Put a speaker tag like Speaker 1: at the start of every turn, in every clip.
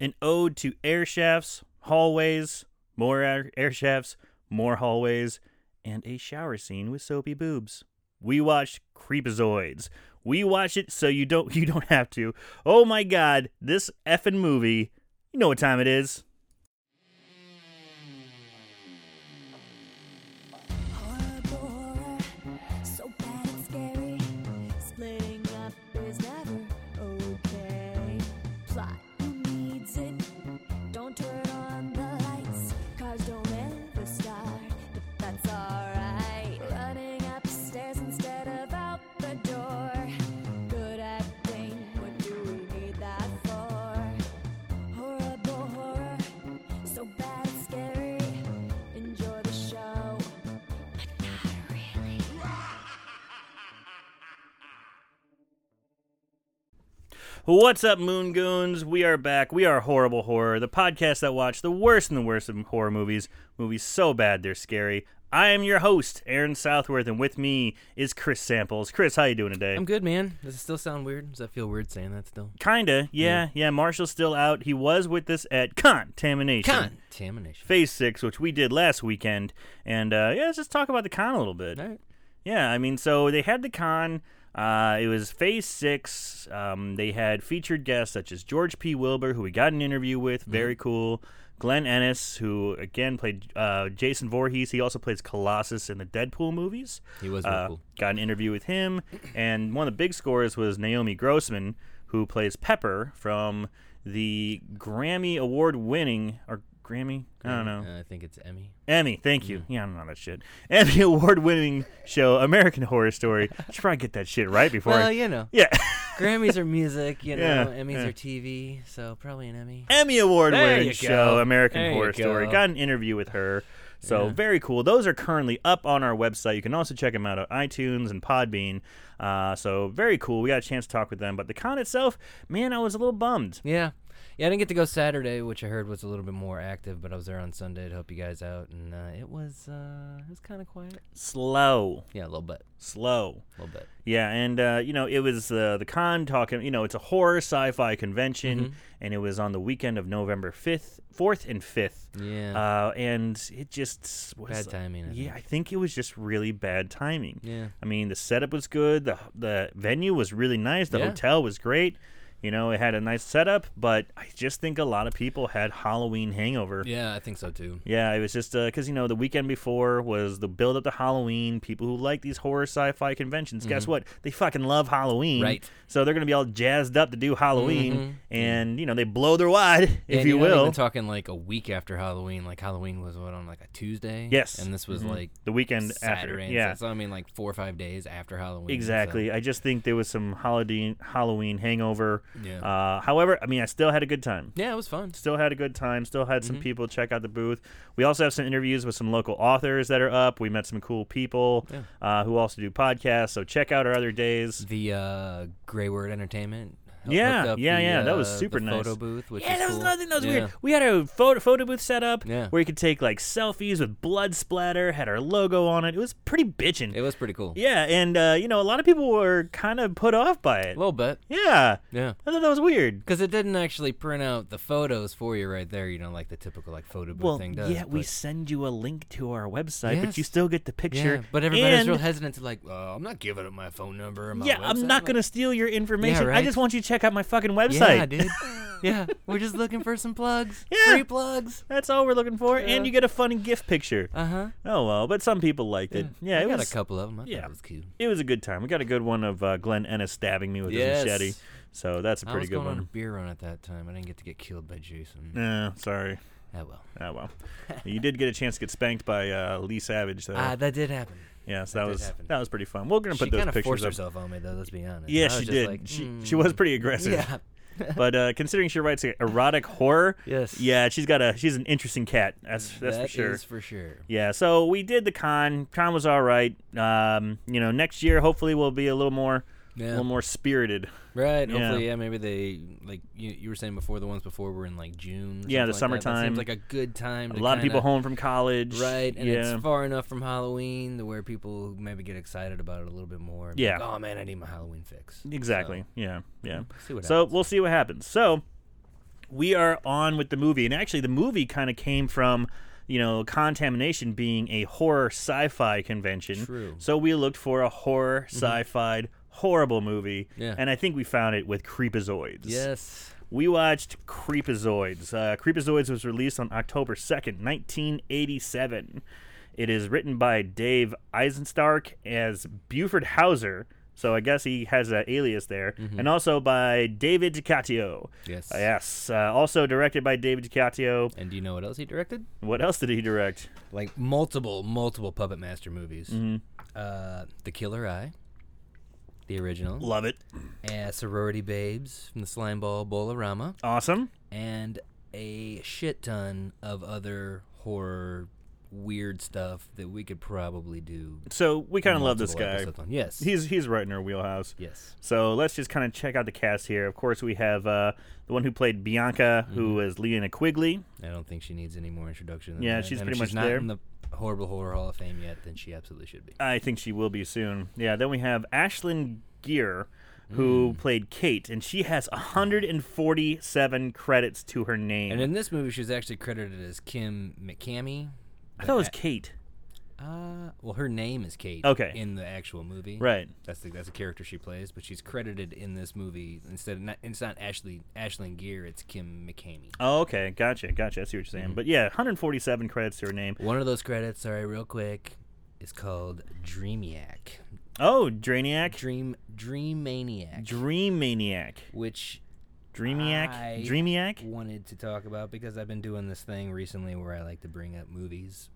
Speaker 1: an ode to air shafts, hallways, more air, air shafts, more hallways, and a shower scene with soapy boobs. We watched Creepazoids. We watch it so you don't you don't have to. Oh my god, this effing movie. You know what time it is. What's up, Moon Goons? We are back. We are Horrible Horror, the podcast that watch the worst and the worst of horror movies, movies so bad they're scary. I am your host, Aaron Southworth, and with me is Chris Samples. Chris, how you doing today?
Speaker 2: I'm good, man. Does it still sound weird? Does that feel weird saying that still?
Speaker 1: Kinda, yeah, yeah. Marshall's still out. He was with us at Contamination.
Speaker 2: Contamination.
Speaker 1: Phase 6, which we did last weekend. And uh, yeah, let's just talk about the con a little bit.
Speaker 2: All right.
Speaker 1: Yeah, I mean, so they had the con. Uh, it was phase six. Um, they had featured guests such as George P. Wilbur, who we got an interview with, very cool. Glenn Ennis, who again played uh, Jason Voorhees. He also plays Colossus in the Deadpool movies.
Speaker 2: He was really
Speaker 1: Uh,
Speaker 2: cool.
Speaker 1: Got an interview with him. And one of the big scores was Naomi Grossman, who plays Pepper from the Grammy Award winning, or Grammy? I don't know.
Speaker 2: Uh, I think it's Emmy.
Speaker 1: Emmy, thank
Speaker 2: Mm-hmm.
Speaker 1: you. Yeah, I don't know that shit. Emmy award winning show, American Horror Story. Should probably get that shit right before.
Speaker 2: Well,
Speaker 1: I-
Speaker 2: you know,
Speaker 1: yeah.
Speaker 2: Grammys are music. You know,
Speaker 1: Yeah,
Speaker 2: Emmys
Speaker 1: yeah.
Speaker 2: are TV. So probably an Emmy.
Speaker 1: Emmy award
Speaker 2: There
Speaker 1: winning
Speaker 2: you
Speaker 1: show,
Speaker 2: go.
Speaker 1: American
Speaker 2: There you
Speaker 1: Horror Story.
Speaker 2: go.
Speaker 1: Got an interview with her. So
Speaker 2: Yeah.
Speaker 1: very cool. Those are currently up on our website. You can also check them out on iTunes and Podbean. Uh, so very cool. We got a chance to talk with them. But the con itself, man, I was a little bummed.
Speaker 2: Yeah. Yeah, I didn't get to go Saturday, which I heard was a little bit more active, but I was there on Sunday to help you guys out, and uh, it was uh, it was kind of quiet.
Speaker 1: Slow,
Speaker 2: Yeah, a little bit,
Speaker 1: slow.
Speaker 2: a little bit.
Speaker 1: Yeah, and uh, you know it was uh, the con talking. You know it's a horror sci-fi convention,
Speaker 2: Mm-hmm.
Speaker 1: and it was on the weekend of November fifth, fourth, and fifth.
Speaker 2: Yeah,
Speaker 1: Uh, and it just was
Speaker 2: Bad timing, I
Speaker 1: yeah, I think it was just really bad timing.
Speaker 2: yeah.
Speaker 1: I mean the setup was good. the The venue was really nice. The
Speaker 2: Yeah.
Speaker 1: hotel was great. You know it had a nice setup, but I just think a lot of people had Halloween hangover.
Speaker 2: Yeah, I think so too.
Speaker 1: Yeah, it was just because you know the weekend before was the build up to Halloween. People who like these horror sci-fi conventions, guess what? They fucking love Halloween,
Speaker 2: Mm-hmm. Right. Mm-hmm.
Speaker 1: So they're gonna be all jazzed up to do Halloween, and you know they blow their wad, if
Speaker 2: and
Speaker 1: you
Speaker 2: you're not even
Speaker 1: will.
Speaker 2: talking like a week after Halloween. Like Halloween was what on like a Tuesday.
Speaker 1: Yes. Mm-hmm.
Speaker 2: and this was like
Speaker 1: the weekend after,
Speaker 2: Saturday. and
Speaker 1: yeah,
Speaker 2: stuff. so I mean like four or five days after Halloween. so-
Speaker 1: exactly. I just think there was some holiday Halloween hangover.
Speaker 2: Yeah.
Speaker 1: Uh, however, I mean, I still had a good time.
Speaker 2: Yeah, it was fun.
Speaker 1: Still had a good time. Still had some people check out the booth. We also have some interviews with some local authors that are up. We met some cool people
Speaker 2: Yeah.
Speaker 1: uh, who also do podcasts. So check out our other days.
Speaker 2: The uh, Grey Word Entertainment. hel-
Speaker 1: Yeah,
Speaker 2: hooked up
Speaker 1: yeah,
Speaker 2: the,
Speaker 1: yeah, that was
Speaker 2: uh, the
Speaker 1: super nice.
Speaker 2: Photo booth, which
Speaker 1: yeah,
Speaker 2: is
Speaker 1: that was
Speaker 2: cool.
Speaker 1: another thing that was
Speaker 2: Yeah.
Speaker 1: weird. We had a photo, photo booth set up
Speaker 2: Yeah.
Speaker 1: where you could take like selfies with blood splatter. Had our logo on it. It was pretty bitchin'.
Speaker 2: It was pretty cool.
Speaker 1: yeah, and uh, you know, a lot of people were kind of put off by
Speaker 2: A
Speaker 1: it.
Speaker 2: little bit.
Speaker 1: yeah,
Speaker 2: Yeah.
Speaker 1: I thought that was weird.
Speaker 2: Because it didn't actually print out the photos for you right there, you know, like the typical like photo booth
Speaker 1: Well,
Speaker 2: thing does.
Speaker 1: yeah, we
Speaker 2: but-
Speaker 1: send you a link to our website, but you
Speaker 2: Yes.
Speaker 1: still get the picture.
Speaker 2: Yeah, but everybody's
Speaker 1: and
Speaker 2: real hesitant to like, uh, I'm not giving up my phone number. And my
Speaker 1: Yeah,
Speaker 2: website."
Speaker 1: I'm not
Speaker 2: Like,
Speaker 1: gonna steal your information. I
Speaker 2: right?
Speaker 1: just want you to check out my fucking website.
Speaker 2: Yeah, dude. yeah, we're just looking for some plugs.
Speaker 1: Yeah.
Speaker 2: Free plugs.
Speaker 1: That's all we're looking for, and
Speaker 2: Yeah.
Speaker 1: you get a funny gift picture.
Speaker 2: Uh huh.
Speaker 1: oh well, but some people liked it. Yeah,
Speaker 2: I
Speaker 1: it
Speaker 2: got
Speaker 1: was
Speaker 2: a couple of them. I
Speaker 1: yeah.
Speaker 2: thought it was cute.
Speaker 1: it was a good time. We got a good one of uh, Glenn Ennis stabbing me with his
Speaker 2: Yes.
Speaker 1: machete, so that's a
Speaker 2: I
Speaker 1: pretty
Speaker 2: was
Speaker 1: good
Speaker 2: going on a
Speaker 1: one.
Speaker 2: beer run at that time. I didn't get to get killed by Jason.
Speaker 1: Yeah, Eh, sorry.
Speaker 2: Oh well.
Speaker 1: Oh well, you did get a chance to get spanked by uh, Lee Savage, though.
Speaker 2: Ah, that did happen.
Speaker 1: yeah, so that
Speaker 2: did
Speaker 1: was
Speaker 2: happen.
Speaker 1: that was pretty fun. We're gonna
Speaker 2: She
Speaker 1: put those
Speaker 2: kind of
Speaker 1: pictures
Speaker 2: forced
Speaker 1: up.
Speaker 2: herself on me, though. Let's be honest.
Speaker 1: Yeah,
Speaker 2: I was
Speaker 1: she
Speaker 2: just
Speaker 1: did.
Speaker 2: like,
Speaker 1: she
Speaker 2: "Mm,
Speaker 1: she was pretty aggressive.
Speaker 2: Yeah.
Speaker 1: But uh, considering she writes erotic horror,
Speaker 2: Yes.
Speaker 1: yeah, she's got a she's an interesting cat. That's that's for
Speaker 2: That
Speaker 1: sure.
Speaker 2: is for sure.
Speaker 1: Yeah, so we did the con. Con was all right. Um, you know, next year hopefully we'll be a little more, a
Speaker 2: Yeah.
Speaker 1: little more spirited.
Speaker 2: Right.
Speaker 1: Yeah.
Speaker 2: Hopefully, yeah. Maybe they like you. You were saying before the ones before were in like June. or
Speaker 1: Yeah, the
Speaker 2: something like that. That
Speaker 1: summertime.
Speaker 2: seems like a good time.
Speaker 1: A
Speaker 2: to
Speaker 1: lot of people
Speaker 2: kinda-
Speaker 1: home from college,
Speaker 2: Right, and
Speaker 1: yeah,
Speaker 2: it's far enough from Halloween to where people maybe get excited about it a little bit more. and be
Speaker 1: Yeah.
Speaker 2: Like, oh man, I need my Halloween fix.
Speaker 1: exactly. yeah, yeah.
Speaker 2: See what
Speaker 1: So we'll see what happens. So we are on with the movie, and actually, the movie kind of came from. You know, contamination being a horror sci-fi convention,
Speaker 2: True. Mm-hmm.
Speaker 1: so we looked for a horror sci-fi horrible movie,
Speaker 2: Yeah.
Speaker 1: and I think we found it with Creepazoids.
Speaker 2: Yes.
Speaker 1: We watched Creepazoids. Uh, Creepazoids was released on October 2nd, 1987. It is written by Dave Eisenstark as Buford Hauser, so I guess he has an alias there, and also by David DiCatio.
Speaker 2: Mm-hmm. Yes.
Speaker 1: Uh, yes, uh, also directed by David DiCatio.
Speaker 2: And do you know what else he directed?
Speaker 1: What else did he direct?
Speaker 2: Like multiple, multiple Puppet Master movies.
Speaker 1: Mm-hmm.
Speaker 2: Uh, the Killer Eye, the original.
Speaker 1: Love it.
Speaker 2: Uh, Sorority Babes from the Slime Ball Bolorama.
Speaker 1: Awesome.
Speaker 2: And a shit ton of other horror, weird stuff that we could probably do.
Speaker 1: So we kind of love this
Speaker 2: multiple
Speaker 1: guy.
Speaker 2: episodes on. Yes.
Speaker 1: He's he's right in our wheelhouse.
Speaker 2: yes.
Speaker 1: So let's just kind of check out the cast here. Of course, we have uh, the one who played Bianca, who
Speaker 2: Mm-hmm.
Speaker 1: is Leanna Quigley.
Speaker 2: I don't think she needs any more introduction. Than
Speaker 1: Yeah,
Speaker 2: that.
Speaker 1: she's
Speaker 2: and
Speaker 1: pretty
Speaker 2: if
Speaker 1: much
Speaker 2: she's not
Speaker 1: there.
Speaker 2: in the horrible horror Hall of Fame yet, then she absolutely should be.
Speaker 1: I think she will be soon. Yeah. Then we have Ashlyn Gear, who
Speaker 2: Mm.
Speaker 1: played Kate, and she has 147 credits to her name.
Speaker 2: And in this movie, she was actually credited as Kim McCammy.
Speaker 1: I thought it was Kate.
Speaker 2: Uh, well, her name is Kate.
Speaker 1: Okay.
Speaker 2: In the actual movie,
Speaker 1: Right.
Speaker 2: That's the that's the character she plays, but she's credited in this movie instead. Of not, it's not Ashley Ashlyn Gear. It's Kim McCamey.
Speaker 1: Oh, okay. Gotcha. Gotcha. I see what you're
Speaker 2: Mm-hmm.
Speaker 1: saying. But yeah, 147 credits to her name.
Speaker 2: One of those credits, sorry, real quick, is called Dreamiac.
Speaker 1: Oh, Draniac.
Speaker 2: Dream Dream Maniac,
Speaker 1: Dream Maniac.
Speaker 2: which
Speaker 1: Dreamiac.
Speaker 2: I
Speaker 1: Dreamiac.
Speaker 2: wanted to talk about because I've been doing this thing recently where I like to bring up movies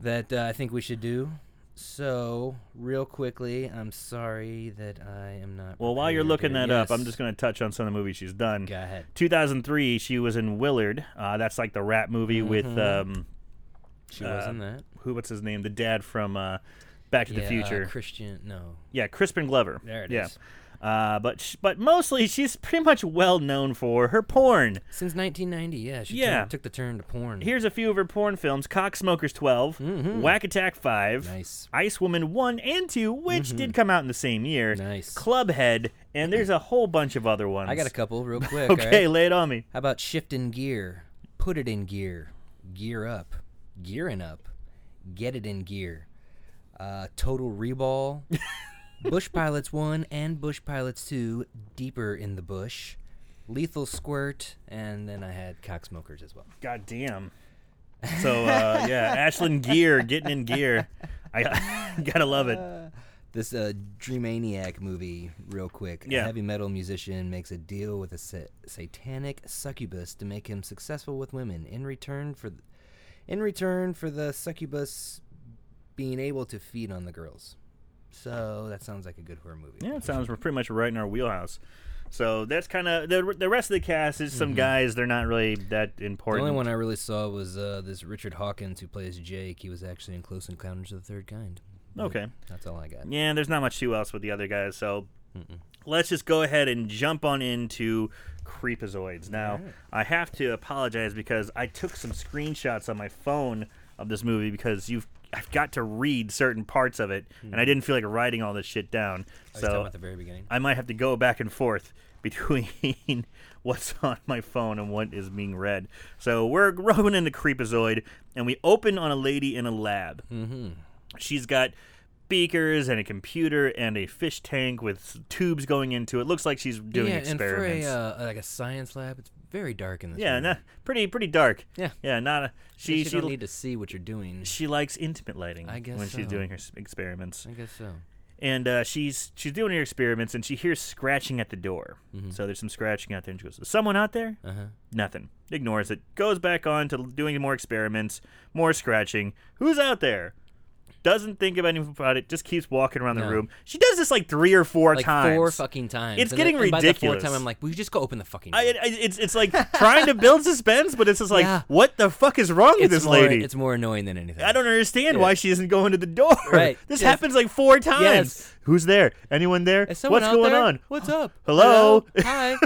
Speaker 2: that uh, I think we should do. So, real quickly, I'm sorry that I am not.
Speaker 1: Well, while you're looking
Speaker 2: prepared
Speaker 1: that
Speaker 2: here.
Speaker 1: up, I'm
Speaker 2: Yes.
Speaker 1: just going to touch on some of the movies she's done.
Speaker 2: Go ahead.
Speaker 1: 2003, she was in Willard. Uh, that's like the rap movie with
Speaker 2: Mm-hmm.
Speaker 1: um,
Speaker 2: She
Speaker 1: uh,
Speaker 2: was in that.
Speaker 1: who? What's his name? The dad from uh, Back to
Speaker 2: Yeah,
Speaker 1: the
Speaker 2: uh,
Speaker 1: Future.
Speaker 2: Christian, no.
Speaker 1: yeah, Crispin Glover.
Speaker 2: There it
Speaker 1: yeah.
Speaker 2: is.
Speaker 1: Uh, but sh- but mostly she's pretty much well known for her porn.
Speaker 2: Since 1990, yeah, she
Speaker 1: Yeah.
Speaker 2: Turned, took the turn to porn.
Speaker 1: Here's a few of her porn films: Cocksmokers 12, Whack Attack 5,
Speaker 2: Mm-hmm. Nice. Mm-hmm.
Speaker 1: Ice Woman 1 and 2, which did come out in the same year.
Speaker 2: Nice.
Speaker 1: Clubhead, and there's a whole bunch of other ones.
Speaker 2: I got a couple real quick.
Speaker 1: Okay,
Speaker 2: all right?
Speaker 1: lay it on me.
Speaker 2: How about shifting gear? Put it in gear. Gear up. Gearing up. Get it in gear. Uh, total reball. bush Pilots 1 and Bush Pilots 2, Deeper in the Bush. Lethal Squirt. And then I had Cocksmokers as well.
Speaker 1: God damn. So uh, yeah, Ashlyn Gear getting in gear. I gotta love it.
Speaker 2: this uh, Dreamaniac movie, real quick.
Speaker 1: Yeah.
Speaker 2: A heavy metal musician makes a deal with a sa- satanic succubus to make him successful with women. In return for, th- in return for the succubus being able to feed on the girls. So that sounds like a good horror movie.
Speaker 1: Yeah, it sounds we're pretty much right in our wheelhouse. So that's kind of the the rest of the cast is some guys. They're not really that
Speaker 2: The
Speaker 1: important.
Speaker 2: only one I really saw was uh, this Richard Hawkins who plays Jake. He was actually in Close Encounters of the Third Kind.
Speaker 1: Okay.
Speaker 2: That's all I got.
Speaker 1: Yeah, there's not much to else with the other guys. So let's just go ahead and jump on into Creepazoids. Now I have to apologize because I took some screenshots on my phone of this movie because you've I've got to read certain parts of it and I didn't feel like writing all this shit down.
Speaker 2: Mm-hmm. I was talking
Speaker 1: so
Speaker 2: about the very beginning.
Speaker 1: I might have to go back and forth between what's on my phone and what is being read. So we're going into Creepazoid, and we open on a lady in a lab. Mm-hmm. She's got beakers and a computer and a fish tank with s- tubes going into it. Looks like she's doing
Speaker 2: yeah,
Speaker 1: experiments.
Speaker 2: and for a uh, like a science lab, it's very dark in this.
Speaker 1: yeah,
Speaker 2: movie.
Speaker 1: nah, pretty pretty dark.
Speaker 2: Yeah.
Speaker 1: yeah, not a, she
Speaker 2: She,
Speaker 1: she
Speaker 2: don't
Speaker 1: l-
Speaker 2: need to see what you're doing.
Speaker 1: she likes intimate lighting
Speaker 2: I guess
Speaker 1: when she's
Speaker 2: so.
Speaker 1: doing her s- experiments.
Speaker 2: I guess so.
Speaker 1: and uh, she's she's doing her experiments, and she hears scratching at the door.
Speaker 2: Mm-hmm.
Speaker 1: So there's some scratching out there, and she goes, "Is someone out there?"
Speaker 2: Uh huh.
Speaker 1: Nothing. Ignores it. Goes back on to doing more experiments, more scratching. Who's out there? Doesn't think about anything about it. Just keeps walking around the
Speaker 2: No.
Speaker 1: room. She does this like three or four
Speaker 2: Like
Speaker 1: times.
Speaker 2: four fucking times.
Speaker 1: It's
Speaker 2: And
Speaker 1: getting
Speaker 2: then- and By the
Speaker 1: ridiculous.
Speaker 2: fourth time, I'm like, we just go open the fucking.
Speaker 1: I,
Speaker 2: door."
Speaker 1: I, it's it's like trying to build suspense, but it's just like,
Speaker 2: Yeah.
Speaker 1: what the fuck is wrong with this
Speaker 2: it's more,
Speaker 1: lady?
Speaker 2: It's more annoying than anything.
Speaker 1: I don't understand why she isn't going to the door.
Speaker 2: Right.
Speaker 1: This
Speaker 2: Yes.
Speaker 1: happens like four times.
Speaker 2: Yes.
Speaker 1: Who's there? Anyone there? What's
Speaker 2: Is someone out
Speaker 1: going
Speaker 2: there?
Speaker 1: on?
Speaker 2: What's up?
Speaker 1: Hello?
Speaker 2: Hi.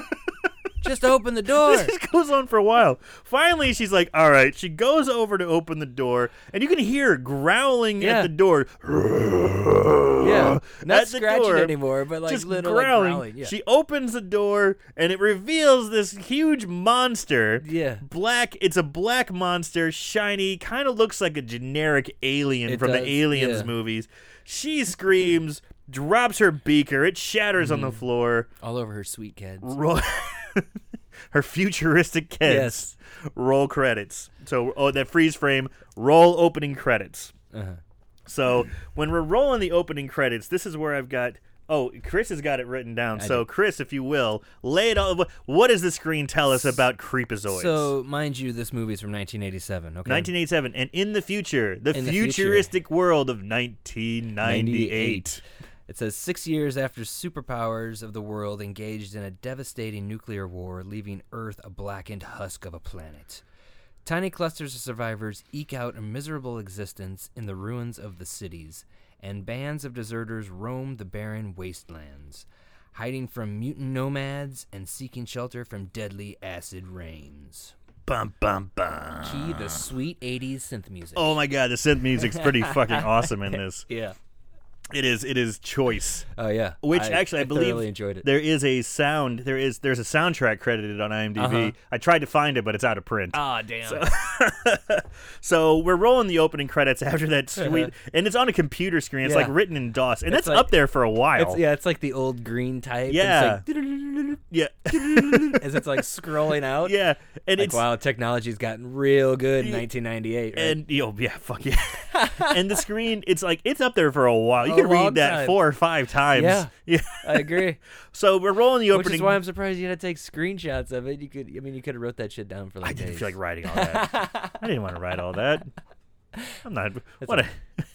Speaker 2: Just open the door.
Speaker 1: This just goes on for a while. Finally, she's like, "All right." She goes over to open the door, and you can hear her growling
Speaker 2: Yeah.
Speaker 1: at the door.
Speaker 2: yeah, not
Speaker 1: at the
Speaker 2: scratching
Speaker 1: door,
Speaker 2: anymore, but like
Speaker 1: just
Speaker 2: little
Speaker 1: growling.
Speaker 2: Like, growling. Yeah.
Speaker 1: She opens the door, and it reveals this huge monster.
Speaker 2: yeah.
Speaker 1: Black. It's a black monster, shiny. Kind of looks like a generic alien
Speaker 2: It
Speaker 1: from
Speaker 2: does,
Speaker 1: the Aliens
Speaker 2: yeah.
Speaker 1: movies. She screams, drops her beaker. It shatters on the
Speaker 2: Mm.
Speaker 1: floor.
Speaker 2: All over her sweet kids.
Speaker 1: Roll. her futuristic kids.
Speaker 2: Yes.
Speaker 1: Roll credits. So oh, that freeze frame. Roll opening credits.
Speaker 2: Uh-huh.
Speaker 1: So when we're rolling the opening credits, this is where I've got. Oh, Chris has got it written down.
Speaker 2: I
Speaker 1: so Chris, if you will, lay it all. What does the screen tell us about creepazoids?
Speaker 2: So, mind you, this movie's from 1987. Okay.
Speaker 1: 1987, and in the future, the
Speaker 2: In the future.
Speaker 1: futuristic world of 1998.
Speaker 2: It says six years after superpowers of the world engaged in a devastating nuclear war, leaving Earth a blackened husk of a planet. Tiny clusters of survivors eke out a miserable existence in the ruins of the cities, and bands of deserters roam the barren wastelands, hiding from mutant nomads and seeking shelter from deadly acid rains.
Speaker 1: Bum bum bum.
Speaker 2: Key the sweet 80s synth music.
Speaker 1: Ah. Oh my god, the synth music's pretty fucking awesome in this.
Speaker 2: yeah.
Speaker 1: It is. It is choice.
Speaker 2: Oh yeah.
Speaker 1: Which actually, I, believe
Speaker 2: thoroughly enjoyed it.
Speaker 1: there is a sound. There is there's a soundtrack credited on IMDb.
Speaker 2: Uh-huh.
Speaker 1: I tried to find it, but it's out of print.
Speaker 2: Ah damn.
Speaker 1: So we're rolling the opening credits after that sweet, and it's on a computer screen. It's
Speaker 2: Yeah.
Speaker 1: like written in DOS, and
Speaker 2: It's
Speaker 1: that's
Speaker 2: like-
Speaker 1: up there for a while.
Speaker 2: It's, yeah, it's like the old green type.
Speaker 1: Yeah.
Speaker 2: It's like,
Speaker 1: yeah,
Speaker 2: as it's like scrolling out.
Speaker 1: yeah, and
Speaker 2: Like,
Speaker 1: it's
Speaker 2: wow, technology's gotten real good in 1998. Right?
Speaker 1: and yo, yeah, fuck yeah, and the screen, it's like it's up there for a while. You
Speaker 2: A
Speaker 1: can
Speaker 2: long
Speaker 1: read that
Speaker 2: time.
Speaker 1: four or five times.
Speaker 2: Yeah.
Speaker 1: yeah.
Speaker 2: I agree.
Speaker 1: So we're rolling the
Speaker 2: Which
Speaker 1: opening.
Speaker 2: is why I'm surprised you had to take screenshots of it. You could, I mean, you could have wrote that shit down for like
Speaker 1: I didn't
Speaker 2: days.
Speaker 1: feel like writing all that. I didn't want to write all that. I'm not. what a,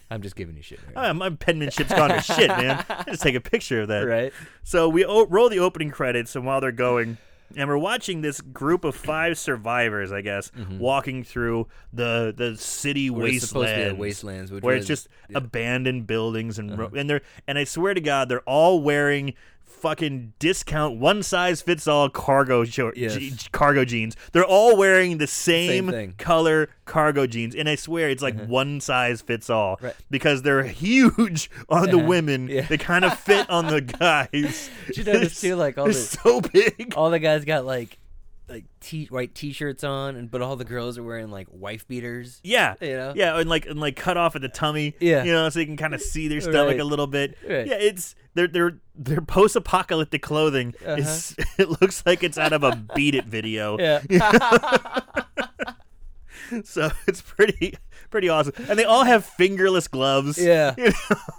Speaker 2: I'm just giving you shit. Right?
Speaker 1: ah, my penmanship's gone to shit, man. I just take a picture of that.
Speaker 2: right?
Speaker 1: So we o- roll the opening credits, and while they're going, and we're watching this group of five survivors, I guess, walking through the the city
Speaker 2: Mm-hmm. Where it's supposed to be the
Speaker 1: wasteland,
Speaker 2: wastelands, which Uh-huh.
Speaker 1: where it's
Speaker 2: was-
Speaker 1: just abandoned buildings and ro- and they're and I swear to God, they're all wearing fucking discount one size fits all cargo short
Speaker 2: Yes.
Speaker 1: cargo jeans. They're all wearing the same,
Speaker 2: thing. Uh-huh.
Speaker 1: color cargo jeans, and I swear it's like one size fits all
Speaker 2: Right. Uh-huh.
Speaker 1: because they're huge on the women.
Speaker 2: Yeah.
Speaker 1: They kind of fit on the guys.
Speaker 2: Did you notice too, like all
Speaker 1: They're
Speaker 2: the
Speaker 1: so big.
Speaker 2: all the guys got like like t- white t-shirts on, and but all the girls are wearing like wife beaters.
Speaker 1: Yeah,
Speaker 2: You know?
Speaker 1: yeah, and like and like cut off at the tummy.
Speaker 2: Yeah.
Speaker 1: you know, so you can kind of see their stomach
Speaker 2: Right.
Speaker 1: a little bit.
Speaker 2: Right.
Speaker 1: Yeah, it's their their their post apocalyptic clothing is it looks like it's out of a Beat It video.
Speaker 2: Uh-huh. Yeah.
Speaker 1: So it's pretty pretty awesome, and they all have fingerless gloves.
Speaker 2: Yeah.
Speaker 1: You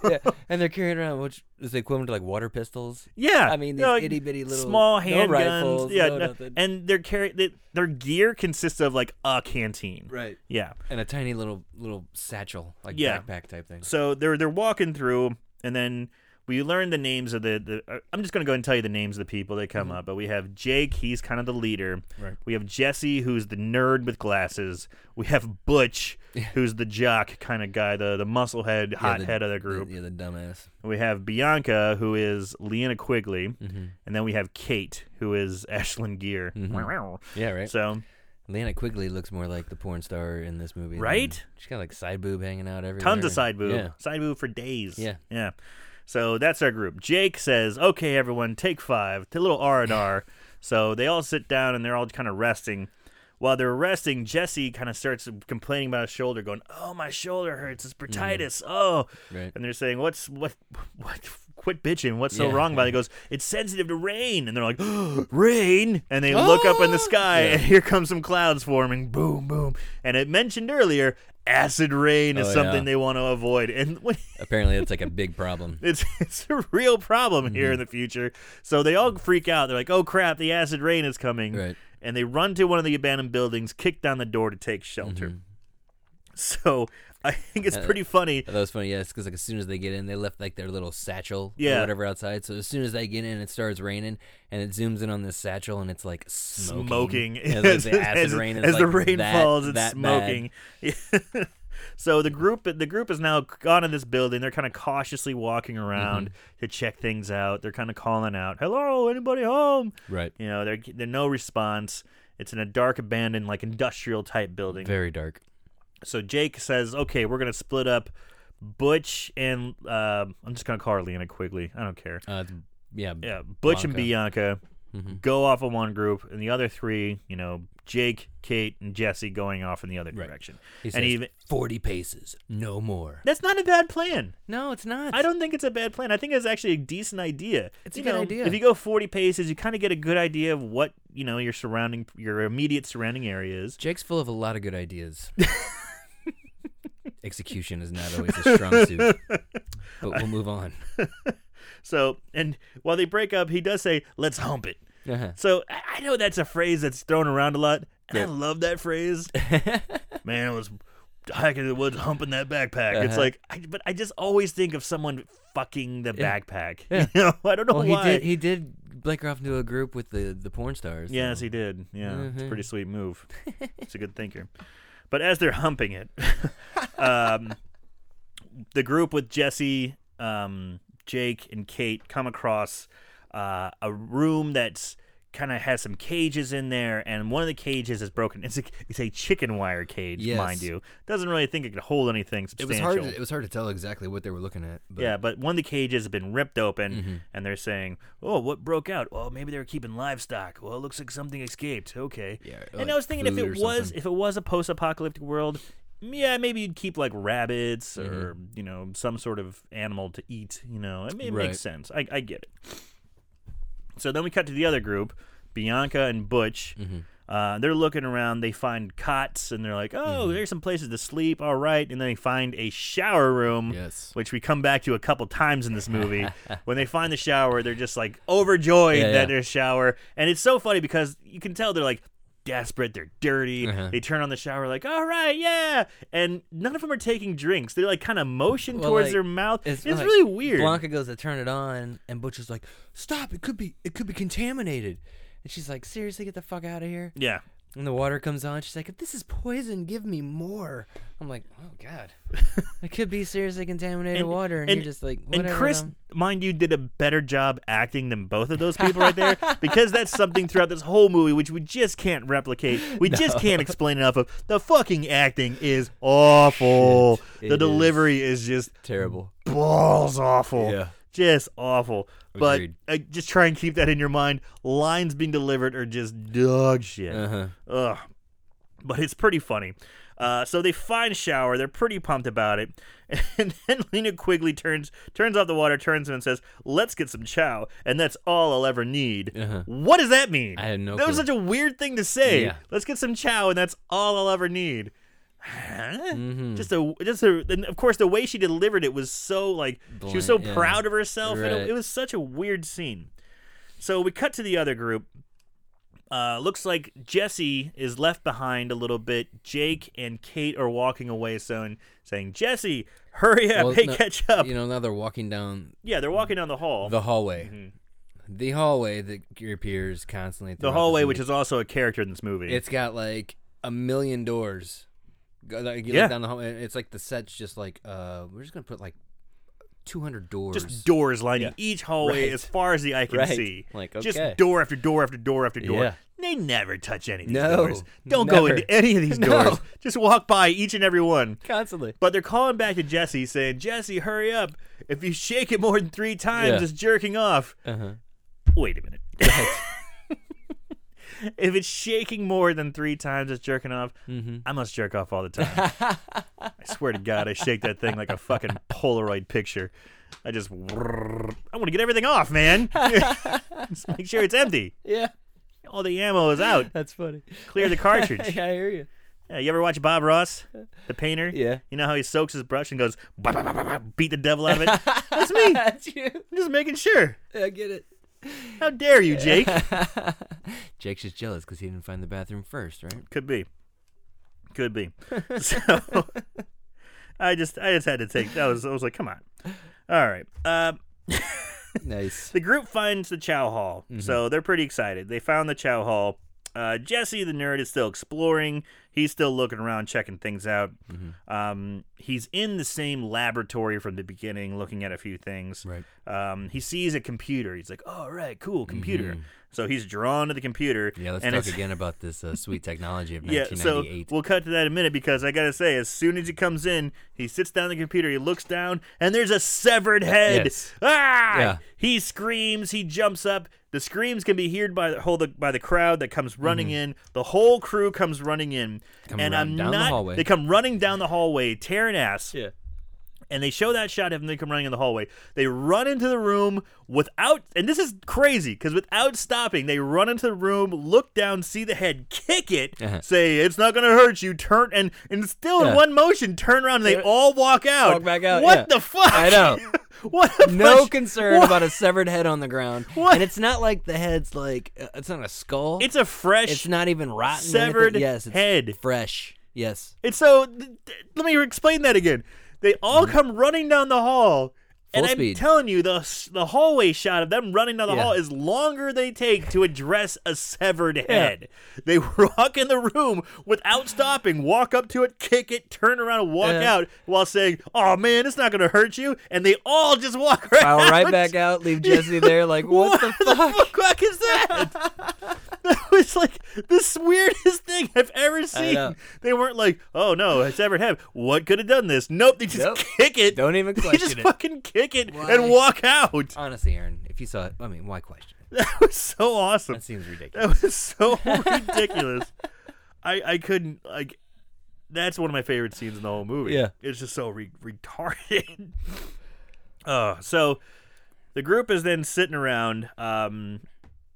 Speaker 2: yeah. And they're carrying around which is the equivalent to like water pistols.
Speaker 1: Yeah,
Speaker 2: I mean,
Speaker 1: you know,
Speaker 2: these itty-bitty little-
Speaker 1: small
Speaker 2: no
Speaker 1: handguns.
Speaker 2: rifles,
Speaker 1: yeah,
Speaker 2: no
Speaker 1: no-
Speaker 2: nothing.
Speaker 1: and their carry they, their gear consists of like a canteen.
Speaker 2: Right.
Speaker 1: Yeah.
Speaker 2: And a tiny little little satchel, like
Speaker 1: Yeah.
Speaker 2: backpack type thing.
Speaker 1: So they're they're walking through, and then we learn the names of the. the uh, I'm just gonna go and tell you the names of the people that come up. But we have Jake. He's kind of the leader.
Speaker 2: Mm-hmm. Right.
Speaker 1: We have Jesse, who's the nerd with glasses. We have Butch, who's the jock kind of guy, the the muscle head, hot
Speaker 2: the-
Speaker 1: head of the group.
Speaker 2: Yeah, the dumbass.
Speaker 1: We have Bianca, who is Leanna Quigley,
Speaker 2: Mm-hmm.
Speaker 1: and then we have Kate, who is Ashlyn Gear.
Speaker 2: Yeah, right.
Speaker 1: So
Speaker 2: Lana Quigley looks more like the porn star in this movie. than-
Speaker 1: Right?
Speaker 2: She's got like side boob hanging out everywhere.
Speaker 1: tons of side boob,
Speaker 2: Yeah.
Speaker 1: side boob for days.
Speaker 2: Yeah.
Speaker 1: yeah. So that's our group. Jake says, "Okay, everyone, take five. A little R and R." So they all sit down and they're all kind of resting. While they're resting, Jesse kind of starts complaining about his shoulder, going, "Oh, my shoulder hurts.
Speaker 2: Mm-hmm.
Speaker 1: It's bursitis. Oh."
Speaker 2: Right.
Speaker 1: And they're saying, "What's what? What? Quit bitching. What's so
Speaker 2: Yeah.
Speaker 1: wrong about it?" He goes, "It's sensitive to rain." And they're like, "Rain!" And they look up in the sky, and here comes some clouds forming. Boom, boom. And it mentioned earlier, acid rain is
Speaker 2: Oh,
Speaker 1: something
Speaker 2: yeah.
Speaker 1: they want to avoid. And when
Speaker 2: Apparently, that's like a big problem.
Speaker 1: it's it's a real problem
Speaker 2: Mm-hmm.
Speaker 1: here in the future. So they all freak out. They're like, "Oh crap, the acid rain is coming!"
Speaker 2: Right.
Speaker 1: And they run to one of the abandoned buildings, kick down the door to take shelter.
Speaker 2: Mm-hmm.
Speaker 1: So I think
Speaker 2: Uh,
Speaker 1: it's pretty funny.
Speaker 2: That was funny, yes, because like as soon as they get in, they left like their little satchel
Speaker 1: Yeah.
Speaker 2: or whatever outside. So as soon as they get in, it starts raining, and it zooms in on this satchel, and it's like smoking.
Speaker 1: Smoking
Speaker 2: And it's, like, the acid
Speaker 1: as,
Speaker 2: rain is,
Speaker 1: as the
Speaker 2: like,
Speaker 1: rain
Speaker 2: that-
Speaker 1: falls, it's
Speaker 2: that bad.
Speaker 1: smoking. So the group the group has now gone in this building. They're kind of cautiously walking around
Speaker 2: Mm-hmm.
Speaker 1: to check things out. They're kind of calling out, "Hello, anybody home?"
Speaker 2: Right.
Speaker 1: You know, they're, they no response. It's in a dark, abandoned, like industrial type building.
Speaker 2: Very dark.
Speaker 1: So Jake says, "Okay, we're gonna split up." Butch and uh, I'm just gonna call her Lena Quigley. I don't care.
Speaker 2: Uh, it's- yeah.
Speaker 1: Yeah, Butch and Bianca
Speaker 2: Mhm.
Speaker 1: go off in one group, and the other three, you know, Jake, Kate, and Jesse going off in the other
Speaker 2: Right.
Speaker 1: direction.
Speaker 2: He
Speaker 1: and
Speaker 2: says,
Speaker 1: even
Speaker 2: forty paces, no more.
Speaker 1: that's not a bad plan.
Speaker 2: No, it's not.
Speaker 1: I don't think it's a bad plan. I think it's actually a decent idea.
Speaker 2: It's
Speaker 1: you
Speaker 2: a good
Speaker 1: know,
Speaker 2: idea.
Speaker 1: If you go 40 paces, you kind of get a good idea of what you know your surrounding, your immediate surrounding area is.
Speaker 2: Jake's full of a lot of good ideas. Execution is not always a strong suit, but we'll move on.
Speaker 1: So, and while they break up, he does say, "Let's hump it."
Speaker 2: Uh-huh.
Speaker 1: So I I know that's a phrase that's thrown around a lot. And I love that phrase. Man, I was hiking in the woods, humping that backpack. It's
Speaker 2: Uh-huh.
Speaker 1: like, I, but I just always think of someone fucking the backpack.
Speaker 2: Yeah.
Speaker 1: You know, I don't know
Speaker 2: Well, he
Speaker 1: why.
Speaker 2: did. He did blink her off into a group with the the porn stars.
Speaker 1: yes,
Speaker 2: so-
Speaker 1: he did. Yeah, it's a
Speaker 2: Mhm.
Speaker 1: pretty sweet move. It's a good thinker. But as they're humping it, um, the group with Jesse, um, Jake, and Kate come across uh, a room that's kind of has some cages in there, and one of the cages is broken. It's a, it's a chicken wire cage,
Speaker 2: Yes.
Speaker 1: mind you. Doesn't really think it could hold anything
Speaker 2: It
Speaker 1: substantial.
Speaker 2: was hard. It was hard to tell exactly what they were looking at. But Mm-hmm.
Speaker 1: Yeah, but one of the cages has been ripped open, and they're saying, "Oh, what broke out? Oh, maybe they were keeping livestock. Well, it looks like something escaped. Okay."
Speaker 2: Yeah,
Speaker 1: and
Speaker 2: like
Speaker 1: I was thinking if
Speaker 2: food or
Speaker 1: it was
Speaker 2: something.
Speaker 1: if it was a post-apocalyptic world, mm, yeah, maybe you'd keep like rabbits or
Speaker 2: Mm-hmm.
Speaker 1: you know some sort of animal to eat. You know, it, it
Speaker 2: Right.
Speaker 1: makes sense. I, I get it. So then we cut to the other group, Bianca and Butch.
Speaker 2: Mm-hmm.
Speaker 1: Uh, they're looking around. They find cots, and they're like, "Oh,
Speaker 2: Mm-hmm.
Speaker 1: there's some places to sleep. All right." And then they find a shower room
Speaker 2: Yes.
Speaker 1: which we come back to a couple times in this movie. when they find the shower, they're just like overjoyed
Speaker 2: Yeah, yeah.
Speaker 1: that there's a shower. And it's so funny because you can tell they're like desperate, they're dirty.
Speaker 2: Uh-huh.
Speaker 1: They turn on the shower like, "All right, yeah." And none of them are taking drinks. They like kind of motion
Speaker 2: Well,
Speaker 1: towards
Speaker 2: like,
Speaker 1: their mouth. It's,
Speaker 2: it's like
Speaker 1: really weird.
Speaker 2: Blanca goes to turn it on, and Butch is like, "Stop! It could be. It could be contaminated." And she's like, "Seriously, get the fuck out of here!"
Speaker 1: yeah.
Speaker 2: And the water comes on. She's like, "If this is poison, give me more." I'm like, "Oh God, it could be seriously contaminated
Speaker 1: And-
Speaker 2: water." And,
Speaker 1: and-
Speaker 2: you're just like,
Speaker 1: And
Speaker 2: "Whatever."
Speaker 1: Chris,
Speaker 2: dumb."
Speaker 1: mind you, did a better job acting than both of those people right there because that's something throughout this whole movie which we just can't replicate. We just can't explain enough of. The fucking acting is awful.
Speaker 2: Shit,
Speaker 1: the
Speaker 2: it
Speaker 1: delivery is. just
Speaker 2: terrible.
Speaker 1: balls awful.
Speaker 2: Yeah.
Speaker 1: Just awful. But
Speaker 2: Agreed.
Speaker 1: uh, just try and keep that in your mind. Lines being delivered are just dog shit.
Speaker 2: Uh-huh.
Speaker 1: Ugh. But it's pretty funny. Uh, so they find shower. They're pretty pumped about it. And then Lena Quigley turns turns off the water, turns him and says, "Let's get some chow, and that's all I'll ever need."
Speaker 2: Uh-huh.
Speaker 1: What does that mean?
Speaker 2: I had no
Speaker 1: That was
Speaker 2: clue.
Speaker 1: such a weird thing to say.
Speaker 2: Yeah.
Speaker 1: Let's get some chow, and that's all I'll ever need. Huh?
Speaker 2: Mm-hmm.
Speaker 1: Just a, just a, and of course, the way she delivered it was so like she was so
Speaker 2: Blunt, yeah.
Speaker 1: proud of herself. and
Speaker 2: Right.
Speaker 1: It, it was such a weird scene. So we cut to the other group. Uh, looks like Jesse is left behind a little bit. Jake and Kate are walking away, so saying, "Jesse, hurry up!
Speaker 2: Well,
Speaker 1: hey,
Speaker 2: no,
Speaker 1: catch up!" Oh,
Speaker 2: You know, now they're walking down
Speaker 1: yeah, they're walking down the hall.
Speaker 2: the hallway. The hallway that appears constantly.
Speaker 1: mm-hmm. The hallway, which is also a character in this movie.
Speaker 2: it's got like a million doors. Go- Like, you
Speaker 1: Yeah.
Speaker 2: look down the hallway, and it's like the set's just like uh, we're just gonna put like two hundred doors.
Speaker 1: just doors lining
Speaker 2: Yeah.
Speaker 1: each hallway
Speaker 2: Right.
Speaker 1: as far as the eye can
Speaker 2: Right.
Speaker 1: see.
Speaker 2: Like, okay.
Speaker 1: Just door after door after door after door.
Speaker 2: Yeah.
Speaker 1: They never touch any of these
Speaker 2: No,
Speaker 1: doors. Don't go
Speaker 2: never.
Speaker 1: into any of these
Speaker 2: No.
Speaker 1: doors. Just walk by each and every one.
Speaker 2: constantly.
Speaker 1: But they're calling back to Jesse saying, Jesse, hurry up. If you shake it more than three times,
Speaker 2: Yeah.
Speaker 1: it's jerking off.
Speaker 2: Uh-huh.
Speaker 1: Wait a minute. if it's shaking more than three times, it's jerking off.
Speaker 2: Mm-hmm.
Speaker 1: I must jerk off all the time. I swear to God, I shake that thing like a fucking Polaroid picture. I just, I want to get everything off, man. just make sure it's empty.
Speaker 2: Yeah,
Speaker 1: All the ammo is out.
Speaker 2: that's funny.
Speaker 1: Clear the cartridge.
Speaker 2: I hear you.
Speaker 1: Yeah, Uh, you ever watch Bob Ross, the painter?
Speaker 2: Yeah.
Speaker 1: You know how he soaks his brush and goes, "Bah, bah, bah, bah, bah," beat the devil out of it? That's me. I'm
Speaker 2: that's you.
Speaker 1: just making sure.
Speaker 2: I get it.
Speaker 1: How dare you, Jake?
Speaker 2: Jake's just jealous because he didn't find the bathroom first, right?
Speaker 1: Could be. Could be. so I just I just had to take that was I was like, come on. All right. Um
Speaker 2: Nice. Mm-hmm.
Speaker 1: the group finds the Chow Hall. So they're pretty excited. They found the Chow Hall. Uh, Jesse the nerd is still exploring. He's still looking around, checking things out.
Speaker 2: Mm-hmm.
Speaker 1: Um, he's in the same laboratory from the beginning, looking at a few things.
Speaker 2: Right.
Speaker 1: Um, he sees a computer. He's like, "All right, cool, computer." So he's drawn to the computer.
Speaker 2: Mm-hmm. Yeah, let's
Speaker 1: and
Speaker 2: talk
Speaker 1: it's-
Speaker 2: again about this uh, sweet technology of
Speaker 1: Yeah, so
Speaker 2: 1998.
Speaker 1: we'll cut to that in a minute because I gotta say, as soon as he comes in, he sits down at the computer, he looks down, and there's a severed head.
Speaker 2: Yes.
Speaker 1: Ah!
Speaker 2: Yeah.
Speaker 1: He screams, he jumps up. The screams can be heard by the whole the, by the crowd that comes running in. The whole crew comes running in,
Speaker 2: Mm-hmm. Come
Speaker 1: and
Speaker 2: run
Speaker 1: I'm
Speaker 2: down the
Speaker 1: not.
Speaker 2: hallway.
Speaker 1: They come running down the hallway, tearing ass,
Speaker 2: yeah.
Speaker 1: and they show that shot of them come running in the hallway. They run into the room without, and this is crazy because without stopping, they run into the room, look down, see the head, kick it,
Speaker 2: Uh-huh.
Speaker 1: say it's not gonna hurt you, turn, and and still in
Speaker 2: Yeah.
Speaker 1: one motion, turn around, and they
Speaker 2: Yeah.
Speaker 1: all walk out.
Speaker 2: Walk back out,
Speaker 1: What
Speaker 2: yeah.
Speaker 1: the fuck?
Speaker 2: I know.
Speaker 1: what? A
Speaker 2: No
Speaker 1: bunch-
Speaker 2: concern
Speaker 1: what-
Speaker 2: about a severed head on the ground.
Speaker 1: What?
Speaker 2: And it's not like the head's like uh, it's not a skull.
Speaker 1: It's a fresh.
Speaker 2: it's not even rotten. or anything.
Speaker 1: severed
Speaker 2: yes, it's
Speaker 1: head.
Speaker 2: fresh. Yes.
Speaker 1: And so th- th- let me explain that again. They all come running down the hall. and
Speaker 2: Mm-hmm. Full
Speaker 1: I'm
Speaker 2: speed.
Speaker 1: telling you, the s- the hallway shot of them running down the
Speaker 2: Yeah.
Speaker 1: hall is longer they take to address a severed head. They walk in the room without stopping, walk up to it, kick it, turn around, and walk
Speaker 2: Yeah.
Speaker 1: out while saying, "Oh man, it's not gonna hurt you." And they all just walk right,
Speaker 2: File
Speaker 1: out.
Speaker 2: right back out. Leave Jesse there. Like what, the fuck?
Speaker 1: fuck is that? that was like this weirdest thing I've ever seen.
Speaker 2: know.
Speaker 1: They weren't like, oh no, it's ever happened. What could have done this? Nope, they just
Speaker 2: Nope.
Speaker 1: kick it.
Speaker 2: Don't even
Speaker 1: they
Speaker 2: question
Speaker 1: just
Speaker 2: it.
Speaker 1: fucking kick it
Speaker 2: Why?
Speaker 1: and walk out.
Speaker 2: Honestly, Aaron, if you saw it, I mean, why question? it?
Speaker 1: That was so awesome.
Speaker 2: That seems ridiculous.
Speaker 1: That was so ridiculous. I I couldn't like. That's one of my favorite scenes in the whole movie.
Speaker 2: Yeah.
Speaker 1: it's just so re- retarded. Oh, so the group is then sitting around. Um,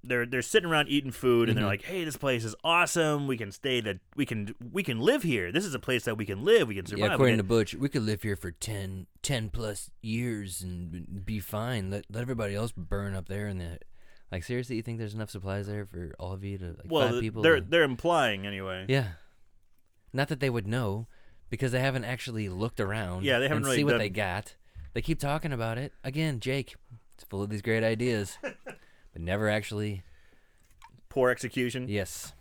Speaker 1: they're they're sitting around eating food,
Speaker 2: Mm-hmm.
Speaker 1: and they're like, "Hey, this place is awesome. We can stay. That we can we can live here. This is a place that we can live. We can survive."
Speaker 2: Yeah,
Speaker 1: We
Speaker 2: according
Speaker 1: can-
Speaker 2: to Butch, we could live here for 10, 10 plus years and be fine. Let let everybody else burn up there in the. Like seriously, you think there's enough supplies there for all of you to like
Speaker 1: well,
Speaker 2: five
Speaker 1: th-
Speaker 2: people?
Speaker 1: they're
Speaker 2: to-
Speaker 1: they're implying anyway.
Speaker 2: yeah. Not that they would know, because they haven't actually looked around.
Speaker 1: Yeah, they haven't
Speaker 2: and
Speaker 1: really
Speaker 2: see what
Speaker 1: done-
Speaker 2: they got. They keep talking about it again. Jake, it's full of these great ideas, but never actually.
Speaker 1: Poor execution.
Speaker 2: Yes.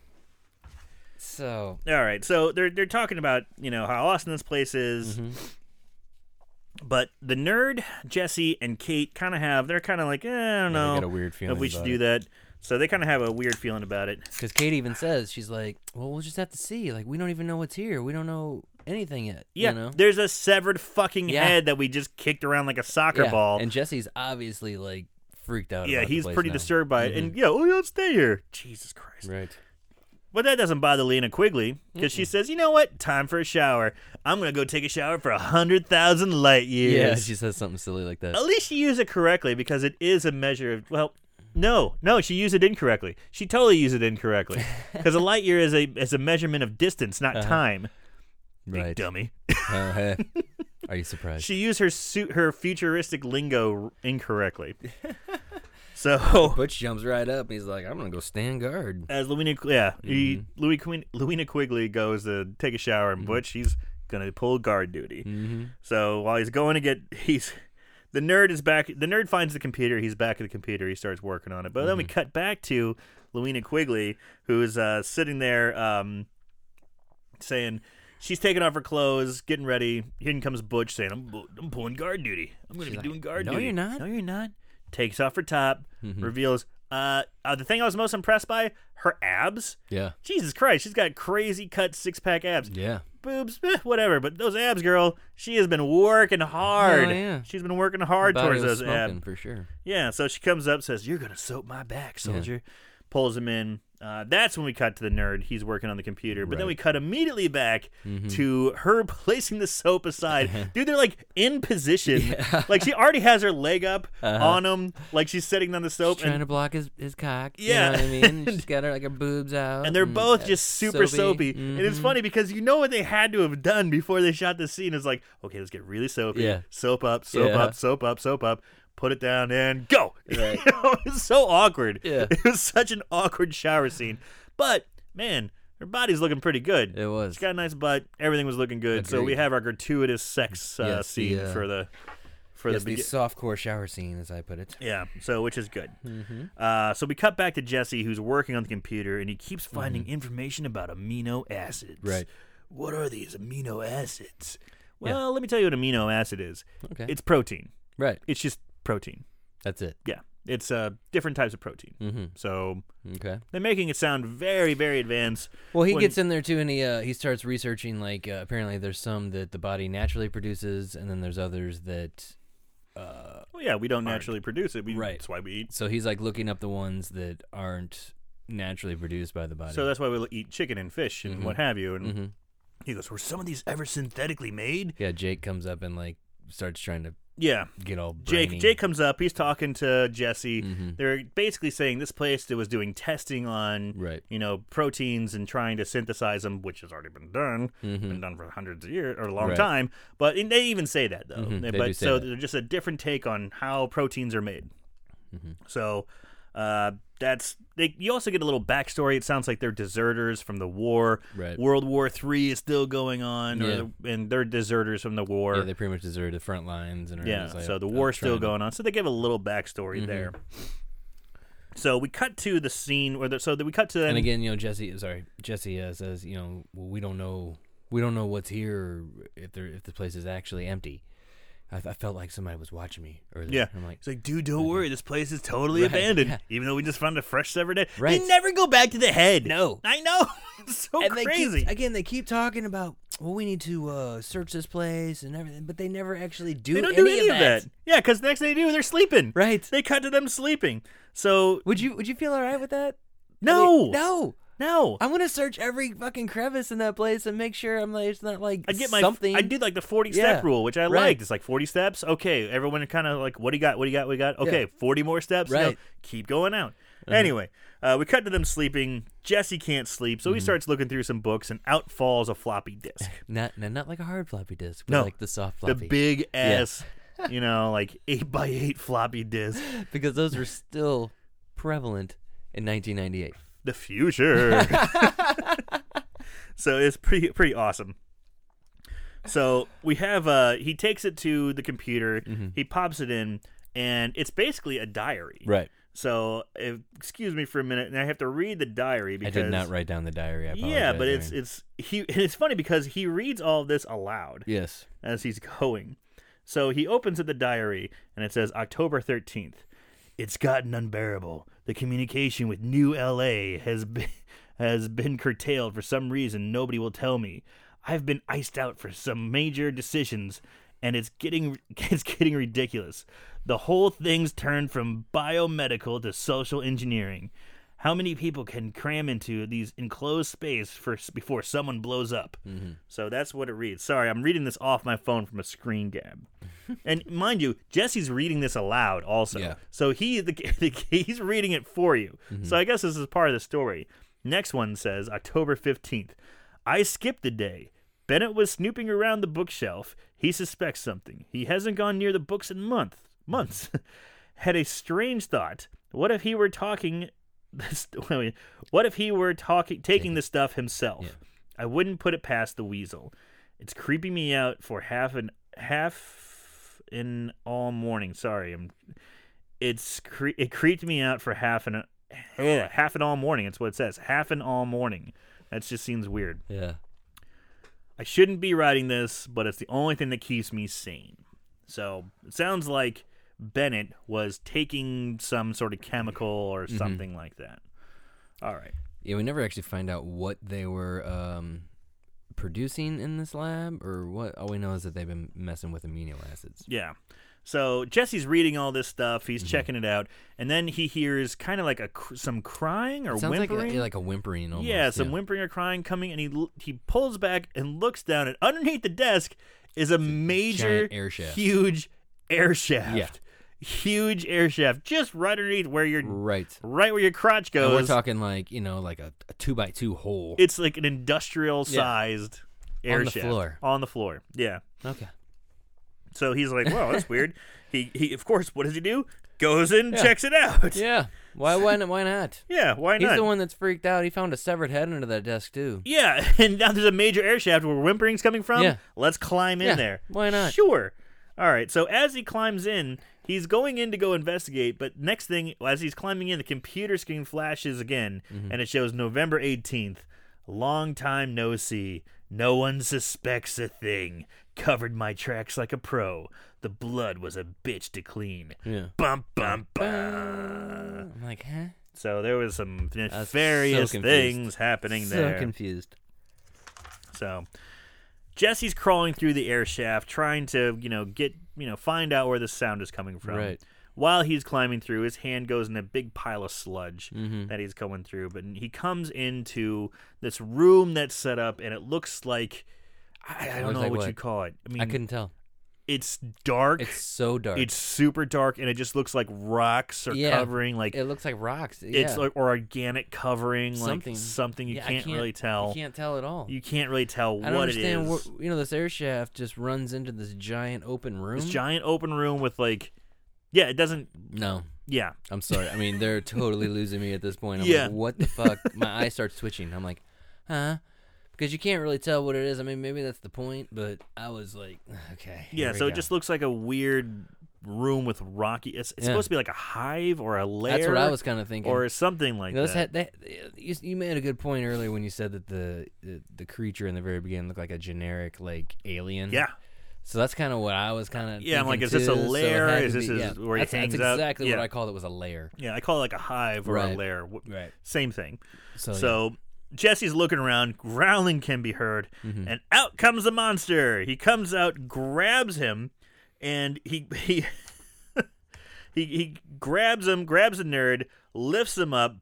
Speaker 2: So
Speaker 1: All right, so they're they're talking about you know how awesome this place is,
Speaker 2: Mm-hmm.
Speaker 1: but the nerd Jesse and Kate kind of have they're kind of like eh, I don't know
Speaker 2: got a weird
Speaker 1: if we
Speaker 2: feeling
Speaker 1: should
Speaker 2: about
Speaker 1: do
Speaker 2: it.
Speaker 1: that. So they kind of have a weird feeling about it.
Speaker 2: Because Kate even says, she's like, well, we'll just have to see. Like, we don't even know what's here. We don't know anything yet.
Speaker 1: Yeah,
Speaker 2: You know?
Speaker 1: there's a severed fucking
Speaker 2: Yeah.
Speaker 1: head that we just kicked around like a soccer
Speaker 2: Yeah.
Speaker 1: ball.
Speaker 2: And Jesse's obviously, like, freaked out.
Speaker 1: yeah,
Speaker 2: about the
Speaker 1: he's
Speaker 2: place
Speaker 1: pretty
Speaker 2: now. Mm-hmm.
Speaker 1: disturbed by it. And yeah, oh, yeah, let's stay here. Jesus Christ.
Speaker 2: Right.
Speaker 1: But that doesn't bother Lena Quigley because she says, you know what? Time for a shower. I'm gonna go take a shower for a hundred thousand light years.
Speaker 2: Yeah, she says something silly like that.
Speaker 1: At least she used it correctly because it is a measure of well, no, no, she used it incorrectly. She totally used it incorrectly because a light year is a is a measurement of distance, not time. Big
Speaker 2: right.
Speaker 1: dummy.
Speaker 2: Oh, hey. Are you surprised?
Speaker 1: She used her suit her futuristic lingo r- incorrectly. so
Speaker 2: Butch jumps right up. He's like, I'm going to go stand guard.
Speaker 1: as Louina, yeah, he,
Speaker 2: Mm-hmm.
Speaker 1: Louis Queen, Louina Quigley goes to take a shower, and Butch he's gonna pull guard duty.
Speaker 2: Mm-hmm.
Speaker 1: So while he's going to get, he's the nerd is back. The nerd finds the computer. He's back at the computer. He starts working on it. But
Speaker 2: Mm-hmm.
Speaker 1: then we cut back to Louina Quigley, who's uh, sitting there um, saying she's taking off her clothes, getting ready. Here comes Butch saying, "I'm, bu- I'm pulling guard duty. I'm going to be doing guard
Speaker 2: "No,
Speaker 1: duty."
Speaker 2: you're not." Mm-hmm.
Speaker 1: No, you're not. Takes off her top, reveals. Uh, uh, the thing I was most impressed by her abs.
Speaker 2: Yeah.
Speaker 1: Jesus Christ, she's got crazy cut six pack abs
Speaker 2: Yeah.
Speaker 1: boobs, eh, whatever. But those abs, girl, she has been working hard.
Speaker 2: Oh, yeah.
Speaker 1: She's been working hard
Speaker 2: Body
Speaker 1: towards
Speaker 2: was
Speaker 1: those
Speaker 2: smoking,
Speaker 1: abs.
Speaker 2: for sure.
Speaker 1: Yeah, so she comes up, says, "You're gonna soap my back, soldier." Pulls him in. Uh, that's when we cut to the nerd. He's working on the computer, but then
Speaker 2: Right. Mm-hmm.
Speaker 1: we cut immediately back to her placing the soap aside. Dude, they're like in position. like she already has her leg up on him, like she's sitting on the soap,
Speaker 2: Uh-huh. She's trying
Speaker 1: Oh, and,
Speaker 2: to block his, his cock.
Speaker 1: Yeah.
Speaker 2: You know what I mean? She's got her, like, her boobs out.
Speaker 1: and they're both
Speaker 2: uh,
Speaker 1: just super soapy. And it's
Speaker 2: Mhm.
Speaker 1: funny because you know what they had to have done before they shot this scene is like, okay, let's get really soapy.
Speaker 2: Yeah.
Speaker 1: Soap up, soap
Speaker 2: Yeah.
Speaker 1: up, soap up, soap up. Put it down and go.
Speaker 2: Right.
Speaker 1: You know, it's so awkward.
Speaker 2: Yeah.
Speaker 1: It was such an awkward shower scene. But man, her body's looking pretty good.
Speaker 2: Mm-hmm. It was.
Speaker 1: She's got a nice butt. Everything was looking good. So we
Speaker 2: Agreed.
Speaker 1: have our gratuitous sex uh,
Speaker 2: Yes, the,
Speaker 1: scene
Speaker 2: uh,
Speaker 1: for the for
Speaker 2: it's
Speaker 1: the
Speaker 2: the
Speaker 1: begin-
Speaker 2: softcore shower scene, as I put it.
Speaker 1: yeah, so which is good.
Speaker 2: Mm-hmm.
Speaker 1: Uh, so we cut back to Jesse, who's working on the computer, and he keeps finding information about amino acids.
Speaker 2: Mm-hmm. Right.
Speaker 1: What are these amino acids?
Speaker 2: Yeah.
Speaker 1: Well, let me tell you what amino acid is.
Speaker 2: Okay.
Speaker 1: It's protein.
Speaker 2: right.
Speaker 1: It's just protein.
Speaker 2: That's it.
Speaker 1: Yeah, it's uh, different types of protein.
Speaker 2: Mm-hmm.
Speaker 1: So
Speaker 2: Okay.
Speaker 1: they're making it sound very, very advanced.
Speaker 2: Well, he
Speaker 1: When-
Speaker 2: gets in there too, and he uh, he starts researching. Like uh, apparently, there's some that the body naturally produces, and then there's others that. Uh,
Speaker 1: Well, yeah, we don't naturally produce it. We,
Speaker 2: Right.
Speaker 1: That's why we eat.
Speaker 2: so he's like looking up the ones that aren't naturally produced by the body.
Speaker 1: So that's why we eat chicken and fish and what have you. And
Speaker 2: hmm
Speaker 1: he goes, "Were some of these ever synthetically made?"
Speaker 2: Yeah, Jake comes up and like starts trying to
Speaker 1: Yeah.
Speaker 2: get all
Speaker 1: Jake
Speaker 2: brainy.
Speaker 1: Jake comes up. He's talking to Jesse.
Speaker 2: Mhm.
Speaker 1: They're basically saying this place that was doing testing on
Speaker 2: Right.
Speaker 1: you know proteins and trying to synthesize them, which has already been done, been done for hundreds of years or a long
Speaker 2: Mm-hmm. Right.
Speaker 1: time. But and they even say that though.
Speaker 2: Mhm, they
Speaker 1: but
Speaker 2: do say
Speaker 1: so
Speaker 2: that.
Speaker 1: they're just a different take on how proteins are made.
Speaker 2: Mm-hmm.
Speaker 1: So. Uh, that's they. You also get a little backstory. It sounds like they're deserters from the war.
Speaker 2: Right.
Speaker 1: World War Three is still going on, or
Speaker 2: Yeah.
Speaker 1: the- and they're deserters from the war.
Speaker 2: Yeah, they pretty much deserted the front lines and are
Speaker 1: Yeah,
Speaker 2: just like,
Speaker 1: so the
Speaker 2: "I'm
Speaker 1: war's still
Speaker 2: trying to-"
Speaker 1: going on. So they give a little backstory
Speaker 2: Mm-hmm.
Speaker 1: there. So we cut to the scene where the, so that we cut to
Speaker 2: And again, you know, Jesse, sorry, Jesse uh, says, you know, well, we don't know, we don't know what's here, or if there, if the place is actually empty. I, I felt like somebody was watching me earlier.
Speaker 1: yeah.
Speaker 2: I'm like,
Speaker 1: it's like, dude, don't worry, this place is totally
Speaker 2: Right,
Speaker 1: abandoned.
Speaker 2: yeah.
Speaker 1: Even though we just found a fresh severed head,
Speaker 2: Right.
Speaker 1: they never go back to the head.
Speaker 2: No.
Speaker 1: I know. it's so
Speaker 2: and they
Speaker 1: crazy.
Speaker 2: keep, again, they keep talking about, well, we need to uh, search this place and everything, but they never actually do.
Speaker 1: they don't
Speaker 2: any
Speaker 1: do any
Speaker 2: of that.
Speaker 1: Yeah, because next they do, they're sleeping.
Speaker 2: Right?
Speaker 1: They cut to them sleeping. So
Speaker 2: Would you Would you feel all right with that? I mean,
Speaker 1: no,
Speaker 2: no.
Speaker 1: no.
Speaker 2: I want to search every fucking crevice in that place and make sure I'm like it's not like
Speaker 1: I'd get my
Speaker 2: something.
Speaker 1: I did like the forty
Speaker 2: Yeah,
Speaker 1: step rule, which I
Speaker 2: right.
Speaker 1: liked. It's like forty steps. Okay, everyone kind of like, what do you got? What do you got? What do you got? Okay, forty more steps. you know,
Speaker 2: Right. Uh-huh.
Speaker 1: keep going out. Anyway, uh, we cut to them sleeping. Jesse can't sleep, so he
Speaker 2: Mm-hmm.
Speaker 1: starts looking through some books, and out falls a floppy disk,
Speaker 2: Not, not not like a hard floppy disk, but
Speaker 1: No.
Speaker 2: like the soft
Speaker 1: the
Speaker 2: floppy.
Speaker 1: big ass, you know, like eight by eight floppy disk.
Speaker 2: because those were still prevalent in 1998.
Speaker 1: The future. so it's pretty pretty awesome. So we have uh he takes it to the computer,
Speaker 2: Mm-hmm.
Speaker 1: he pops it in, and it's basically a diary.
Speaker 2: Right.
Speaker 1: So if, excuse me for a minute, and I have to read the diary because
Speaker 2: I did not write down the diary. I apologize,
Speaker 1: yeah, but it's
Speaker 2: Aaron.
Speaker 1: it's he and it's funny because he reads all of this aloud
Speaker 2: yes.
Speaker 1: as he's going. So he opens up the diary and it says October 13th. It's gotten unbearable. The communication with New LA has been, has been curtailed for some reason nobody will tell me. I've been iced out for some major decisions and it's getting it's getting ridiculous. The whole thing's turned from biomedical to social engineering. How many people can cram into these enclosed space for before someone blows up? So that's what it reads. Sorry, I'm reading this off my phone from a screen gab. and mind you, Jesse's reading this aloud also.
Speaker 2: Yeah.
Speaker 1: So he the, the he's reading it for you. So I guess this is part of the story. Next one says October 15th. I skipped the day. Bennett was snooping around the bookshelf. He suspects something. He hasn't gone near the books in month, months. Had a strange thought. What if he were talking this I mean, what if he were talking taking the stuff himself? I wouldn't put it past the weasel. It's creeping me out for half an half in all morning. Sorry, I'm it's cre- it creeped me out for half an ugh, half an all morning. It's what it says. Half an all morning. That just seems weird.
Speaker 2: Yeah.
Speaker 1: I shouldn't be writing this, but it's the only thing that keeps me sane. So it sounds like Bennett was taking some sort of chemical or
Speaker 2: Mm-hmm.
Speaker 1: something like that. All right.
Speaker 2: Yeah. We never actually find out what they were um, producing in this lab, or what. All we know is that they've been messing with amino acids.
Speaker 1: Yeah. So Jesse's reading all this stuff.
Speaker 2: Mm-hmm.
Speaker 1: He's checking it out, and then he hears kind of like a cr- some crying or
Speaker 2: Sounds
Speaker 1: whimpering.
Speaker 2: like a, like a whimpering. Almost.
Speaker 1: yeah, some whimpering or crying coming, and he l- he pulls back and looks down, and underneath the desk is a major,
Speaker 2: giant air shaft.
Speaker 1: huge air shaft. Huge air shaft, just right underneath where your
Speaker 2: Right.
Speaker 1: right where your crotch
Speaker 2: And we're
Speaker 1: goes.
Speaker 2: talking like you know like a, a two by two hole.
Speaker 1: it's like an industrial sized air
Speaker 2: the
Speaker 1: shaft
Speaker 2: floor.
Speaker 1: on the floor. Yeah.
Speaker 2: okay.
Speaker 1: So he's like, "Wow, that's weird." He he, of course, what does he do? Goes in, and checks it out.
Speaker 2: Yeah. Why? Why? Why not?
Speaker 1: Yeah, why
Speaker 2: He's
Speaker 1: not?
Speaker 2: the one that's freaked out. He found a severed head under that desk too.
Speaker 1: Yeah, and now there's a major air shaft where whimpering's coming from.
Speaker 2: Yeah.
Speaker 1: Let's climb in
Speaker 2: Yeah,
Speaker 1: there.
Speaker 2: why not?
Speaker 1: Sure. All right. So as he climbs in, he's going in to go investigate, but next thing, as he's climbing in, the computer screen flashes again,
Speaker 2: Mm-hmm.
Speaker 1: and it shows November 18th. Long time no see. No one suspects a thing. Covered my tracks like a pro. The blood was a bitch to clean.
Speaker 2: Yeah.
Speaker 1: Bum, bum, bum.
Speaker 2: I'm like, huh?
Speaker 1: So there was some
Speaker 2: was
Speaker 1: nefarious
Speaker 2: so confused.
Speaker 1: things happening
Speaker 2: so
Speaker 1: there.
Speaker 2: confused.
Speaker 1: So Jesse's crawling through the air shaft, trying to, you know, get, you know, find out where the sound is coming from.
Speaker 2: Right.
Speaker 1: While he's climbing through, his hand goes in a big pile of sludge
Speaker 2: Mm-hmm.
Speaker 1: that he's going through. But he comes into this room that's set up, and it looks like I, I don't
Speaker 2: looks
Speaker 1: know
Speaker 2: like
Speaker 1: what,
Speaker 2: what?
Speaker 1: you call it. I mean,
Speaker 2: I couldn't tell.
Speaker 1: it's dark.
Speaker 2: It's so dark.
Speaker 1: It's super dark, and it just looks like rocks are
Speaker 2: Yeah.
Speaker 1: covering, like
Speaker 2: it looks like rocks. Yeah.
Speaker 1: it's like or organic covering,
Speaker 2: something
Speaker 1: like something you
Speaker 2: Yeah, I
Speaker 1: can't, really tell.
Speaker 2: You can't tell at all.
Speaker 1: You can't really tell
Speaker 2: I don't
Speaker 1: what it is.
Speaker 2: understand. wh- you know, this air shaft just runs into this giant open room.
Speaker 1: This giant open room with like, yeah, it doesn't.
Speaker 2: no,
Speaker 1: Yeah,
Speaker 2: I'm sorry. I mean, they're totally losing me at this point. I'm
Speaker 1: Yeah.
Speaker 2: like, what the fuck? My eyes start twitching. I'm like, huh? Because you can't really tell what it is. I mean, maybe that's the point, but I was like, okay.
Speaker 1: yeah.
Speaker 2: here we
Speaker 1: So it
Speaker 2: go.
Speaker 1: just looks like a weird room with rocky. It's, it's
Speaker 2: Yeah.
Speaker 1: supposed to be like a hive or a lair.
Speaker 2: That's what I was kind of thinking.
Speaker 1: or something like
Speaker 2: you, know, this
Speaker 1: that.
Speaker 2: had, that, you, you made a good point earlier when you said that the, the the creature in the very beginning looked like a generic like alien.
Speaker 1: yeah,
Speaker 2: So that's kind of what I was kind of.
Speaker 1: Yeah, I'm like, is this a layer? Is this is where he
Speaker 2: that's,
Speaker 1: hangs
Speaker 2: that's
Speaker 1: out?
Speaker 2: exactly
Speaker 1: Yeah.
Speaker 2: what I called it was a layer.
Speaker 1: yeah. I call it like a hive or a
Speaker 2: Right.
Speaker 1: lair. W-
Speaker 2: Right.
Speaker 1: Same thing.
Speaker 2: So, yeah.
Speaker 1: So Jesse's looking around, growling can be heard,
Speaker 2: Mm-hmm.
Speaker 1: and out comes the monster. He comes out, grabs him, and he he he, he grabs him, grabs the nerd, lifts him up,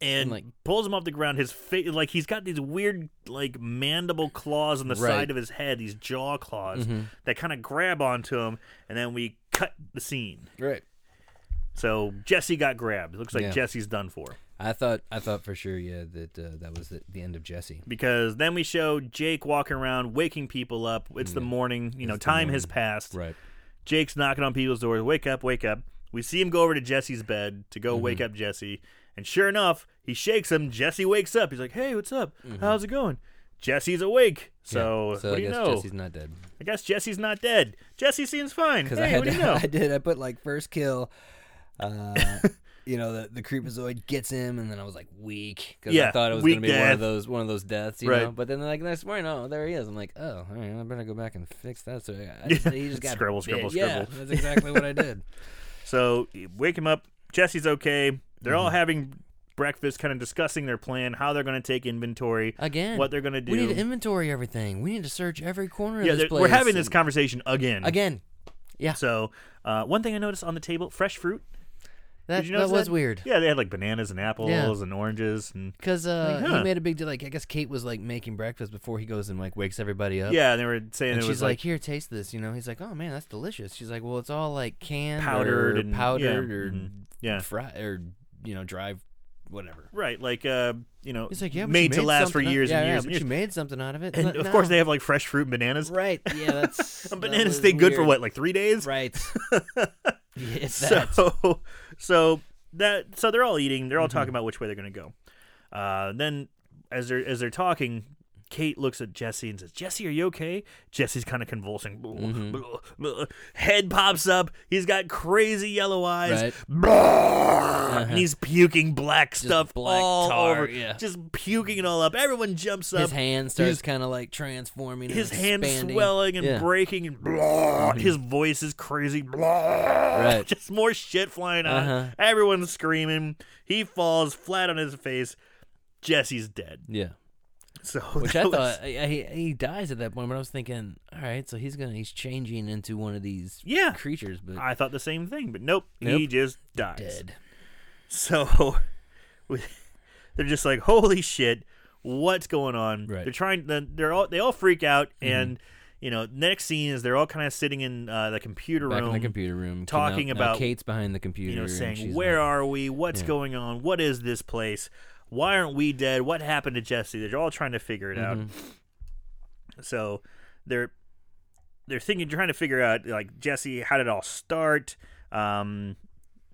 Speaker 1: and
Speaker 2: And, like-
Speaker 1: pulls him off the ground. His face, like he's got these weird like mandible claws on the
Speaker 2: Right. Mm-hmm.
Speaker 1: side of his head, these jaw claws that kind of grab onto him, and then we cut the scene.
Speaker 2: right.
Speaker 1: So Jesse got grabbed. looks like
Speaker 2: Yeah.
Speaker 1: Jesse's done for.
Speaker 2: I thought I thought for sure yeah that uh, that was the, the end of Jesse.
Speaker 1: because then we show Jake walking around waking people up. It's the morning, you know, time has passed.
Speaker 2: Right.
Speaker 1: Jake's knocking on people's doors, wake up, wake up. We see him go over to Jesse's bed to go
Speaker 2: Mm-hmm.
Speaker 1: wake up Jesse, and sure enough, he shakes him. Jesse wakes up. He's like, "Hey, what's up? How's it going?" Jesse's awake. So,
Speaker 2: Mm-hmm. yeah. so
Speaker 1: what
Speaker 2: I
Speaker 1: do you
Speaker 2: guess
Speaker 1: know?
Speaker 2: Jesse's not dead
Speaker 1: I guess Jesse's not dead. Jesse seems fine. Hey,
Speaker 2: I had
Speaker 1: what do
Speaker 2: to,
Speaker 1: you know?
Speaker 2: I did I put like first kill. Uh, you know the the creepazoid gets him and then I was like weak because
Speaker 1: Yeah,
Speaker 2: I thought it was
Speaker 1: weak
Speaker 2: gonna be one
Speaker 1: death.
Speaker 2: of those one of those deaths you
Speaker 1: Right.
Speaker 2: know but then like next morning oh there he is I'm like oh all right I better go back and fix that so I, I just, he just got
Speaker 1: Scribble, scribble,
Speaker 2: bit. yeah,
Speaker 1: scribble.
Speaker 2: that's exactly what I did
Speaker 1: So wake him up. Jesse's okay. They're all
Speaker 2: Mm-hmm.
Speaker 1: having breakfast, kind of discussing their plan, how they're going to take inventory,
Speaker 2: again
Speaker 1: what they're going to do.
Speaker 2: We need to inventory everything. We need to search every corner
Speaker 1: yeah,
Speaker 2: of this
Speaker 1: there-
Speaker 2: place.
Speaker 1: we're having this
Speaker 2: and-
Speaker 1: conversation again.
Speaker 2: again. Yeah,
Speaker 1: So, uh, one thing I noticed on the table: fresh fruit.
Speaker 2: that,
Speaker 1: Did you
Speaker 2: that
Speaker 1: notice
Speaker 2: was weird.
Speaker 1: Yeah, they had like bananas and apples and oranges, and
Speaker 2: Because uh,
Speaker 1: Like, huh.
Speaker 2: he made a big deal. Like I guess Kate was like making breakfast before he goes and like wakes everybody up.
Speaker 1: yeah, and they were saying
Speaker 2: and
Speaker 1: it
Speaker 2: she's
Speaker 1: was
Speaker 2: like,
Speaker 1: like,
Speaker 2: "Here, taste this." You know, he's like, "Oh man, that's delicious." She's like, "Well, it's all like canned,
Speaker 1: Powdered
Speaker 2: or
Speaker 1: and- yeah,
Speaker 2: powdered, or
Speaker 1: mhm, yeah,
Speaker 2: fried, or you know, dry, whatever."
Speaker 1: right, like uh, you know,
Speaker 2: He's like, "Yeah, but she
Speaker 1: made, to last for
Speaker 2: something out-
Speaker 1: years
Speaker 2: yeah,
Speaker 1: and
Speaker 2: yeah,
Speaker 1: years
Speaker 2: but
Speaker 1: and years.
Speaker 2: She made something out of it,
Speaker 1: and
Speaker 2: But
Speaker 1: of course,
Speaker 2: no.
Speaker 1: they have like fresh fruit and bananas.
Speaker 2: right. Yeah, that's that
Speaker 1: Bananas
Speaker 2: was
Speaker 1: stay good for
Speaker 2: weird.
Speaker 1: what, like three days?
Speaker 2: Right. yeah, it's that.
Speaker 1: So, so that so they're all eating. They're all
Speaker 2: Mm-hmm.
Speaker 1: talking about which way they're gonna go. Uh, then as they're as they're talking, Kate looks at Jesse and says, "Jesse, are you okay?" Jesse's kind of convulsing.
Speaker 2: Mm-hmm.
Speaker 1: Head pops up. He's got crazy yellow eyes.
Speaker 2: Right. Uh-huh.
Speaker 1: And he's puking black stuff
Speaker 2: black
Speaker 1: all
Speaker 2: tar,
Speaker 1: over.
Speaker 2: yeah.
Speaker 1: Just puking it all up. Everyone jumps up.
Speaker 2: His hand
Speaker 1: uh, He's-
Speaker 2: starts kind of like transforming. and
Speaker 1: his hand
Speaker 2: expanding.
Speaker 1: swelling and
Speaker 2: Yeah.
Speaker 1: breaking and blah, his voice is crazy blah,
Speaker 2: Right.
Speaker 1: just more shit flying out
Speaker 2: Uh-huh.
Speaker 1: everyone's screaming he falls flat on his face jesse's dead
Speaker 2: Yeah,
Speaker 1: so
Speaker 2: which
Speaker 1: that
Speaker 2: I
Speaker 1: was-
Speaker 2: thought I, I, he dies at that point, but I was thinking, all right, so he's gonna he's changing into one of these
Speaker 1: Yeah.
Speaker 2: creatures, but
Speaker 1: i thought the same thing but nope, he
Speaker 2: Nope.
Speaker 1: just dies
Speaker 2: dead.
Speaker 1: so we- they're just like holy shit what's going on
Speaker 2: Right. Mm-hmm.
Speaker 1: they're trying then they're all they all freak out and you know next scene is they're all kind of sitting in uh, the computer
Speaker 2: Back
Speaker 1: room
Speaker 2: in the computer room,
Speaker 1: talking
Speaker 2: now,
Speaker 1: about,
Speaker 2: now Kate's behind the computer,
Speaker 1: you know,
Speaker 2: and
Speaker 1: saying,
Speaker 2: she's
Speaker 1: "Where
Speaker 2: like,
Speaker 1: are we? What's going on? What is this place? Why aren't we dead? What happened to Jesse?" They're all trying to figure it
Speaker 2: Mm-hmm.
Speaker 1: out. So they're they're thinking, trying to figure out like Jesse, how did it all start? Um,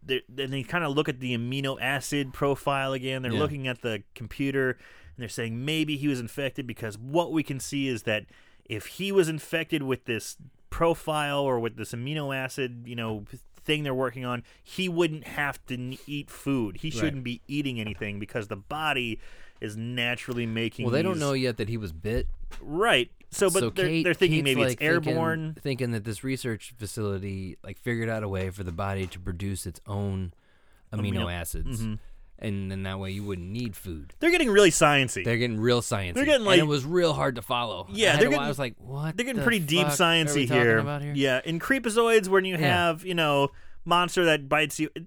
Speaker 1: they- then they kind of look at the amino acid profile again. They're
Speaker 2: Yeah.
Speaker 1: looking at the computer and they're saying maybe he was infected because what we can see is that if he was infected with this profile or with this amino acid, you know, thing they're working on, he wouldn't have to n- eat food. He shouldn't be eating anything because the body is naturally making.
Speaker 2: Well, they don't
Speaker 1: these-
Speaker 2: know yet that he was bit.
Speaker 1: right? So, but
Speaker 2: so
Speaker 1: they're,
Speaker 2: Kate,
Speaker 1: they're thinking
Speaker 2: Kate's,
Speaker 1: maybe
Speaker 2: like
Speaker 1: it's airborne.
Speaker 2: Thinking, thinking that this research facility like figured out a way for the body to produce its own amino,
Speaker 1: Amino- mm-hmm.
Speaker 2: acids, and then that way you wouldn't need food.
Speaker 1: They're getting really sciency.
Speaker 2: They're getting real science.
Speaker 1: They're getting,
Speaker 2: and it
Speaker 1: like-
Speaker 2: was real hard to follow.
Speaker 1: Yeah,
Speaker 2: I, had
Speaker 1: they're
Speaker 2: a while-
Speaker 1: getting-
Speaker 2: I was like, what?
Speaker 1: They're getting
Speaker 2: the
Speaker 1: pretty deep
Speaker 2: fuck are we
Speaker 1: sciencey
Speaker 2: talking
Speaker 1: here.
Speaker 2: about here.
Speaker 1: Yeah, in creepazoids, when you
Speaker 2: Yeah.
Speaker 1: have you know monster that bites you, it-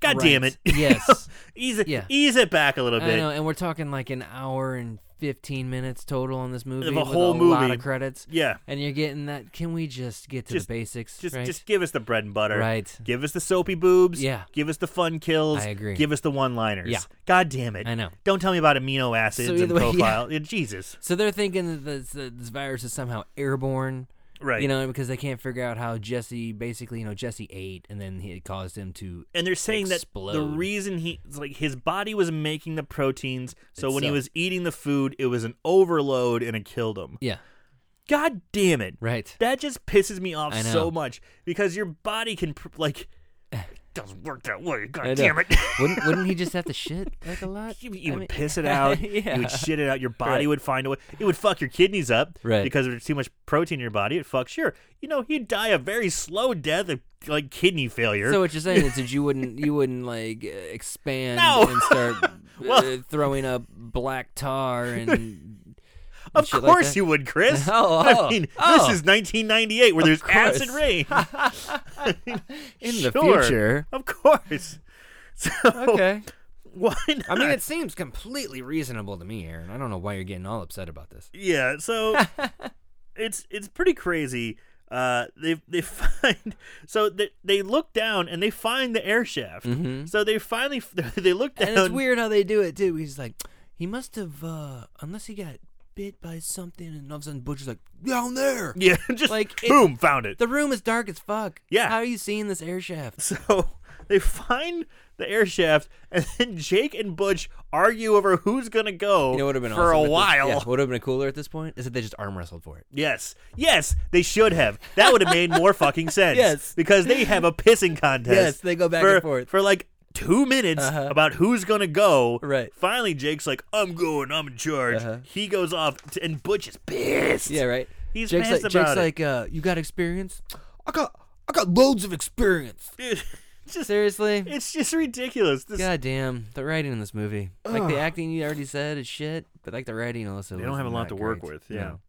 Speaker 1: god damn
Speaker 2: Right.
Speaker 1: it,
Speaker 2: Yes.
Speaker 1: ease it,
Speaker 2: Yeah.
Speaker 1: ease it back a little
Speaker 2: I know,
Speaker 1: bit.
Speaker 2: and we're talking like an hour and fifteen minutes total on this movie
Speaker 1: a
Speaker 2: with
Speaker 1: whole
Speaker 2: a lot
Speaker 1: movie.
Speaker 2: of credits.
Speaker 1: Yeah,
Speaker 2: And you're getting that. Can we just get to
Speaker 1: Just-
Speaker 2: the basics?
Speaker 1: just
Speaker 2: right?
Speaker 1: just give us the bread and butter.
Speaker 2: right.
Speaker 1: Give us the soapy boobs.
Speaker 2: Yeah.
Speaker 1: Give us the fun kills.
Speaker 2: I agree.
Speaker 1: Give us the one-liners.
Speaker 2: Yeah.
Speaker 1: God damn it.
Speaker 2: I know.
Speaker 1: Don't tell me about amino acids
Speaker 2: So
Speaker 1: and
Speaker 2: either way, yeah.
Speaker 1: profile. Yeah, Jesus.
Speaker 2: So they're thinking that this, that this virus is somehow airborne,
Speaker 1: Right.
Speaker 2: you know, because they can't figure out how Jesse basically, you know, Jesse ate, and then he, it caused him to.
Speaker 1: and they're saying that the
Speaker 2: Explode.
Speaker 1: reason he it's like his body was making the proteins, so
Speaker 2: It's
Speaker 1: when he
Speaker 2: so-
Speaker 1: was eating the food, it was an overload and it killed him.
Speaker 2: Yeah,
Speaker 1: God damn it.
Speaker 2: right.
Speaker 1: That just pisses me off
Speaker 2: I
Speaker 1: so
Speaker 2: know.
Speaker 1: much because your body can pr- like it doesn't work that way.
Speaker 2: I
Speaker 1: God
Speaker 2: know.
Speaker 1: damn it.
Speaker 2: wouldn't wouldn't he just have to shit like a lot?
Speaker 1: You, you
Speaker 2: I
Speaker 1: would
Speaker 2: mean-
Speaker 1: piss it out.
Speaker 2: yeah.
Speaker 1: You would shit it out. Your body
Speaker 2: Right.
Speaker 1: would find a way. It would fuck your kidneys up.
Speaker 2: Right.
Speaker 1: Because if there's too much protein in your body, it fucks your. You know, he'd die a very slow death of like kidney failure.
Speaker 2: So what you're saying is that you wouldn't you wouldn't like uh, expand
Speaker 1: No.
Speaker 2: and start
Speaker 1: Well-
Speaker 2: uh, throwing up black tar and
Speaker 1: of
Speaker 2: shit like
Speaker 1: course
Speaker 2: that.
Speaker 1: you would, Chris.
Speaker 2: Oh,
Speaker 1: I
Speaker 2: oh,
Speaker 1: mean,
Speaker 2: oh.
Speaker 1: this is 1998 where there's acid
Speaker 2: course.
Speaker 1: rain.
Speaker 2: in the
Speaker 1: Sure.
Speaker 2: future.
Speaker 1: Of course. So
Speaker 2: Okay,
Speaker 1: why not?
Speaker 2: I mean it seems completely reasonable to me, Aaron. I don't know why you're getting all upset about this.
Speaker 1: Yeah, so it's it's pretty crazy. Uh, they they find so they, they look down and they find the air shaft. So they finally they look down.
Speaker 2: Mm-hmm. And it's weird how they do it too. He's like, he must have, uh, unless he got bit by something, and all of a sudden Butcher's like, down there.
Speaker 1: Yeah, just like
Speaker 2: Like, it-
Speaker 1: boom, found it.
Speaker 2: The room is dark as fuck.
Speaker 1: Yeah.
Speaker 2: How are you seeing this air shaft?
Speaker 1: so they find the air shaft, and then Jake and Butch argue over who's gonna go
Speaker 2: You know, would have been
Speaker 1: for
Speaker 2: awesome
Speaker 1: a while.
Speaker 2: would have been cooler at this point is that they just arm wrestled for it.
Speaker 1: Yes, yes, they should have. That would have made more fucking sense.
Speaker 2: Yes.
Speaker 1: because they have a pissing contest.
Speaker 2: Yes, they go back
Speaker 1: for,
Speaker 2: and forth.
Speaker 1: for like two minutes
Speaker 2: Uh-huh.
Speaker 1: about who's gonna go.
Speaker 2: Right.
Speaker 1: Finally, Jake's like, "I'm going. I'm in charge."
Speaker 2: Uh-huh.
Speaker 1: He goes off, t- and Butch is pissed.
Speaker 2: Yeah, right.
Speaker 1: He's
Speaker 2: Jake's
Speaker 1: pissed
Speaker 2: like,
Speaker 1: about
Speaker 2: Jake's
Speaker 1: it.
Speaker 2: like, uh, you got experience? I got, I got loads of experience.
Speaker 1: Dude, it's just
Speaker 2: Seriously.
Speaker 1: it's just ridiculous. This,
Speaker 2: God damn, the writing in this movie. Like the acting you already said is shit, but like the writing also.
Speaker 1: they
Speaker 2: was
Speaker 1: don't have a lot
Speaker 2: not
Speaker 1: to work
Speaker 2: great.
Speaker 1: with. Yeah.
Speaker 2: No.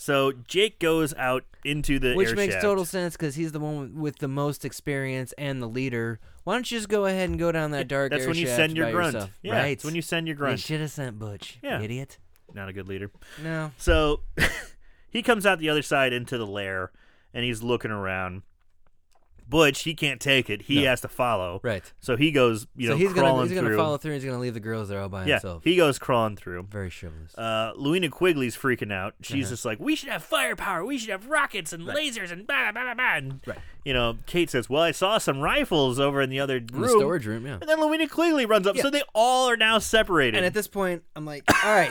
Speaker 1: So Jake goes out into the
Speaker 2: Which
Speaker 1: air
Speaker 2: makes
Speaker 1: shaft.
Speaker 2: total sense because he's the one with the most experience and the leader. Why don't you just go ahead and go down that dark?
Speaker 1: That's
Speaker 2: air
Speaker 1: when you
Speaker 2: shaft
Speaker 1: send your
Speaker 2: by
Speaker 1: grunt.
Speaker 2: yourself.
Speaker 1: Yeah,
Speaker 2: right?
Speaker 1: it's when you send your
Speaker 2: They
Speaker 1: grunt.
Speaker 2: should have sent Butch.
Speaker 1: Yeah.
Speaker 2: Idiot.
Speaker 1: Not a good leader.
Speaker 2: No.
Speaker 1: So he comes out the other side into the lair and he's looking around. Butch, he can't take it. He
Speaker 2: No.
Speaker 1: has to follow.
Speaker 2: Right.
Speaker 1: So he goes, you
Speaker 2: so
Speaker 1: know,
Speaker 2: he's
Speaker 1: crawling
Speaker 2: gonna he's
Speaker 1: through.
Speaker 2: gonna follow through. and He's gonna leave the girls there all by
Speaker 1: yeah,
Speaker 2: himself.
Speaker 1: he goes crawling through.
Speaker 2: Very chivalrous.
Speaker 1: Uh, Luina Quigley's freaking out. She's
Speaker 2: Uh-huh.
Speaker 1: just like, "We should have firepower. We should have rockets and lasers and blah blah blah blah." And,
Speaker 2: Right.
Speaker 1: You know, Kate says, "Well, I saw some rifles over in the other
Speaker 2: In
Speaker 1: room."
Speaker 2: the storage room. Yeah.
Speaker 1: And then Luina Quigley runs up,
Speaker 2: Yeah.
Speaker 1: so they all are now separated.
Speaker 2: And at this point, I'm like, all right.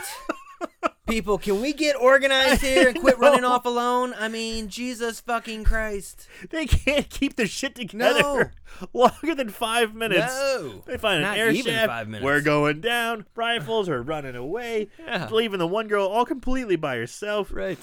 Speaker 2: People, can we get organized here and quit running off alone? I mean, Jesus fucking Christ.
Speaker 1: They can't keep their shit together longer than five minutes.
Speaker 2: No.
Speaker 1: They find an
Speaker 2: Not
Speaker 1: air
Speaker 2: even
Speaker 1: shaft.
Speaker 2: five minutes.
Speaker 1: We're going down. Rifles are running away,
Speaker 2: Yeah.
Speaker 1: leaving the one girl all completely by herself.
Speaker 2: Right.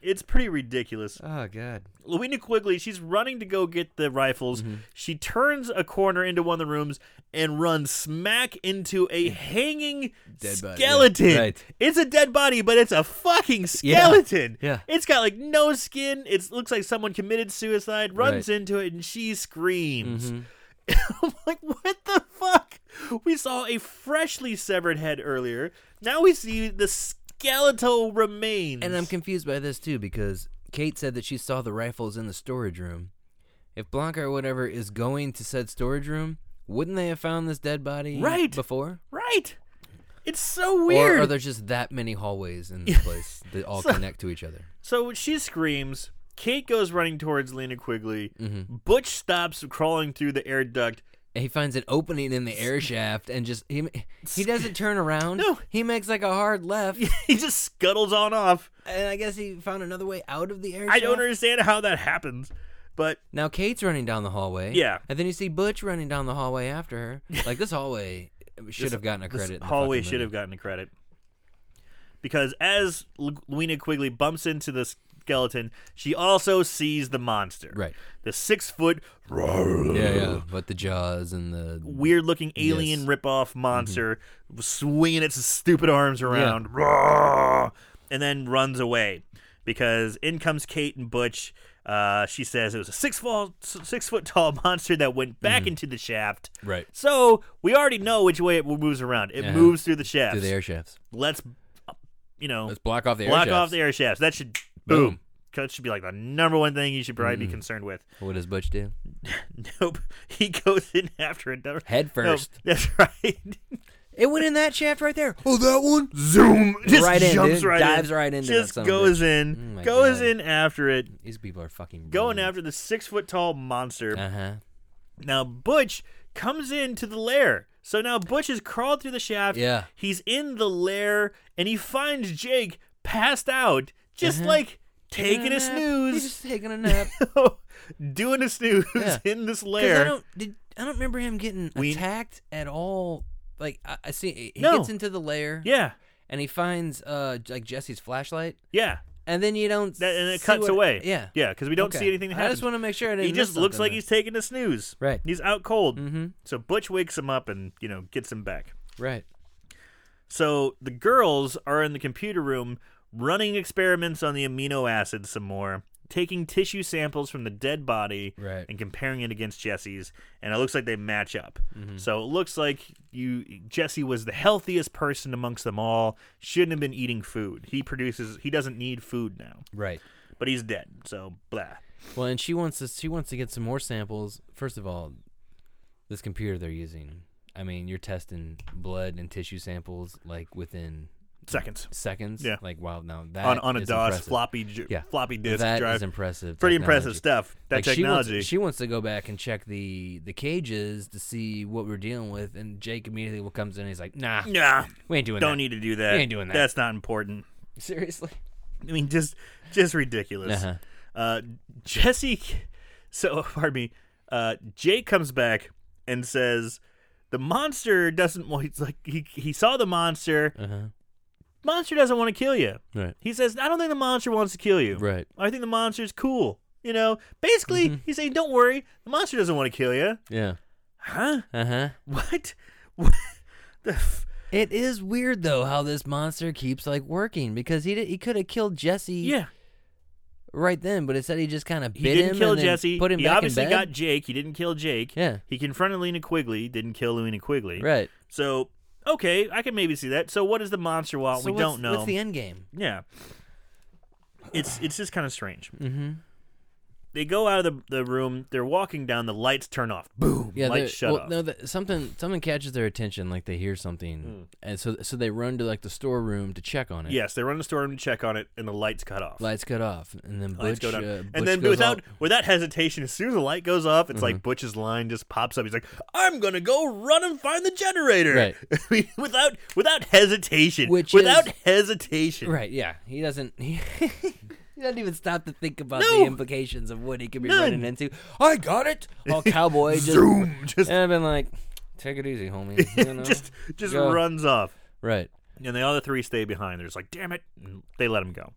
Speaker 1: It's pretty ridiculous.
Speaker 2: Oh god.
Speaker 1: Louina Quigley, she's running to go get the rifles.
Speaker 2: Mm-hmm.
Speaker 1: She turns a corner into one of the rooms and runs smack into a hanging
Speaker 2: Dead body, yeah.
Speaker 1: skeleton.
Speaker 2: Right.
Speaker 1: It's a dead body, but it's a fucking
Speaker 2: Yeah.
Speaker 1: skeleton.
Speaker 2: Yeah.
Speaker 1: It's got like no skin. It looks like someone committed suicide, runs
Speaker 2: Right. Mm-hmm.
Speaker 1: into it, and she screams. I'm like, what the fuck? We saw a freshly severed head earlier. Now we see the skeletal remains.
Speaker 2: And I'm confused by this too because Kate said that she saw the rifles in the storage room. If Blanca or whatever is going to said storage room, wouldn't they have found this dead body
Speaker 1: Right.
Speaker 2: before?
Speaker 1: right. It's so
Speaker 2: Or
Speaker 1: weird.
Speaker 2: are there just that many hallways in this place that all connect to each other?
Speaker 1: So she screams.
Speaker 2: Mm-hmm.
Speaker 1: Kate goes running towards Lena Quigley. Butch stops crawling through the air duct.
Speaker 2: he finds an opening in the air shaft and just he he doesn't turn around.
Speaker 1: No.
Speaker 2: he makes like a hard left,
Speaker 1: he just scuttles on off.
Speaker 2: and I guess he found another way out of the air.
Speaker 1: I don't
Speaker 2: shaft.
Speaker 1: understand how that happens, but
Speaker 2: Now Kate's running down the hallway.
Speaker 1: Yeah.
Speaker 2: and then you see Butch running down the hallway after her. Like this hallway should have gotten a
Speaker 1: this
Speaker 2: credit. in the
Speaker 1: hallway
Speaker 2: fucking
Speaker 1: should have
Speaker 2: movie.
Speaker 1: gotten a credit because as Lu- Luina Quigley bumps into the skeleton, she also sees the monster.
Speaker 2: Right.
Speaker 1: the six foot
Speaker 2: Yeah, yeah. But the jaws and the
Speaker 1: weird looking alien
Speaker 2: Yes. Mm-hmm.
Speaker 1: ripoff monster swinging its stupid arms around Rawr! and then runs away because in comes Kate and Butch. Uh, she says it was a six, fall, six foot tall monster that went back
Speaker 2: Mm-hmm.
Speaker 1: into the shaft.
Speaker 2: Right.
Speaker 1: So we already know which way it moves around. It
Speaker 2: Yeah.
Speaker 1: moves through the shaft.
Speaker 2: through the air shafts.
Speaker 1: Let's, you know,
Speaker 2: Let's block off the
Speaker 1: block
Speaker 2: air
Speaker 1: off
Speaker 2: shafts.
Speaker 1: the air shafts. That should,
Speaker 2: Boom. Mm-hmm.
Speaker 1: boom. That should be like the number one thing you should probably be concerned with.
Speaker 2: What does Butch do?
Speaker 1: Nope. He goes in after another.
Speaker 2: Head
Speaker 1: No,
Speaker 2: first.
Speaker 1: that's right.
Speaker 2: It went in that shaft right there. Oh, that one.
Speaker 1: zoom just
Speaker 2: Right in,
Speaker 1: jumps
Speaker 2: dude.
Speaker 1: right
Speaker 2: Dives
Speaker 1: in.
Speaker 2: right into that
Speaker 1: just
Speaker 2: son of a
Speaker 1: goes
Speaker 2: bitch. Oh
Speaker 1: in
Speaker 2: my
Speaker 1: goes
Speaker 2: God. Mm.
Speaker 1: in after it
Speaker 2: These people are fucking
Speaker 1: going after the six foot tall monster
Speaker 2: Uh huh.
Speaker 1: now butch comes into the lair so now butch has crawled through the shaft
Speaker 2: Yeah.
Speaker 1: he's in the lair and he finds jake passed out just
Speaker 2: Uh-huh.
Speaker 1: like taking a
Speaker 2: nap. He's
Speaker 1: snooze
Speaker 2: just taking a nap.
Speaker 1: doing a snooze
Speaker 2: Yeah.
Speaker 1: in this
Speaker 2: 'Cause I
Speaker 1: lair
Speaker 2: don't did I don't remember him getting
Speaker 1: We-
Speaker 2: attacked at all. Like I, I see, he
Speaker 1: No.
Speaker 2: gets into the lair,
Speaker 1: yeah
Speaker 2: and he finds uh j- like Jesse's flashlight,
Speaker 1: yeah
Speaker 2: and then you don't.
Speaker 1: that, and it
Speaker 2: see
Speaker 1: cuts
Speaker 2: what-
Speaker 1: away
Speaker 2: Yeah,
Speaker 1: yeah because we don't
Speaker 2: Okay.
Speaker 1: see anything that
Speaker 2: I
Speaker 1: happens
Speaker 2: just want to make sure I didn't
Speaker 1: he just
Speaker 2: miss
Speaker 1: looks like
Speaker 2: something
Speaker 1: he's taking a snooze
Speaker 2: Right.
Speaker 1: he's out cold
Speaker 2: there. Mhm.
Speaker 1: So Butch wakes him up and, you know, gets him back.
Speaker 2: Right.
Speaker 1: So the girls are in the computer room running experiments on the amino acids some more, taking tissue samples from the dead body
Speaker 2: Right.
Speaker 1: and comparing it against Jesse's, and it looks like they match up.
Speaker 2: Mm-hmm.
Speaker 1: So it looks like you Jesse was the healthiest person amongst them all, shouldn't have been eating food. He produces he doesn't need food now,
Speaker 2: Right.
Speaker 1: but he's dead. So blah.
Speaker 2: Well, and she wants to she wants to get some more samples. First of all, this computer they're using. I mean, you're testing blood and tissue samples like within
Speaker 1: Seconds.
Speaker 2: seconds.
Speaker 1: Yeah.
Speaker 2: Like wow, now that
Speaker 1: On on a
Speaker 2: is
Speaker 1: DOS
Speaker 2: impressive.
Speaker 1: floppy ju-
Speaker 2: Yeah.
Speaker 1: floppy
Speaker 2: That is
Speaker 1: disk drive.
Speaker 2: impressive.
Speaker 1: Pretty
Speaker 2: technology.
Speaker 1: impressive stuff. That
Speaker 2: Like,
Speaker 1: technology.
Speaker 2: She wants, she wants to go back and check the the cages to see what we're dealing with, and Jake immediately will- comes in. and He's like, "Nah,
Speaker 1: Nah,
Speaker 2: we ain't doing
Speaker 1: don't
Speaker 2: that.
Speaker 1: need to do that.
Speaker 2: You ain't doing that.
Speaker 1: That's not important.
Speaker 2: Seriously,
Speaker 1: I mean, just just ridiculous.
Speaker 2: Uh-huh.
Speaker 1: Uh, Jesse, so pardon me. Uh, Jay comes back and says the monster doesn't want. He's like he he saw the monster.
Speaker 2: uh huh,
Speaker 1: Monster doesn't want to kill you.
Speaker 2: right,
Speaker 1: He says, I don't think the monster wants to kill you.
Speaker 2: right,
Speaker 1: I think the monster's cool. You know, basically,
Speaker 2: Mm-hmm.
Speaker 1: he's saying, don't worry, the monster doesn't want to kill you.
Speaker 2: yeah,
Speaker 1: Huh?
Speaker 2: uh huh."
Speaker 1: What? What the? F-
Speaker 2: It is weird though how this monster keeps like working because he did, he could have killed Jesse
Speaker 1: yeah.
Speaker 2: right then, but it said he just kind of bit
Speaker 1: He didn't
Speaker 2: him
Speaker 1: kill
Speaker 2: and then
Speaker 1: Jesse.
Speaker 2: put him
Speaker 1: he
Speaker 2: back
Speaker 1: obviously
Speaker 2: in
Speaker 1: got
Speaker 2: bed.
Speaker 1: Jake. He didn't kill Jake.
Speaker 2: Yeah.
Speaker 1: He confronted Lena Quigley. Didn't kill Lena Quigley.
Speaker 2: right.
Speaker 1: So okay, I can maybe see that. So what does the monster want?
Speaker 2: So
Speaker 1: Uh, we
Speaker 2: what's-
Speaker 1: don't know.
Speaker 2: What's the end game?
Speaker 1: yeah. It's it's just kind of strange. Mm-hmm. They go out of the, the room. They're walking down. The lights turn off. Boom.
Speaker 2: Yeah, they're-
Speaker 1: lights shut
Speaker 2: well,
Speaker 1: off.
Speaker 2: No, the, something something catches their attention, like they hear
Speaker 1: Hmm.
Speaker 2: something, and so so they run to like the storeroom to check on it.
Speaker 1: Yes, they run to the store and check on it, and the lights cut off.
Speaker 2: Lights cut off, and then
Speaker 1: Lights
Speaker 2: Butch,
Speaker 1: go down.
Speaker 2: uh, Butch
Speaker 1: and then
Speaker 2: goes Mm-hmm.
Speaker 1: without
Speaker 2: all-
Speaker 1: without hesitation, as soon as the light goes off, it's like Butch's line just pops up. He's like, "I'm gonna go run and find the generator."
Speaker 2: Right.
Speaker 1: I mean, without without hesitation.
Speaker 2: Which
Speaker 1: without
Speaker 2: is-
Speaker 1: hesitation.
Speaker 2: right, yeah, he doesn't. He, he doesn't even stop to think about
Speaker 1: No.
Speaker 2: the implications of what he could be
Speaker 1: None.
Speaker 2: running into. I got it, all cowboy. just,
Speaker 1: Zoom. Just
Speaker 2: And I've been like, take it easy, homie. You know?
Speaker 1: just just
Speaker 2: Yeah.
Speaker 1: runs off.
Speaker 2: right.
Speaker 1: And the other three stay behind. They're just like, "Damn it!" And they let him go.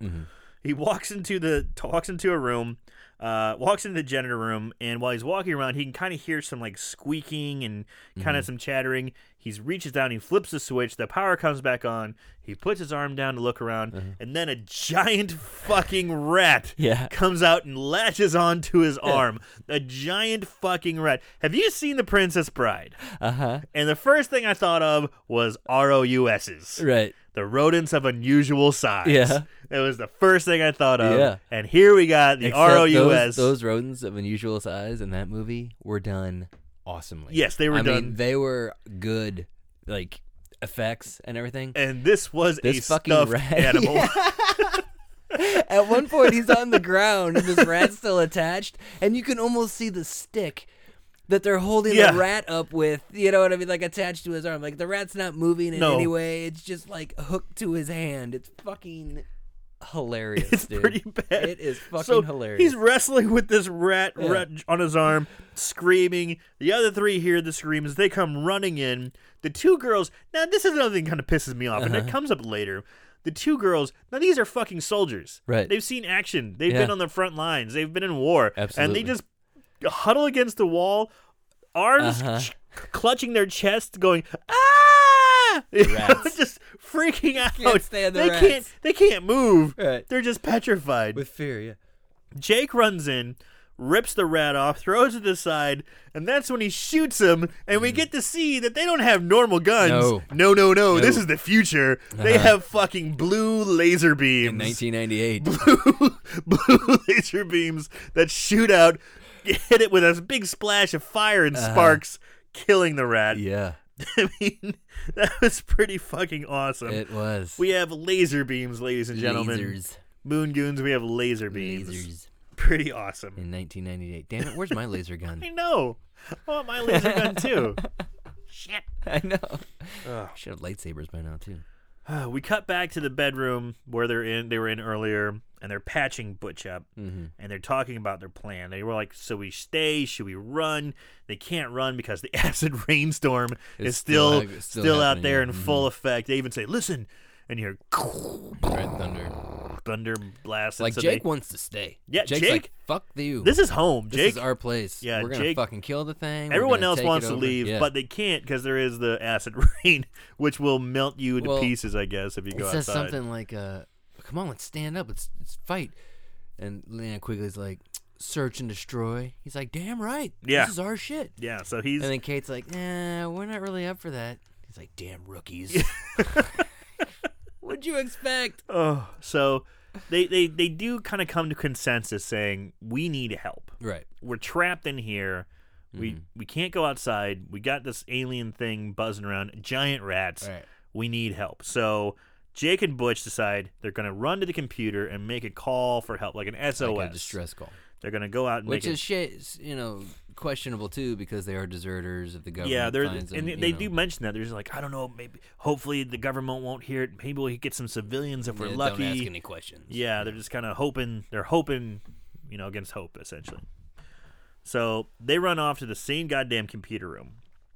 Speaker 1: He walks into the walks into a room, uh, walks into the janitor room, and while he's walking around, he can kind of hear some like squeaking and kind of some chattering. He reaches down, he flips the switch, the power comes back on. He puts his arm down to look around, and then a giant fucking rat
Speaker 2: Yeah.
Speaker 1: comes out and latches onto his arm. A giant fucking rat. Have you seen The Princess Bride?
Speaker 2: Uh huh.
Speaker 1: And the first thing I thought of was ROUSs
Speaker 2: Right.
Speaker 1: the rodents of unusual size.
Speaker 2: Yeah.
Speaker 1: It was the first thing I thought of.
Speaker 2: Yeah.
Speaker 1: And here we got the
Speaker 2: Except
Speaker 1: ROUS.
Speaker 2: Those, those rodents of unusual size in that movie were done awesomely.
Speaker 1: Yes, they were
Speaker 2: I
Speaker 1: done.
Speaker 2: Mean, they were good, like effects and everything.
Speaker 1: and this was
Speaker 2: This
Speaker 1: a
Speaker 2: fucking
Speaker 1: stuffed
Speaker 2: rat-
Speaker 1: animal.
Speaker 2: At one point, he's on the ground and this rat's still attached, and you can almost see the stick that they're holding
Speaker 1: Yeah.
Speaker 2: the rat up with, you know what I mean? Like attached to his arm. Like the rat's not moving in
Speaker 1: No.
Speaker 2: any way. It's just like hooked to his hand. It's fucking hilarious,
Speaker 1: It's
Speaker 2: dude.
Speaker 1: pretty bad.
Speaker 2: It is fucking
Speaker 1: so
Speaker 2: hilarious.
Speaker 1: He's wrestling with this rat,
Speaker 2: Yeah.
Speaker 1: rat on his arm, screaming. The other three hear the screams. They come running in. The two girls. Now this is another thing kind of pisses me off, and
Speaker 2: Uh-huh.
Speaker 1: it comes up later. The two girls. Now these are fucking soldiers.
Speaker 2: Right.
Speaker 1: They've seen action. They've
Speaker 2: Yeah.
Speaker 1: been on the front lines. They've been in war. And
Speaker 2: Absolutely.
Speaker 1: they just huddle against the wall, arms
Speaker 2: Uh-huh.
Speaker 1: ch- clutching their chest, going ah. You know,
Speaker 2: Rats.
Speaker 1: just freaking out.
Speaker 2: stand the
Speaker 1: they
Speaker 2: rats.
Speaker 1: can't. They can't move.
Speaker 2: Right.
Speaker 1: They're just petrified.
Speaker 2: with fear, yeah.
Speaker 1: Jake runs in, rips the rat off, throws it to the side, and that's when he shoots him. And we get to see that they don't have normal guns.
Speaker 2: Mm. No.
Speaker 1: no, no. no. This
Speaker 2: No. Uh-huh.
Speaker 1: is the future. They have fucking blue laser beams.
Speaker 2: In 1998.
Speaker 1: blue, blue laser beams that shoot out, hit it with a big splash of fire and sparks, killing the rat.
Speaker 2: Uh-huh. yeah,
Speaker 1: I mean, that was pretty fucking awesome.
Speaker 2: it was.
Speaker 1: we have laser beams, ladies and gentlemen.
Speaker 2: Lasers.
Speaker 1: Moon goons, we have laser beams.
Speaker 2: Lasers
Speaker 1: Pretty awesome.
Speaker 2: in 1998. Damn it, where's my laser gun?
Speaker 1: I know. I want my laser gun too. Shit.
Speaker 2: I know. Should have lightsabers by now too.
Speaker 1: Uh, we cut back to the bedroom where they're in. They were in earlier, and they're patching Butch up,
Speaker 2: Mm-hmm.
Speaker 1: and they're talking about their plan. They were like, "So we stay? Should we run?" They can't run because the acid rainstorm is
Speaker 2: It's
Speaker 1: still
Speaker 2: still
Speaker 1: still,
Speaker 2: ha- still
Speaker 1: out
Speaker 2: happening,
Speaker 1: there
Speaker 2: yeah. Mm-hmm.
Speaker 1: in full effect. They even say, "Listen," and you hear
Speaker 2: Red thunder.
Speaker 1: thunder blast. and
Speaker 2: Like
Speaker 1: so they-
Speaker 2: Jake wants to stay.
Speaker 1: Yeah,
Speaker 2: Jake's
Speaker 1: Jake-
Speaker 2: like, fuck you.
Speaker 1: this is home.
Speaker 2: This
Speaker 1: Jake
Speaker 2: is our place.
Speaker 1: Yeah,
Speaker 2: we're gonna
Speaker 1: Jake-
Speaker 2: fucking kill the thing. We're
Speaker 1: Everyone
Speaker 2: gonna
Speaker 1: else
Speaker 2: take it
Speaker 1: wants to
Speaker 2: over."
Speaker 1: leave,
Speaker 2: Yeah.
Speaker 1: but they can't because there is the acid rain, which will melt you to
Speaker 2: Well,
Speaker 1: pieces, I guess, if you
Speaker 2: it
Speaker 1: go
Speaker 2: says
Speaker 1: outside.
Speaker 2: something like, uh, "Come on, let's stand up. Let's, let's fight." And Leon Quigley's like, "Search and destroy." He's like, "Damn right.
Speaker 1: Yeah.
Speaker 2: this is our shit."
Speaker 1: Yeah, so he's
Speaker 2: And then Kate's like, "Nah, we're not really up for that." He's like, "Damn rookies." What'd you expect?
Speaker 1: oh, so they they they do kind of come to consensus saying we need help.
Speaker 2: Right.
Speaker 1: We're trapped in here. We
Speaker 2: Hmm.
Speaker 1: we can't go outside. We got this alien thing buzzing around, giant rats.
Speaker 2: Right.
Speaker 1: We need help. So Jake and Butch decide they're going to run to the computer and make a call for help, like an SOS.
Speaker 2: Like a distress call.
Speaker 1: They're going to go out and
Speaker 2: Which
Speaker 1: make
Speaker 2: is shit, you know, questionable too because they are deserters if the
Speaker 1: a,
Speaker 2: government.
Speaker 1: yeah, they're
Speaker 2: finds them,
Speaker 1: and
Speaker 2: you
Speaker 1: they
Speaker 2: know.
Speaker 1: do mention that. They're just like, I don't know, maybe hopefully the government won't hear it. Maybe we'll get some civilians if we're
Speaker 2: Yeah,
Speaker 1: lucky.
Speaker 2: Don't ask any questions.
Speaker 1: Yeah, they're just kind of hoping. They're hoping, you know, against hope, essentially. So they run off to the same goddamn computer room.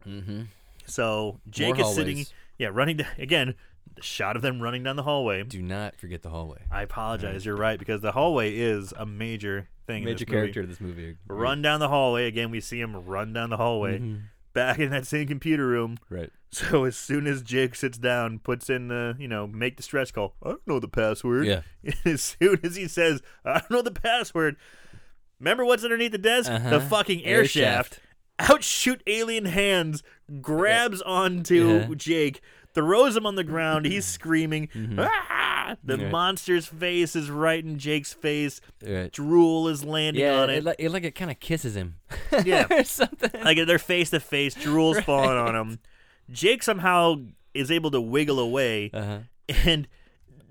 Speaker 1: Mm-hmm. So Jake is sitting.
Speaker 2: hallways.
Speaker 1: Yeah, running da- again. The shot of them running down the hallway.
Speaker 2: Do not forget the hallway.
Speaker 1: I apologize. You're right because the hallway is a major thing. in
Speaker 2: Major
Speaker 1: this movie.
Speaker 2: character of this movie.
Speaker 1: Run down the hallway again. We see him run down the hallway.
Speaker 2: Mm-hmm.
Speaker 1: Back in that same computer room.
Speaker 2: Right.
Speaker 1: So as soon as Jake sits down, puts in the, you know, make the stress call. I don't know the password.
Speaker 2: Yeah.
Speaker 1: As soon as he says, I don't know the password. Remember what's underneath the desk? The
Speaker 2: Uh-huh.
Speaker 1: fucking air,
Speaker 2: Air
Speaker 1: shaft.
Speaker 2: shaft.
Speaker 1: Out shoot alien hands, grabs onto
Speaker 2: Yeah.
Speaker 1: Jake, throws him on the ground. He's screaming.
Speaker 2: Mm-hmm.
Speaker 1: "Ah!" The
Speaker 2: Right.
Speaker 1: monster's face is right in Jake's face.
Speaker 2: Right.
Speaker 1: Drool is landing
Speaker 2: Yeah,
Speaker 1: on
Speaker 2: it,
Speaker 1: it.
Speaker 2: like, it like it kind of kisses him.
Speaker 1: Yeah.
Speaker 2: or something.
Speaker 1: like they're face to face, drool's falling on him. Jake somehow is able to wiggle away,
Speaker 2: Uh-huh.
Speaker 1: and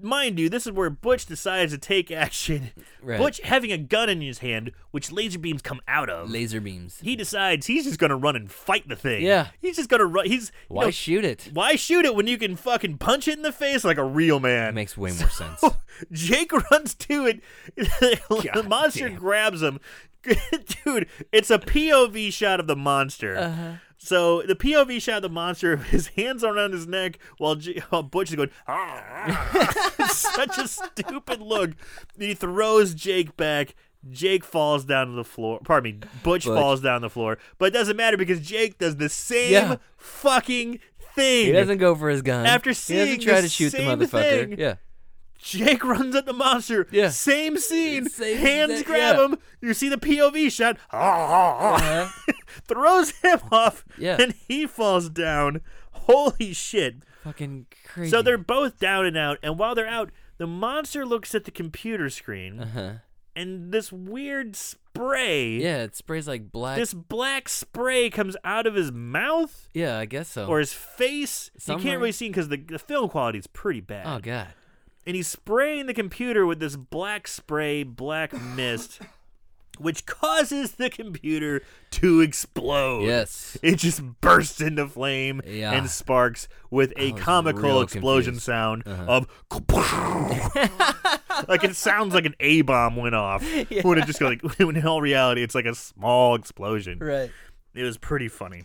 Speaker 1: mind you, this is where Butch decides to take action.
Speaker 2: Right.
Speaker 1: Butch having a gun in his hand, which laser beams come out of.
Speaker 2: Laser beams.
Speaker 1: he decides he's just gonna run and fight the thing.
Speaker 2: Yeah.
Speaker 1: he's just gonna run. He's you
Speaker 2: Why
Speaker 1: know,
Speaker 2: shoot it?
Speaker 1: why shoot it when you can fucking punch it in the face like a real man?
Speaker 2: Makes way more sense.
Speaker 1: Jake runs to it. the
Speaker 2: God
Speaker 1: monster
Speaker 2: damn.
Speaker 1: grabs him. Dude, it's a POV shot of the monster.
Speaker 2: Uh-huh.
Speaker 1: So the POV shot of the monster, his hands are around his neck while, J- while Butch is going, "Ah." It's such a stupid look. He throws Jake back. Jake falls down to the floor. Pardon me, Butch, falls down the floor. But it doesn't matter because Jake does the same
Speaker 2: Yeah.
Speaker 1: fucking thing.
Speaker 2: He doesn't go for his gun.
Speaker 1: After
Speaker 2: he
Speaker 1: seeing
Speaker 2: doesn't try
Speaker 1: the
Speaker 2: to shoot
Speaker 1: same
Speaker 2: the motherfucker.
Speaker 1: thing,
Speaker 2: Yeah.
Speaker 1: Jake runs at the monster.
Speaker 2: Yeah.
Speaker 1: Same scene.
Speaker 2: Same
Speaker 1: Hands
Speaker 2: exact-
Speaker 1: grab
Speaker 2: yeah.
Speaker 1: him. You see the POV shot.
Speaker 2: Uh,
Speaker 1: Throws him off.
Speaker 2: Yeah.
Speaker 1: And he falls down. Holy shit.
Speaker 2: fucking crazy.
Speaker 1: So they're both down and out. And while they're out, the monster looks at the computer screen
Speaker 2: Uh-huh.
Speaker 1: and this weird spray,
Speaker 2: Yeah, it sprays like black.
Speaker 1: this black spray comes out of his mouth
Speaker 2: yeah, I guess so.
Speaker 1: or his face. You
Speaker 2: Somewhere.
Speaker 1: can't really see because the, the film quality is pretty bad.
Speaker 2: oh god.
Speaker 1: and he's spraying the computer with this black spray, black mist, which causes the computer to explode.
Speaker 2: Yes.
Speaker 1: It just bursts into flame
Speaker 2: Yeah.
Speaker 1: and sparks with a
Speaker 2: I was
Speaker 1: comical
Speaker 2: real
Speaker 1: explosion
Speaker 2: confused. Uh-huh.
Speaker 1: sound of like it sounds like an A bomb went off when it just goes like when in all reality it's like a small explosion.
Speaker 2: Right.
Speaker 1: It was pretty funny.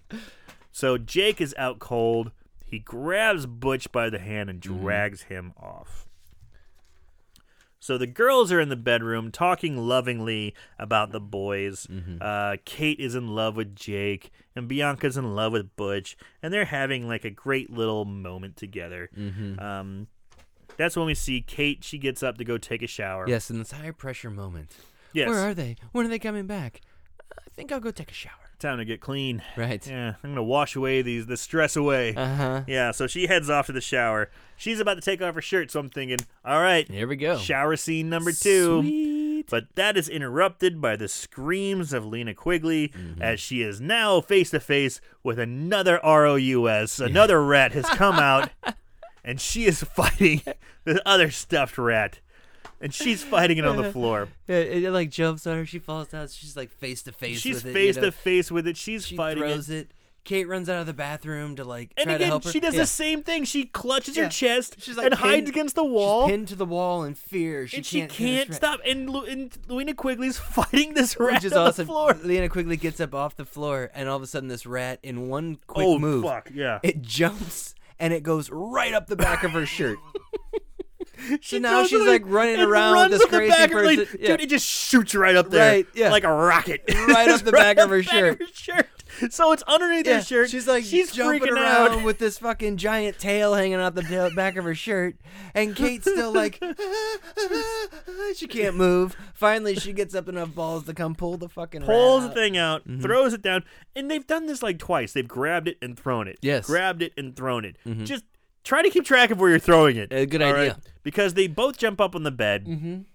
Speaker 1: So Jake is out cold. He grabs Butch by the hand and
Speaker 2: Mm-hmm.
Speaker 1: drags him off. So the girls are in the bedroom talking lovingly about the boys.
Speaker 2: Mm-hmm.
Speaker 1: Uh, Kate is in love with Jake, and Bianca's in love with Butch, and they're having like a great little moment together.
Speaker 2: Mm-hmm.
Speaker 1: Um, that's when we see Kate. She gets up to go take a shower.
Speaker 2: Yes, in this high pressure moment.
Speaker 1: Yes.
Speaker 2: Where are they? When are they coming back? Uh, I think I'll go take a shower.
Speaker 1: Time to get clean.
Speaker 2: Right.
Speaker 1: Yeah, I'm gonna wash away these the stress away.
Speaker 2: Uh huh.
Speaker 1: Yeah, so she heads off to the shower. She's about to take off her shirt, so I'm thinking, all right,
Speaker 2: Here we go.
Speaker 1: shower scene number two.
Speaker 2: Sweet.
Speaker 1: But that is interrupted by the screams of Lena Quigley
Speaker 2: Mm-hmm.
Speaker 1: as she is now face to face with another ROUS. Another rat has come out, and she is fighting the other stuffed rat. And she's fighting it on
Speaker 2: Uh-huh.
Speaker 1: the floor.
Speaker 2: It, it, like jumps on her. She falls down. She's like face to face.
Speaker 1: She's
Speaker 2: with it, you
Speaker 1: face
Speaker 2: know.
Speaker 1: to face with it. She's
Speaker 2: She
Speaker 1: fighting it.
Speaker 2: throws it. Kate runs out of the bathroom to like
Speaker 1: And
Speaker 2: try to
Speaker 1: again,
Speaker 2: help her.
Speaker 1: she does
Speaker 2: Yeah.
Speaker 1: the same thing. She clutches
Speaker 2: Yeah.
Speaker 1: her chest
Speaker 2: She's like
Speaker 1: and
Speaker 2: pinned-
Speaker 1: hides against the wall.
Speaker 2: She's pinned to the wall in fear. She
Speaker 1: and
Speaker 2: can't,
Speaker 1: she can't
Speaker 2: this rat-
Speaker 1: stop. And, Lu- and Luina Quigley's fighting this rat
Speaker 2: Which is
Speaker 1: on
Speaker 2: awesome.
Speaker 1: the floor.
Speaker 2: Leanna quickly gets up off the floor, and all of a sudden, this rat, in one quick
Speaker 1: oh
Speaker 2: move,
Speaker 1: fuck! Yeah,
Speaker 2: it jumps and it goes right up the back of her shirt.
Speaker 1: she
Speaker 2: now
Speaker 1: throws
Speaker 2: she's,
Speaker 1: it,
Speaker 2: like, running
Speaker 1: it
Speaker 2: around with
Speaker 1: runs
Speaker 2: this
Speaker 1: up the
Speaker 2: crazy
Speaker 1: back of her- like,
Speaker 2: person. Yeah.
Speaker 1: Dude, it just shoots right up there,
Speaker 2: Right, yeah.
Speaker 1: like a rocket,
Speaker 2: Right up
Speaker 1: Just
Speaker 2: the back
Speaker 1: up
Speaker 2: of her
Speaker 1: the
Speaker 2: shirt.
Speaker 1: shirt. So it's underneath her shirt.
Speaker 2: She's like
Speaker 1: she's
Speaker 2: jumping
Speaker 1: freaking
Speaker 2: around
Speaker 1: out.
Speaker 2: with this fucking giant tail hanging out the tail, back of her shirt, and Kate's still like, she can't move. Finally, she gets up enough balls to come pull the fucking
Speaker 1: Pulls
Speaker 2: rat
Speaker 1: the
Speaker 2: out.
Speaker 1: thing out,
Speaker 2: Mm-hmm.
Speaker 1: throws it down, and they've done this like twice. They've grabbed it and thrown it.
Speaker 2: Yes.
Speaker 1: Grabbed it and thrown it. Just try to keep track of where you're throwing it.
Speaker 2: Uh, good
Speaker 1: all
Speaker 2: idea. Mm-hmm.
Speaker 1: Because they both jump up on the bed and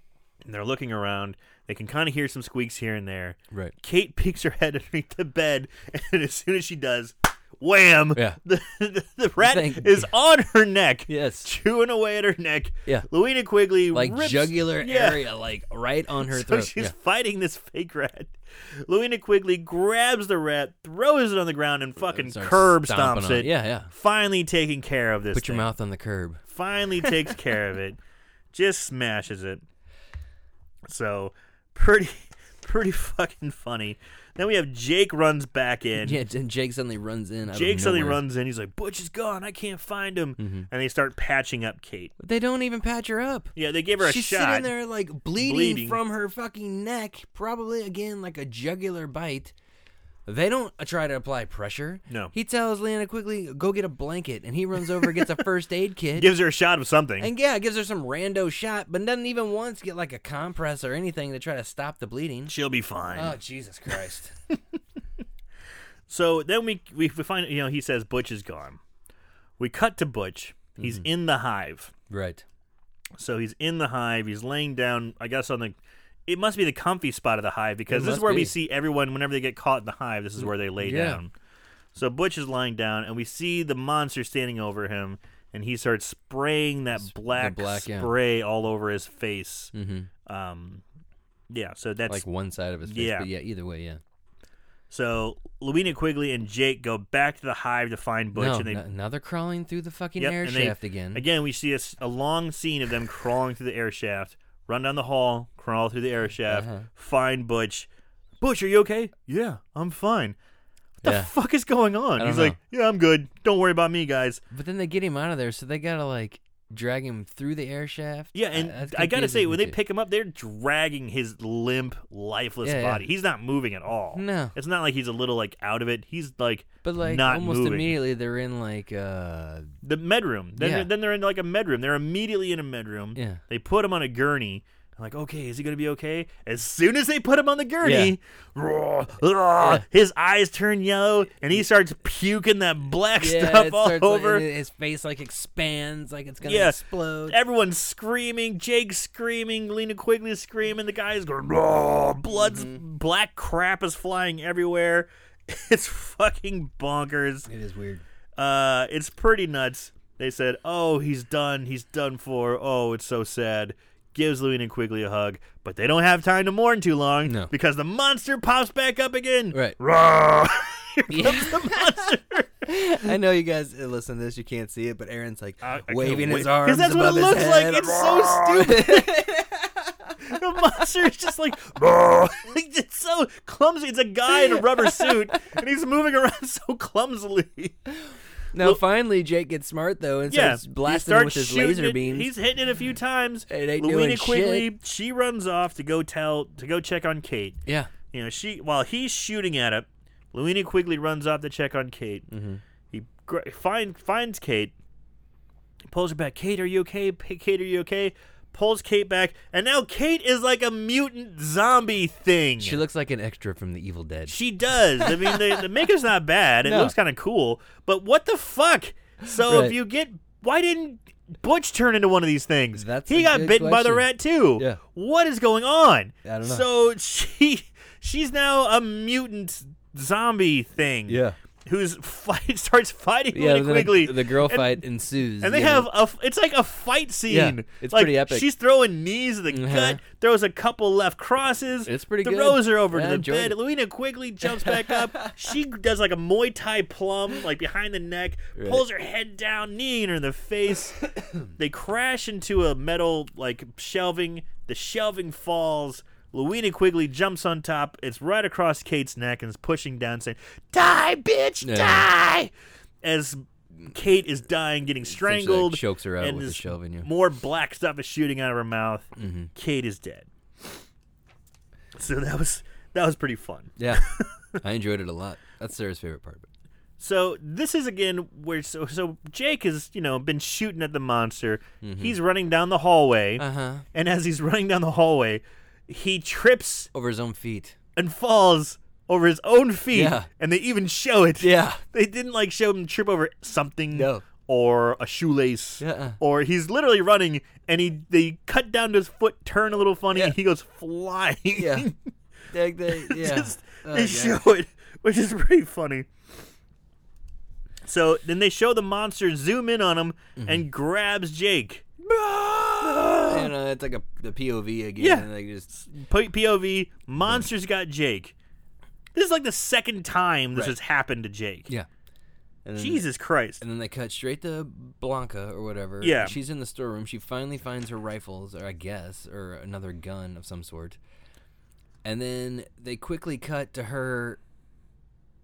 Speaker 1: they're looking around. They can kind of hear some squeaks here and there.
Speaker 2: Right.
Speaker 1: Kate peeks her head underneath the bed, and as soon as she does, wham!
Speaker 2: Yeah.
Speaker 1: The, the, the rat
Speaker 2: Thank-
Speaker 1: is on her neck,
Speaker 2: Yes.
Speaker 1: chewing away at her neck.
Speaker 2: Yeah.
Speaker 1: Luina Quigley
Speaker 2: Like
Speaker 1: rips-
Speaker 2: jugular
Speaker 1: yeah.
Speaker 2: area, like right on her
Speaker 1: So
Speaker 2: throat.
Speaker 1: she's
Speaker 2: Yeah.
Speaker 1: fighting this fake rat. Luina Quigley grabs the rat, throws it on the ground, and fucking
Speaker 2: Starts
Speaker 1: curb
Speaker 2: stomping
Speaker 1: stomps
Speaker 2: on
Speaker 1: it.
Speaker 2: Yeah, yeah.
Speaker 1: Finally taking care of this.
Speaker 2: Put your
Speaker 1: thing.
Speaker 2: mouth on the curb.
Speaker 1: Finally takes care of it. Just smashes it. So pretty, pretty fucking funny. Then we have Jake runs back in.
Speaker 2: Yeah, and Jake suddenly runs in. out of
Speaker 1: Jake suddenly
Speaker 2: nowhere. Mm-hmm.
Speaker 1: runs in. He's like, "Butch is gone. I can't find him." And they start patching up Kate.
Speaker 2: They don't even patch her up.
Speaker 1: Yeah, they give her a
Speaker 2: She's
Speaker 1: shot.
Speaker 2: sitting there like bleeding,
Speaker 1: Bleeding.
Speaker 2: from her fucking neck, probably again like a jugular bite. They don't uh, try to apply pressure.
Speaker 1: No.
Speaker 2: He tells Leanna quickly, go get a blanket, and he runs over, gets a first aid kit,
Speaker 1: Gives her a shot of something.
Speaker 2: and yeah, gives her some rando shot, but doesn't even once get like a compress or anything to try to stop the bleeding.
Speaker 1: She'll be fine.
Speaker 2: Oh Jesus Christ!
Speaker 1: So then we, we we find you know he says Butch is gone. We cut to Butch. He's
Speaker 2: Mm-hmm.
Speaker 1: in the hive.
Speaker 2: right.
Speaker 1: So he's in the hive. He's laying down. I guess on the. It must be the comfy spot of the hive because
Speaker 2: It
Speaker 1: this is
Speaker 2: must
Speaker 1: where we
Speaker 2: be.
Speaker 1: see everyone whenever they get caught in the hive. This is where they lay
Speaker 2: Yeah.
Speaker 1: down. So Butch is lying down, and we see the monster standing over him, and he starts spraying that black,
Speaker 2: black, yeah.
Speaker 1: spray all over his face.
Speaker 2: Mm-hmm.
Speaker 1: Um, yeah. So that's
Speaker 2: Like one side of his face,
Speaker 1: Yeah.
Speaker 2: but yeah, either way, yeah.
Speaker 1: so. Luina Quigley and Jake go back to the hive to find Butch,
Speaker 2: no,
Speaker 1: and they
Speaker 2: no- now they're crawling through the fucking
Speaker 1: Yep,
Speaker 2: air
Speaker 1: and they-
Speaker 2: shaft again.
Speaker 1: Again, we see a, s- a long scene of them crawling through the air shaft, run down the hall, crawl through the air shaft,
Speaker 2: Uh-huh.
Speaker 1: find Butch. Butch, are you okay? Yeah, I'm fine. What
Speaker 2: Yeah.
Speaker 1: the fuck is going on?
Speaker 2: I
Speaker 1: He's
Speaker 2: don't
Speaker 1: like, yeah, I'm good. Don't worry about me, guys.
Speaker 2: But then they get him out of there, so they gotta like drag him through the air shaft.
Speaker 1: Yeah, and
Speaker 2: Uh, that's
Speaker 1: I gotta
Speaker 2: confuses
Speaker 1: say,
Speaker 2: me
Speaker 1: when they
Speaker 2: too.
Speaker 1: pick him up, they're dragging his limp, lifeless
Speaker 2: Yeah, yeah.
Speaker 1: body. He's not moving at all.
Speaker 2: No.
Speaker 1: it's not like he's a little like out of it. He's like,
Speaker 2: but like
Speaker 1: not
Speaker 2: almost
Speaker 1: moving.
Speaker 2: immediately they're in like uh
Speaker 1: the med room. Then,
Speaker 2: Yeah.
Speaker 1: they're, then they're in like a med room. They're immediately in a med room.
Speaker 2: Yeah.
Speaker 1: They put him on a gurney. I'm like, okay, is he gonna be okay? As soon as they put him on the gurney, roar, roar,
Speaker 2: Yeah.
Speaker 1: his eyes turn yellow, and he starts puking that black
Speaker 2: yeah,
Speaker 1: stuff
Speaker 2: it
Speaker 1: all
Speaker 2: starts, like,
Speaker 1: over.
Speaker 2: and his face like expands like it's gonna
Speaker 1: Yeah.
Speaker 2: explode.
Speaker 1: Everyone's screaming. Jake's screaming. Lena Quigley's screaming. The guy's going, "Roar." blood's
Speaker 2: Mm-hmm.
Speaker 1: black crap is flying everywhere. It's fucking bonkers.
Speaker 2: It is weird.
Speaker 1: Uh, it's pretty nuts. They said, "Oh, he's done. He's done for. Oh, it's so sad. gives Louie and Quigley a hug, but they don't have time to mourn too long
Speaker 2: No.
Speaker 1: because the monster pops back up again.
Speaker 2: Right.
Speaker 1: Roar! Here
Speaker 2: Yeah.
Speaker 1: comes the monster.
Speaker 2: I know you guys uh, listen to this, you can't see it, but Aaron's like
Speaker 1: I- I can't
Speaker 2: waving
Speaker 1: wait.
Speaker 2: his
Speaker 1: 'Cause
Speaker 2: arms.
Speaker 1: that's what it
Speaker 2: above
Speaker 1: looks
Speaker 2: his
Speaker 1: like.
Speaker 2: head.
Speaker 1: It's so the monster is just like, "Roar." it's so clumsy. It's a guy in a rubber suit, and he's moving around so clumsily.
Speaker 2: now finally, Jake gets smart though and starts
Speaker 1: yeah,
Speaker 2: blasting
Speaker 1: he
Speaker 2: him
Speaker 1: starts
Speaker 2: with his
Speaker 1: shooting
Speaker 2: laser
Speaker 1: it.
Speaker 2: beams.
Speaker 1: He's hitting it a few times.
Speaker 2: It ain't
Speaker 1: Luina
Speaker 2: doing
Speaker 1: Quigley, she runs off to go tell to go check on Kate.
Speaker 2: Yeah,
Speaker 1: You know, she while he's shooting at it, Luina Quigley runs off to check on Kate.
Speaker 2: Mm-hmm.
Speaker 1: He gr- find, finds Kate, he pulls her back. Kate, are you okay? P- Kate, are you okay? Pulls Kate back, and now Kate is like a mutant zombie thing.
Speaker 2: she looks like an extra from The Evil Dead.
Speaker 1: She does. I mean, the, the makeup's not bad. It
Speaker 2: No.
Speaker 1: looks kind of cool. But what the fuck? So
Speaker 2: Right.
Speaker 1: if you get, why didn't Butch turn into one of these things?
Speaker 2: That's
Speaker 1: he
Speaker 2: a
Speaker 1: got
Speaker 2: good
Speaker 1: bitten by the
Speaker 2: question.
Speaker 1: rat too.
Speaker 2: Yeah.
Speaker 1: What is going on?
Speaker 2: I don't know.
Speaker 1: So she, she's now a mutant zombie thing. Who's fight starts fighting
Speaker 2: yeah.
Speaker 1: really
Speaker 2: then the-
Speaker 1: quickly.
Speaker 2: the, girl
Speaker 1: and-
Speaker 2: fight ensues,
Speaker 1: and they
Speaker 2: you know.
Speaker 1: have a, f- it's like a fight scene.
Speaker 2: Yeah, it's
Speaker 1: Like,
Speaker 2: pretty epic.
Speaker 1: She's throwing knees to the
Speaker 2: Uh-huh.
Speaker 1: gut, throws a couple left crosses.
Speaker 2: It's pretty good.
Speaker 1: Throws her over
Speaker 2: Yeah, I
Speaker 1: to the
Speaker 2: enjoyed
Speaker 1: bed.
Speaker 2: it.
Speaker 1: Luina quickly jumps back up. She does like a Muay Thai plum, like behind the neck, pulls her head down, kneeing her in the face. they crash into a metal like shelving. The shelving falls. Luina Quigley jumps on top. It's right across Kate's neck and is pushing down, saying, "Die, bitch,
Speaker 2: Yeah.
Speaker 1: die!" As Kate is dying, getting
Speaker 2: Essentially, like,
Speaker 1: strangled.
Speaker 2: chokes her out
Speaker 1: and
Speaker 2: with a
Speaker 1: this
Speaker 2: shove in you. Mm-hmm.
Speaker 1: More black stuff is shooting out of her mouth. Kate is dead. So that was that was pretty fun.
Speaker 2: Yeah, I enjoyed it a lot. That's Sarah's favorite part. of it.
Speaker 1: So this is again where so so Jake has you know been shooting at the monster. He's running down the hallway,
Speaker 2: Mm-hmm. Uh-huh.
Speaker 1: and as he's running down the hallway, he trips
Speaker 2: Over his own feet.
Speaker 1: and falls over his own feet,
Speaker 2: Yeah.
Speaker 1: and they even show it.
Speaker 2: Yeah.
Speaker 1: They didn't like show him trip over something
Speaker 2: No.
Speaker 1: or a shoelace.
Speaker 2: Yeah.
Speaker 1: Or he's literally running and he they cut down to his foot, turn a little funny, and
Speaker 2: Yeah.
Speaker 1: he goes flying.
Speaker 2: Yeah. Like they, yeah.
Speaker 1: Just-
Speaker 2: Oh,
Speaker 1: they
Speaker 2: God.
Speaker 1: show it, which is pretty funny. So then they show the monster zoom in on him
Speaker 2: Mm-hmm.
Speaker 1: and grabs Jake.
Speaker 2: You know, it's like a the POV again.
Speaker 1: Yeah.
Speaker 2: And they just
Speaker 1: P- POV, monster's got Jake. This is like the second time this
Speaker 2: Right.
Speaker 1: has happened to Jake.
Speaker 2: yeah. And then,
Speaker 1: Jesus Christ.
Speaker 2: And then they cut straight to Blanca or whatever.
Speaker 1: Yeah.
Speaker 2: She's in the storeroom. She finally finds her rifles, or I guess, or another gun of some sort. And then they quickly cut to her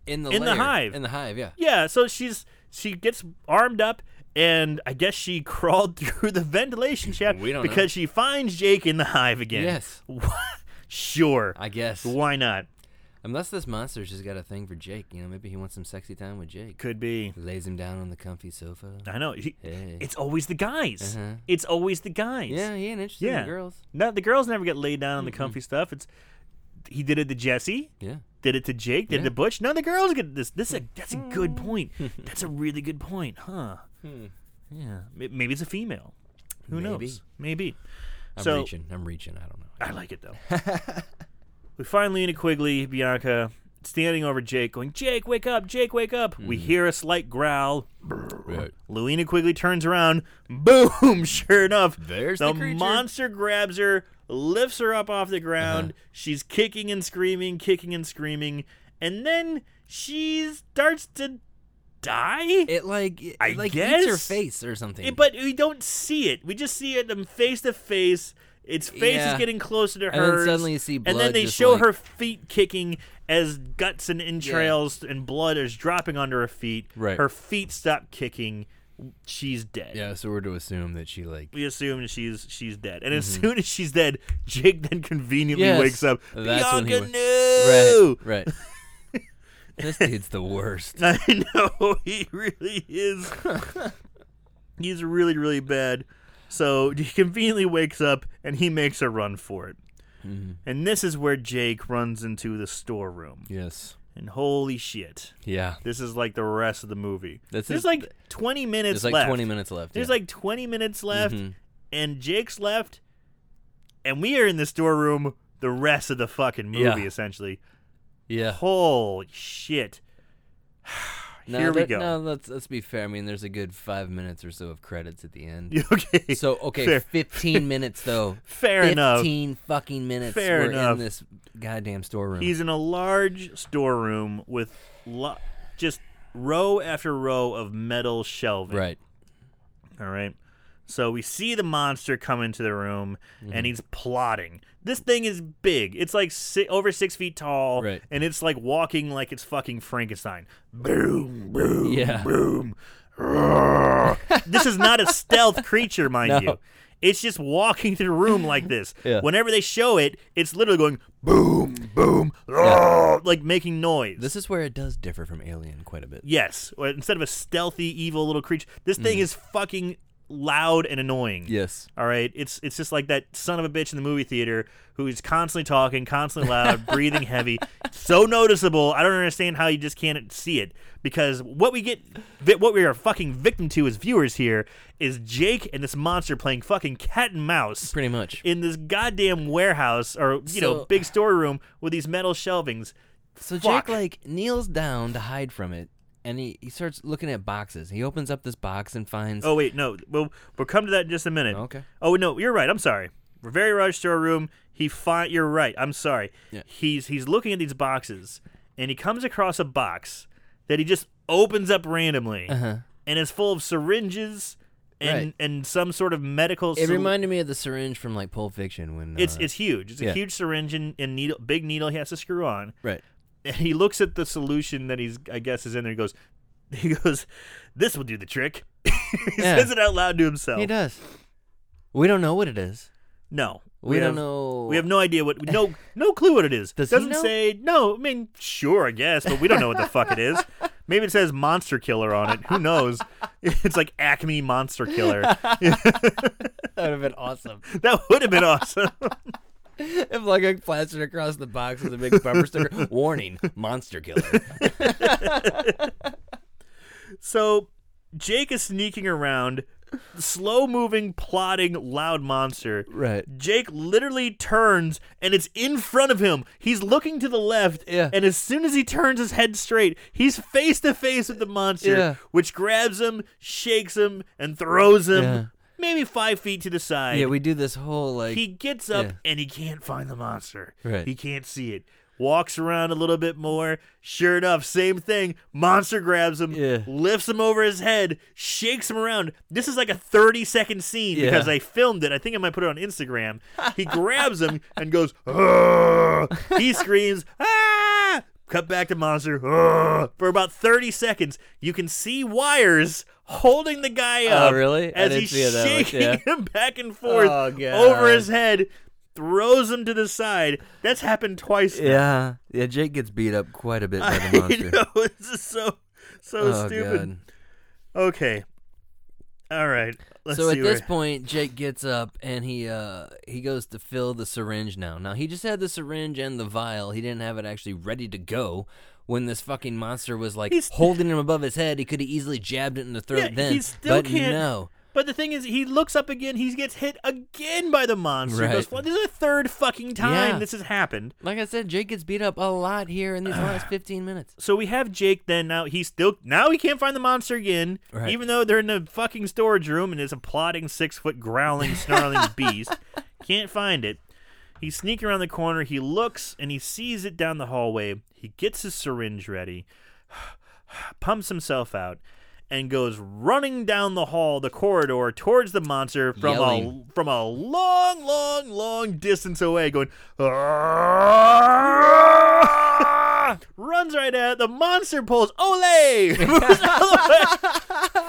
Speaker 2: in the
Speaker 1: In the
Speaker 2: lair-
Speaker 1: hive.
Speaker 2: In the hive, yeah.
Speaker 1: Yeah, so she's she gets armed up and I guess she crawled through the ventilation shaft
Speaker 2: We don't know.
Speaker 1: because she finds Jake in the hive again.
Speaker 2: Yes.
Speaker 1: sure.
Speaker 2: I guess.
Speaker 1: Why not?
Speaker 2: Unless this monster's just got a thing for Jake, you know, maybe he wants some sexy time with Jake.
Speaker 1: Could be.
Speaker 2: Lays him down on the comfy sofa.
Speaker 1: I know. He-
Speaker 2: Hey.
Speaker 1: It's always the guys.
Speaker 2: Uh-huh.
Speaker 1: It's always the guys.
Speaker 2: Yeah, he ain't interested
Speaker 1: Yeah.
Speaker 2: in girls.
Speaker 1: No, the girls never get laid down on the comfy stuff. It's he did it to Jesse,
Speaker 2: Yeah.
Speaker 1: did it to Jake, did it
Speaker 2: Yeah. Hmm.
Speaker 1: to Butch. None of the girls get this. This is a, that's a good point. that's a really good point, huh? Yeah. May- Maybe it's a female. Who
Speaker 2: Maybe.
Speaker 1: knows? Maybe.
Speaker 2: I'm
Speaker 1: so
Speaker 2: reaching. I'm reaching. I don't know.
Speaker 1: I like it though. we find Lena Quigley, Bianca, standing over Jake, going, Jake, wake up, Jake, wake up.
Speaker 2: Hmm.
Speaker 1: We hear a slight growl. Luina Quigley turns around. Boom! Sure enough,
Speaker 2: There's
Speaker 1: the,
Speaker 2: the creature.
Speaker 1: monster grabs her, lifts her up off the ground.
Speaker 2: Uh-huh.
Speaker 1: She's kicking and screaming, kicking and screaming, and then she starts to die.
Speaker 2: It like it,
Speaker 1: I
Speaker 2: like eats her
Speaker 1: guess?
Speaker 2: face or something.
Speaker 1: Eh, but we don't see it. We just see it them face to face. Its face
Speaker 2: Yeah.
Speaker 1: is getting closer to
Speaker 2: then
Speaker 1: hers.
Speaker 2: suddenly you see
Speaker 1: And then
Speaker 2: blood
Speaker 1: they
Speaker 2: just
Speaker 1: show
Speaker 2: like-
Speaker 1: her feet kicking as guts and entrails and blood is dropping onto her feet.
Speaker 2: Right.
Speaker 1: Her feet stop kicking. She's dead.
Speaker 2: yeah, so we're to assume that she like
Speaker 1: We assume that she's she's dead. And as soon as she's dead, Jake then conveniently
Speaker 2: Mm-hmm. Yes.
Speaker 1: wakes up.
Speaker 2: That's when he
Speaker 1: Bianca,
Speaker 2: wa-
Speaker 1: no!
Speaker 2: right. this dude's the worst.
Speaker 1: I know he really is. He's really really bad. So he conveniently wakes up and he makes a run for it.
Speaker 2: Mm-hmm.
Speaker 1: And this is where Jake runs into the storeroom.
Speaker 2: Yes.
Speaker 1: And holy shit.
Speaker 2: Yeah.
Speaker 1: This is like the rest of the movie.
Speaker 2: This
Speaker 1: There's
Speaker 2: is-
Speaker 1: like 20 minutes
Speaker 2: There's like
Speaker 1: left.
Speaker 2: 20 minutes left.
Speaker 1: There's
Speaker 2: yeah. Mm-hmm.
Speaker 1: like 20 minutes left and Jake's left and we are in the storeroom the rest of the fucking movie
Speaker 2: Yeah.
Speaker 1: essentially.
Speaker 2: yeah.
Speaker 1: Holy shit.
Speaker 2: No,
Speaker 1: Here we go.
Speaker 2: there- No, let's let's be fair. I mean, there's a good five minutes or so of credits at the end.
Speaker 1: okay.
Speaker 2: So okay,
Speaker 1: Fair.
Speaker 2: fifteen minutes though.
Speaker 1: Fair enough.
Speaker 2: Fifteen fucking minutes.
Speaker 1: Fair
Speaker 2: we're
Speaker 1: enough.
Speaker 2: in this goddamn storeroom.
Speaker 1: He's in a large storeroom with lo- just row after row of metal shelving.
Speaker 2: right.
Speaker 1: All right. So we see the monster come into the room,
Speaker 2: Mm-hmm.
Speaker 1: and he's plotting. This thing is big. It's like si- over six feet tall,
Speaker 2: Right.
Speaker 1: and it's like walking like it's fucking Frankenstein. Boom, boom,
Speaker 2: Yeah.
Speaker 1: boom. Roar. this is not a stealth creature, mind
Speaker 2: No.
Speaker 1: you. It's just walking through the room like this.
Speaker 2: Yeah.
Speaker 1: Whenever they show it, it's literally going boom, boom, roar, like making noise.
Speaker 2: This is where it does differ from Alien quite a bit.
Speaker 1: Yes. Or Instead of a stealthy, evil little creature, this
Speaker 2: Mm-hmm.
Speaker 1: thing is fucking loud and annoying.
Speaker 2: Yes.
Speaker 1: All right. It's it's just like that son of a bitch in the movie theater who is constantly talking, constantly loud, breathing heavy, so noticeable. I don't understand how you just can't see it because what we get, vi- what we are fucking victim to as viewers here is Jake and this monster playing fucking cat and mouse
Speaker 2: Pretty much.
Speaker 1: in this goddamn warehouse or you know
Speaker 2: So-
Speaker 1: big storeroom with these metal shelvings.
Speaker 2: So
Speaker 1: Fuck.
Speaker 2: Jake like kneels down to hide from it, and he, he starts looking at boxes. He opens up this box and finds
Speaker 1: Oh wait, no. We'll we'll come to that in just a minute.
Speaker 2: Okay.
Speaker 1: Oh no, you're right. I'm sorry. We're very rush storeroom. He find you're right. I'm sorry.
Speaker 2: Yeah.
Speaker 1: He's he's looking at these boxes and he comes across a box that he just opens up randomly
Speaker 2: Uh-huh.
Speaker 1: and is full of syringes and
Speaker 2: Right.
Speaker 1: and some sort of medical sol-
Speaker 2: It reminded me of the syringe from like Pulp Fiction when
Speaker 1: it's
Speaker 2: uh,
Speaker 1: it's huge. It's a
Speaker 2: yeah.
Speaker 1: huge syringe and, and needle big needle he has to screw on.
Speaker 2: right.
Speaker 1: And he looks at the solution that he's I guess is in there and goes he goes, This will do the trick. he
Speaker 2: Yeah.
Speaker 1: says it out loud to himself.
Speaker 2: He does. We don't know what it is.
Speaker 1: No.
Speaker 2: We, don't
Speaker 1: have-
Speaker 2: know.
Speaker 1: We have no idea what no no clue what it is.
Speaker 2: Does he
Speaker 1: Doesn't
Speaker 2: know?
Speaker 1: say no. I mean, sure, I guess, but we don't know what the fuck it is. Maybe it says Monster Killer on it. Who knows? It's like Acme Monster Killer.
Speaker 2: that would have been awesome.
Speaker 1: that would have been awesome.
Speaker 2: if like a plastered across the box with a big bumper sticker, warning, monster killer.
Speaker 1: So Jake is sneaking around, slow moving, plotting, loud monster.
Speaker 2: Right.
Speaker 1: Jake literally turns and it's in front of him. He's looking to the left,
Speaker 2: Yeah.
Speaker 1: and as soon as he turns his head straight, he's face to face with the monster,
Speaker 2: Yeah.
Speaker 1: which grabs him, shakes him, and throws him
Speaker 2: Yeah.
Speaker 1: maybe five feet to the side.
Speaker 2: Yeah, we do this whole like
Speaker 1: he gets up
Speaker 2: yeah.
Speaker 1: and he can't find the monster.
Speaker 2: Right.
Speaker 1: He can't see it. Walks around a little bit more. Sure enough, same thing. Monster grabs him,
Speaker 2: Yeah.
Speaker 1: lifts him over his head, shakes him around. This is like a 30 second scene
Speaker 2: Yeah.
Speaker 1: because I filmed it. I think I might put it on Instagram. He grabs him and goes, "Ugh." he screams, ah! Cut back to monster "Ugh." for about 30 seconds. You can see wires holding the guy
Speaker 2: Oh,
Speaker 1: up
Speaker 2: really? I
Speaker 1: as
Speaker 2: didn't
Speaker 1: he's
Speaker 2: see it that way,
Speaker 1: shaking
Speaker 2: yeah.
Speaker 1: him back and forth
Speaker 2: Oh, God.
Speaker 1: over his head, throws him to the side. That's happened twice. now.
Speaker 2: Yeah. Yeah, Jake gets beat up quite a bit by the
Speaker 1: I
Speaker 2: monster.
Speaker 1: know this is so so
Speaker 2: oh
Speaker 1: stupid.
Speaker 2: god.
Speaker 1: Okay, all right. Let's
Speaker 2: so
Speaker 1: see
Speaker 2: at this
Speaker 1: where-
Speaker 2: point, Jake gets up and he uh he goes to fill the syringe now. Now he just had the syringe and the vial. He didn't have it actually ready to go when this fucking monster was like
Speaker 1: He's-
Speaker 2: holding him above his head. He could have easily jabbed it in the throat
Speaker 1: Yeah,
Speaker 2: then.
Speaker 1: he still
Speaker 2: but
Speaker 1: can't-
Speaker 2: no.
Speaker 1: but the thing is, he looks up again. He gets hit again by the monster.
Speaker 2: Right.
Speaker 1: Goes fly- this is the third fucking time
Speaker 2: Yeah.
Speaker 1: this has happened.
Speaker 2: Like I said, Jake gets beat up a lot here in these last 15 minutes.
Speaker 1: So we have Jake. Then now he's still now he can't find the monster again,
Speaker 2: Right.
Speaker 1: even though they're in a fucking storage room and it's a plotting six foot growling snarling beast. Can't find it. He's sneaking around the corner. He looks and he sees it down the hallway. He gets his syringe ready, pumps himself out, and goes running down the hall, the corridor, towards the monster from
Speaker 2: Yelling.
Speaker 1: a from a long, long, long distance away, going. "Arrgh!" Runs right at it. the monster. Pulls ole, moves out of the way,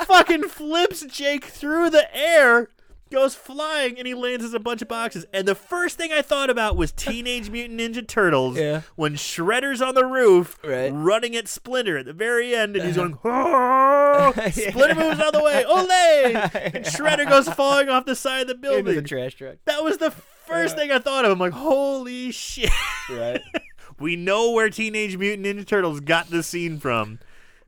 Speaker 1: fucking flips Jake through the air, goes flying, and he lands as a bunch of boxes. And the first thing I thought about was Teenage Mutant Ninja Turtles
Speaker 2: Yeah.
Speaker 1: when Shredder's on the roof,
Speaker 2: Right.
Speaker 1: running at Splinter at the very end, and he's going, "Oh!" Splinter moves out of the way, ole! And Shredder goes falling off the side of the building.
Speaker 2: trash truck.
Speaker 1: that was the first thing I thought of. I'm like, holy shit.
Speaker 2: Right.
Speaker 1: We know where Teenage Mutant Ninja Turtles got this scene from.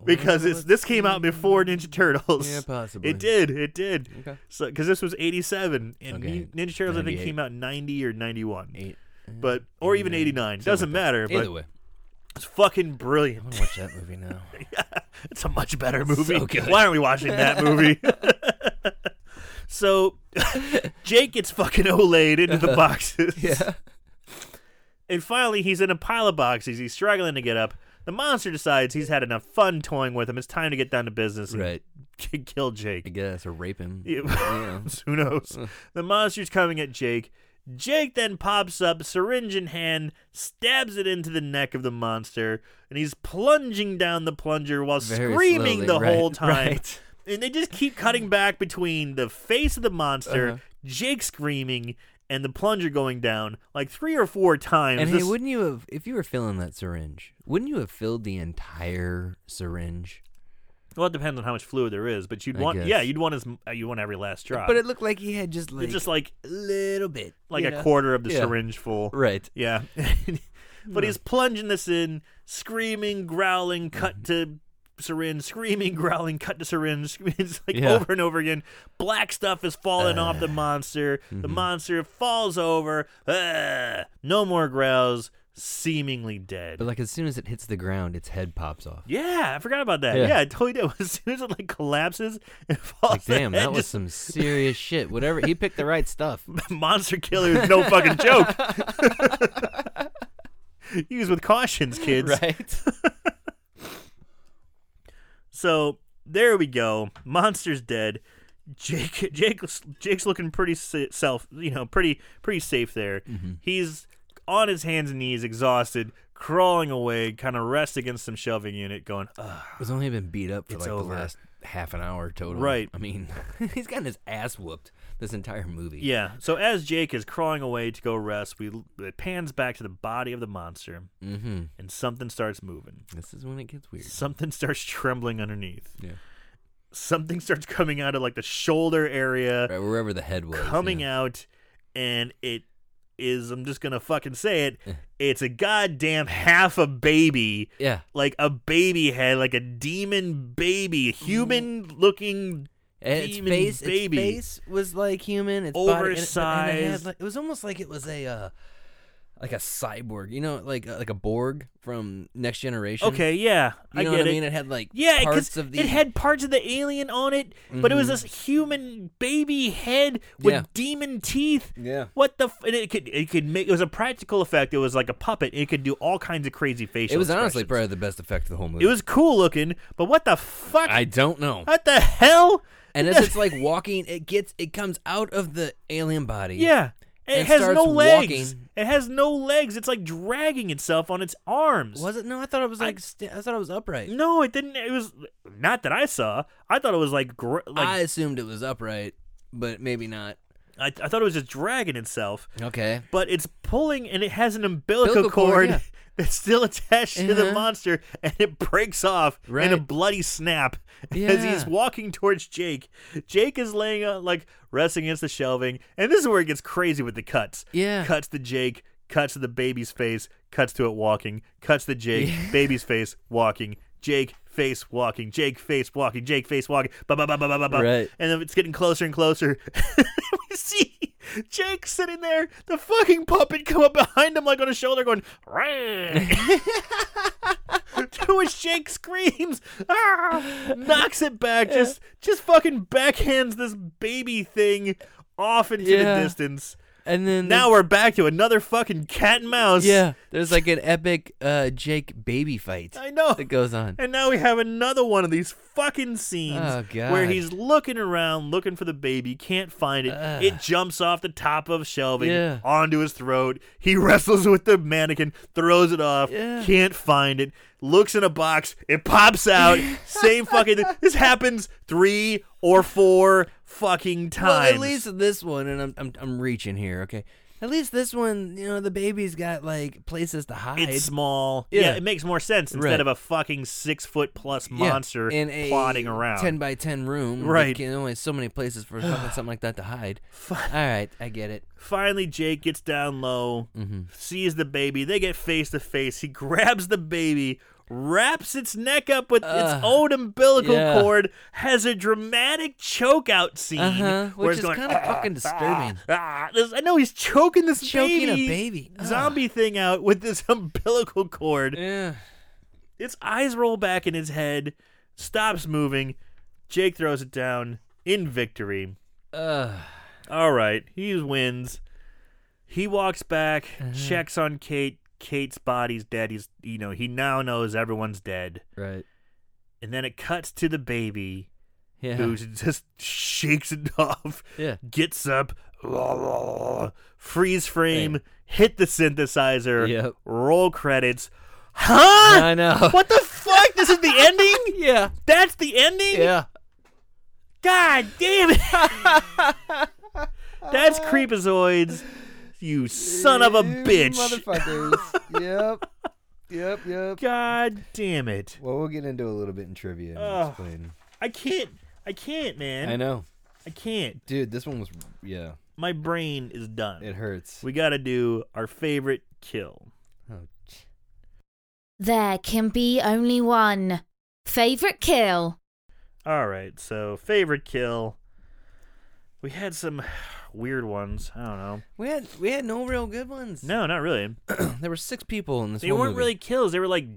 Speaker 1: Because it's this came out before Ninja Turtles.
Speaker 2: Yeah, possibly.
Speaker 1: It did. It did.
Speaker 2: Okay.
Speaker 1: So because this was '87, and
Speaker 2: Okay,
Speaker 1: Nin- Ninja Turtles I think
Speaker 2: 98.
Speaker 1: came out '90 or '91,
Speaker 2: Eight.
Speaker 1: but or even '89. Doesn't matter.
Speaker 2: Either
Speaker 1: But
Speaker 2: way,
Speaker 1: it's fucking brilliant.
Speaker 2: I'm gonna watch that movie now.
Speaker 1: It's a much better movie.
Speaker 2: So good.
Speaker 1: Why aren't we watching that movie? so Jake gets fucking olayed into the boxes.
Speaker 2: Yeah.
Speaker 1: And finally, he's in a pile of boxes. He's struggling to get up. The monster decides he's had enough fun toying with him. It's time to get down to business and
Speaker 2: Right.
Speaker 1: k- kill
Speaker 2: I
Speaker 1: Jake.
Speaker 2: guess or rape him.
Speaker 1: Yeah.
Speaker 2: Yeah.
Speaker 1: Who knows? The monster's coming at Jake. Jake then pops up, syringe in hand, stabs it into the neck of the monster, and he's plunging down the plunger while
Speaker 2: Very
Speaker 1: screaming
Speaker 2: slowly,
Speaker 1: the
Speaker 2: right,
Speaker 1: whole time.
Speaker 2: right.
Speaker 1: And they just keep cutting back between the face of the monster,
Speaker 2: Uh-huh.
Speaker 1: Jake screaming, and the plunger going down like three or four times.
Speaker 2: And
Speaker 1: This-
Speaker 2: hey, wouldn't you have if you were filling that syringe? Wouldn't you have filled the entire syringe?
Speaker 1: Well, it depends on how much fluid there is, but you'd
Speaker 2: I
Speaker 1: want,
Speaker 2: guess.
Speaker 1: yeah, you'd want as uh, you want every last drop.
Speaker 2: But it looked like he had just like
Speaker 1: it's just like
Speaker 2: a little bit,
Speaker 1: like
Speaker 2: you
Speaker 1: a
Speaker 2: know?
Speaker 1: quarter of the
Speaker 2: Yeah.
Speaker 1: syringe full.
Speaker 2: Right.
Speaker 1: Yeah. but he's plunging this in, screaming, growling, cut
Speaker 2: Mm-hmm.
Speaker 1: to syringe, screaming, growling, cut to syringe. screaming. It's like
Speaker 2: Yeah. Uh.
Speaker 1: over and over again. Black stuff is falling off the monster. The
Speaker 2: Mm-hmm.
Speaker 1: monster falls over. Ugh. no more growls. Seemingly dead.
Speaker 2: But like as soon as it hits the ground, its head pops off.
Speaker 1: yeah, I forgot about that. Yeah,
Speaker 2: Yeah.
Speaker 1: I totally did. As soon as it like collapses and falls,
Speaker 2: Like damn,
Speaker 1: the head
Speaker 2: that was
Speaker 1: Oh, just-
Speaker 2: some serious shit. Whatever he picked the right stuff.
Speaker 1: monster killer is no fucking joke. Use with cautions, kids.
Speaker 2: Right.
Speaker 1: So there we go. Monster's dead. Jake, Jake, Jake's looking pretty sa- self, you know, pretty, pretty safe there. He's on his hands and knees, exhausted, crawling away, kind of rests against some shelving unit, going, Ugh.
Speaker 2: It's only been beat up for
Speaker 1: It's
Speaker 2: like
Speaker 1: over.
Speaker 2: the last half an hour total.
Speaker 1: Right.
Speaker 2: I mean, he's gotten his ass whooped this entire movie.
Speaker 1: yeah. So as Jake is crawwling away to go rest, we it pans back to the body of the monster,
Speaker 2: Mm-hmm.
Speaker 1: and something starts moving.
Speaker 2: This is when it gets weird.
Speaker 1: Something starts trembling underneath.
Speaker 2: Yeah.
Speaker 1: Something starts coming out of like the shoulder area.
Speaker 2: Right, wherever the head was.
Speaker 1: coming
Speaker 2: yeah.
Speaker 1: out, and it is. I'm just gonna fucking say it.
Speaker 2: Eh.
Speaker 1: It's a goddamn half a baby,
Speaker 2: Yeah.
Speaker 1: like a baby head, like a demon baby, human looking.
Speaker 2: And its
Speaker 1: Demon
Speaker 2: face,
Speaker 1: baby.
Speaker 2: its face was like human. Its body- and it- and it, had,
Speaker 1: Oversized.
Speaker 2: like- it was almost like it was a, uh, like a cyborg. You know, like uh, like a Borg from Next Generation.
Speaker 1: Okay, yeah,
Speaker 2: You
Speaker 1: I
Speaker 2: know
Speaker 1: get
Speaker 2: what
Speaker 1: it.
Speaker 2: I mean? It had like
Speaker 1: yeah,
Speaker 2: parts
Speaker 1: because
Speaker 2: of the Mm-hmm.
Speaker 1: it had parts of the alien on it, but it was this human baby head with
Speaker 2: Yeah.
Speaker 1: demon teeth.
Speaker 2: Yeah.
Speaker 1: What the? F- and it could it could make it was a practical effect. It was like a puppet. It could do all kinds of crazy facial.
Speaker 2: It was honestly
Speaker 1: expressions.
Speaker 2: probably the best effect of the whole movie.
Speaker 1: It was cool looking, but what the fuck?
Speaker 2: I don't know.
Speaker 1: What the hell?
Speaker 2: And as it's like walking, it gets it comes out of the alien body.
Speaker 1: yeah, it
Speaker 2: and
Speaker 1: has
Speaker 2: starts
Speaker 1: no legs.
Speaker 2: walking.
Speaker 1: It has no legs. It's like dragging itself on its arms.
Speaker 2: Was it? No, I thought it was like sta- I, thought it was upright.
Speaker 1: No, it didn't. It was not that I saw. I thought it was like gr- like
Speaker 2: I
Speaker 1: I,
Speaker 2: assumed it was upright, but maybe not.
Speaker 1: I, thought it was just dragging itself.
Speaker 2: Okay.
Speaker 1: But it's pulling, and it has an umbilical,
Speaker 2: Umbilical
Speaker 1: cord.
Speaker 2: cord, yeah.
Speaker 1: That's still attached to the
Speaker 2: Uh-huh.
Speaker 1: monster, and it breaks off in a
Speaker 2: Right.
Speaker 1: bloody snap as he's
Speaker 2: Yeah.
Speaker 1: walking towards Jake. Jake is laying on, like, resting against the shelving, and this is where it gets crazy with the cuts.
Speaker 2: Yeah.
Speaker 1: cuts to Jake, cuts to the baby's face, cuts to it walking, cuts to Jake, baby's face walking, Jake face walking, Jake face walking, Jake face walking, ba ba ba ba ba ba ba.
Speaker 2: Right.
Speaker 1: And then it's getting closer and closer. we see Jake sitting there, the fucking puppet come up behind him like on his shoulder going, "Rang." to which Jake screams, "Ah!" knocks it back, just just fucking backhands this baby thing off into
Speaker 2: Yeah.
Speaker 1: the distance.
Speaker 2: And then
Speaker 1: Now we're back to another fucking cat and mouse.
Speaker 2: yeah, there's like an epic uh, Jake baby fight
Speaker 1: I know.
Speaker 2: that goes on.
Speaker 1: And now we have another one of these fucking scenes
Speaker 2: Oh, God.
Speaker 1: where he's looking around, looking for the baby, can't find it.
Speaker 2: Ugh.
Speaker 1: It jumps off the top of shelving
Speaker 2: Yeah.
Speaker 1: onto his throat. He wrestles with the mannequin, throws it off,
Speaker 2: Yeah.
Speaker 1: can't find it, looks in a box, it pops out. same fucking thing. This happens three or four fucking times.
Speaker 2: Well, at least this one, and I'm, I'm I'm reaching here. Okay. At least this one, you know, the baby's got like places to hide.
Speaker 1: It's small. Yeah.
Speaker 2: Yeah.
Speaker 1: it makes more sense instead
Speaker 2: Right.
Speaker 1: of a fucking six foot plus
Speaker 2: Yeah,
Speaker 1: monster
Speaker 2: in a
Speaker 1: plodding around.
Speaker 2: ten by ten room. that
Speaker 1: Right.
Speaker 2: can- only so many places for something, something like that to hide. All right, I get it.
Speaker 1: Finally, Jake gets down low,
Speaker 2: Mm-hmm.
Speaker 1: sees the baby. They get face to face. He grabs the baby, wraps its neck up with
Speaker 2: Ugh.
Speaker 1: its own umbilical
Speaker 2: Yeah.
Speaker 1: cord, has a dramatic choke out scene
Speaker 2: Uh-huh,
Speaker 1: where
Speaker 2: which
Speaker 1: it's
Speaker 2: is
Speaker 1: going,
Speaker 2: kinda
Speaker 1: "Ah,
Speaker 2: fucking disturbing."
Speaker 1: ah, ah." This- I know he's choking this
Speaker 2: Choking a
Speaker 1: baby,
Speaker 2: baby. Ugh.
Speaker 1: zombie thing out with this umbilical cord.
Speaker 2: Yeah.
Speaker 1: its eyes roll back in his head. stops moving. Jake throws it down in victory.
Speaker 2: Ugh.
Speaker 1: All right, he wins. He walks back,
Speaker 2: Mm-hmm.
Speaker 1: checks on Kate. Kate's body's dead. He's, you know, he now knows everyone's dead.
Speaker 2: Right.
Speaker 1: And then it cuts to the baby
Speaker 2: Yeah.
Speaker 1: who just shakes it off,
Speaker 2: yeah.
Speaker 1: gets up, la, la, la, la, freeze frame, hit the synthesizer,
Speaker 2: Yep.
Speaker 1: roll credits. Huh?
Speaker 2: I know.
Speaker 1: What the fuck? This is the ending?
Speaker 2: Yeah.
Speaker 1: That's the ending?
Speaker 2: Yeah.
Speaker 1: God damn it. That's Creepazoids. You son of a
Speaker 2: You
Speaker 1: bitch.
Speaker 2: Motherfuckers. yep. Yep. Yep.
Speaker 1: God damn it.
Speaker 2: Well, we'll get into a little bit in trivia and
Speaker 1: Ugh.
Speaker 2: explain.
Speaker 1: I can't. I can't, man.
Speaker 2: I know.
Speaker 1: I can't.
Speaker 2: Dude, this one was, yeah,
Speaker 1: My brain is done.
Speaker 2: it hurts.
Speaker 1: We gotta do our favorite kill.
Speaker 2: Oh, ch-
Speaker 3: There can be only one. Favorite kill.
Speaker 1: All right, so favorite kill. We had some weird ones. I don't know.
Speaker 2: we had we had no real good ones.
Speaker 1: No, not really.
Speaker 2: there were six people in this.
Speaker 1: They
Speaker 2: whole
Speaker 1: weren't
Speaker 2: movie.
Speaker 1: really kills. They were like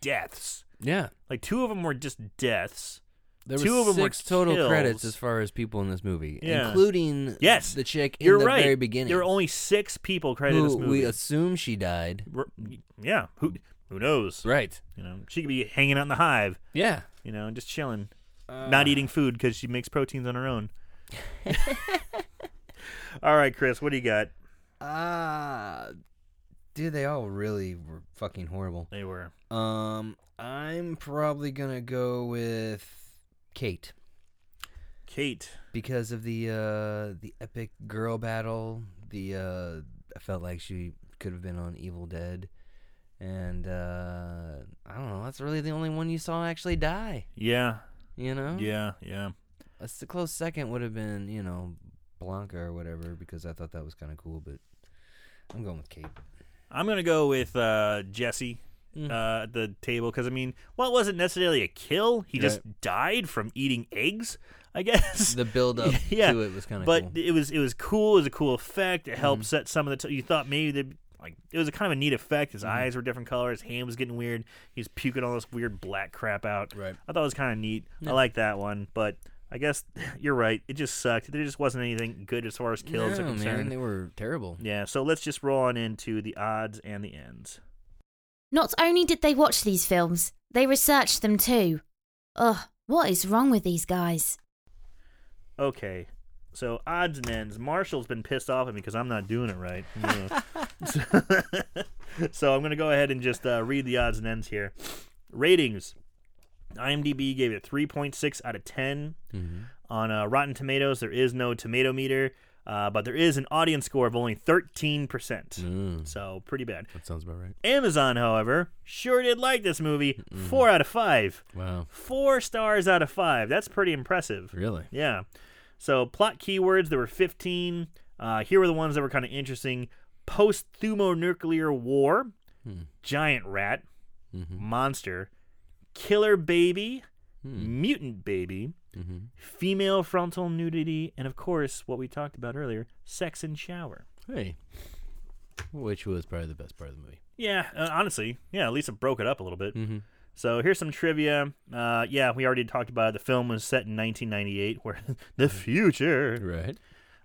Speaker 1: deaths.
Speaker 2: Yeah,
Speaker 1: Like two of them were just deaths.
Speaker 2: there
Speaker 1: Two
Speaker 2: were
Speaker 1: of 'em were
Speaker 2: six total credits
Speaker 1: kills.
Speaker 2: as far as people in this movie,
Speaker 1: Yeah.
Speaker 2: including
Speaker 1: Yes,
Speaker 2: the chick in
Speaker 1: You're
Speaker 2: the
Speaker 1: right.
Speaker 2: very beginning.
Speaker 1: There were only six people credited in
Speaker 2: who
Speaker 1: this
Speaker 2: we
Speaker 1: movie.
Speaker 2: assume she died.
Speaker 1: R- yeah. Who who knows?
Speaker 2: Right.
Speaker 1: You know, she could be hanging out in the hive.
Speaker 2: Yeah.
Speaker 1: You know, just chilling, not
Speaker 2: Uh,
Speaker 1: eating food because she makes proteins on her own. All right, Chris, what do you got?
Speaker 2: Ah, dude, they all really were fucking horrible.
Speaker 1: They were
Speaker 2: Um, I'm probably gonna go with Kate.
Speaker 1: Kate.
Speaker 2: because of the uh the epic girl battle the uh i felt like she could have been on evil dead and uh i don't know that's really the only one you saw actually die
Speaker 1: Yeah,
Speaker 2: you know
Speaker 1: yeah, yeah.
Speaker 2: that's the close second would have been you know blanca or whatever because i thought that was kind of cool but i'm going with kate
Speaker 1: I'm gonna go with uh, Jesse
Speaker 2: Mm.
Speaker 1: uh, at the table because I mean, well, it wasn't necessarily a kill. He just died from eating eggs, I guess.
Speaker 2: the build up
Speaker 1: yeah,
Speaker 2: to it was kind of
Speaker 1: but
Speaker 2: cool Mm-hmm.
Speaker 1: it was it was cool. It was a cool effect. It helped set some of the. T- you thought maybe they'd like it was a kind of a neat effect. His
Speaker 2: Mm-hmm.
Speaker 1: eyes were different colors. His hand was getting weird. He was puking all this weird black crap out.
Speaker 2: Right.
Speaker 1: I thought it was kind of neat. I like that one, but. I guess you're right. It just sucked. There just wasn't anything good as far as kills are
Speaker 2: no,
Speaker 1: concerned.
Speaker 2: man, they were terrible
Speaker 1: Yeah, so let's just roll on into the odds and the ends.
Speaker 3: Not only did they watch these films, they researched them too. Ugh, what is wrong with these guys?
Speaker 1: Okay. So odds and ends. Marshall's been pissed off at me because I'm not doing it right. Yeah. so I'm gonna go ahead and just uh, read the odds and ends here. Ratings. IMDb gave it 3.6 out of 10. On uh, Rotten Tomatoes, there is no tomato meter, uh, but there is an audience score of only 13%.
Speaker 2: Mm.
Speaker 1: So pretty bad.
Speaker 2: that sounds about right
Speaker 1: Amazon, however, sure did like this movie. Four out of five.
Speaker 2: wow
Speaker 1: Four stars out of five. That's pretty impressive.
Speaker 2: really
Speaker 1: Yeah. So plot keywords there were 15. Uh, here were the ones that were kind of interesting: post thermonuclear war, giant rat, monster, killer baby, mutant baby, female frontal nudity, and of course what we talked about earlier: sex and shower.
Speaker 2: hey which was probably the best part of the movie
Speaker 1: Yeah, uh, honestly, yeah. At least it broke it up a little bit.
Speaker 2: Mhm.
Speaker 1: So here's some trivia. Uh, yeah, we already talked about it. The film was set in 1998, where the future.
Speaker 2: Right.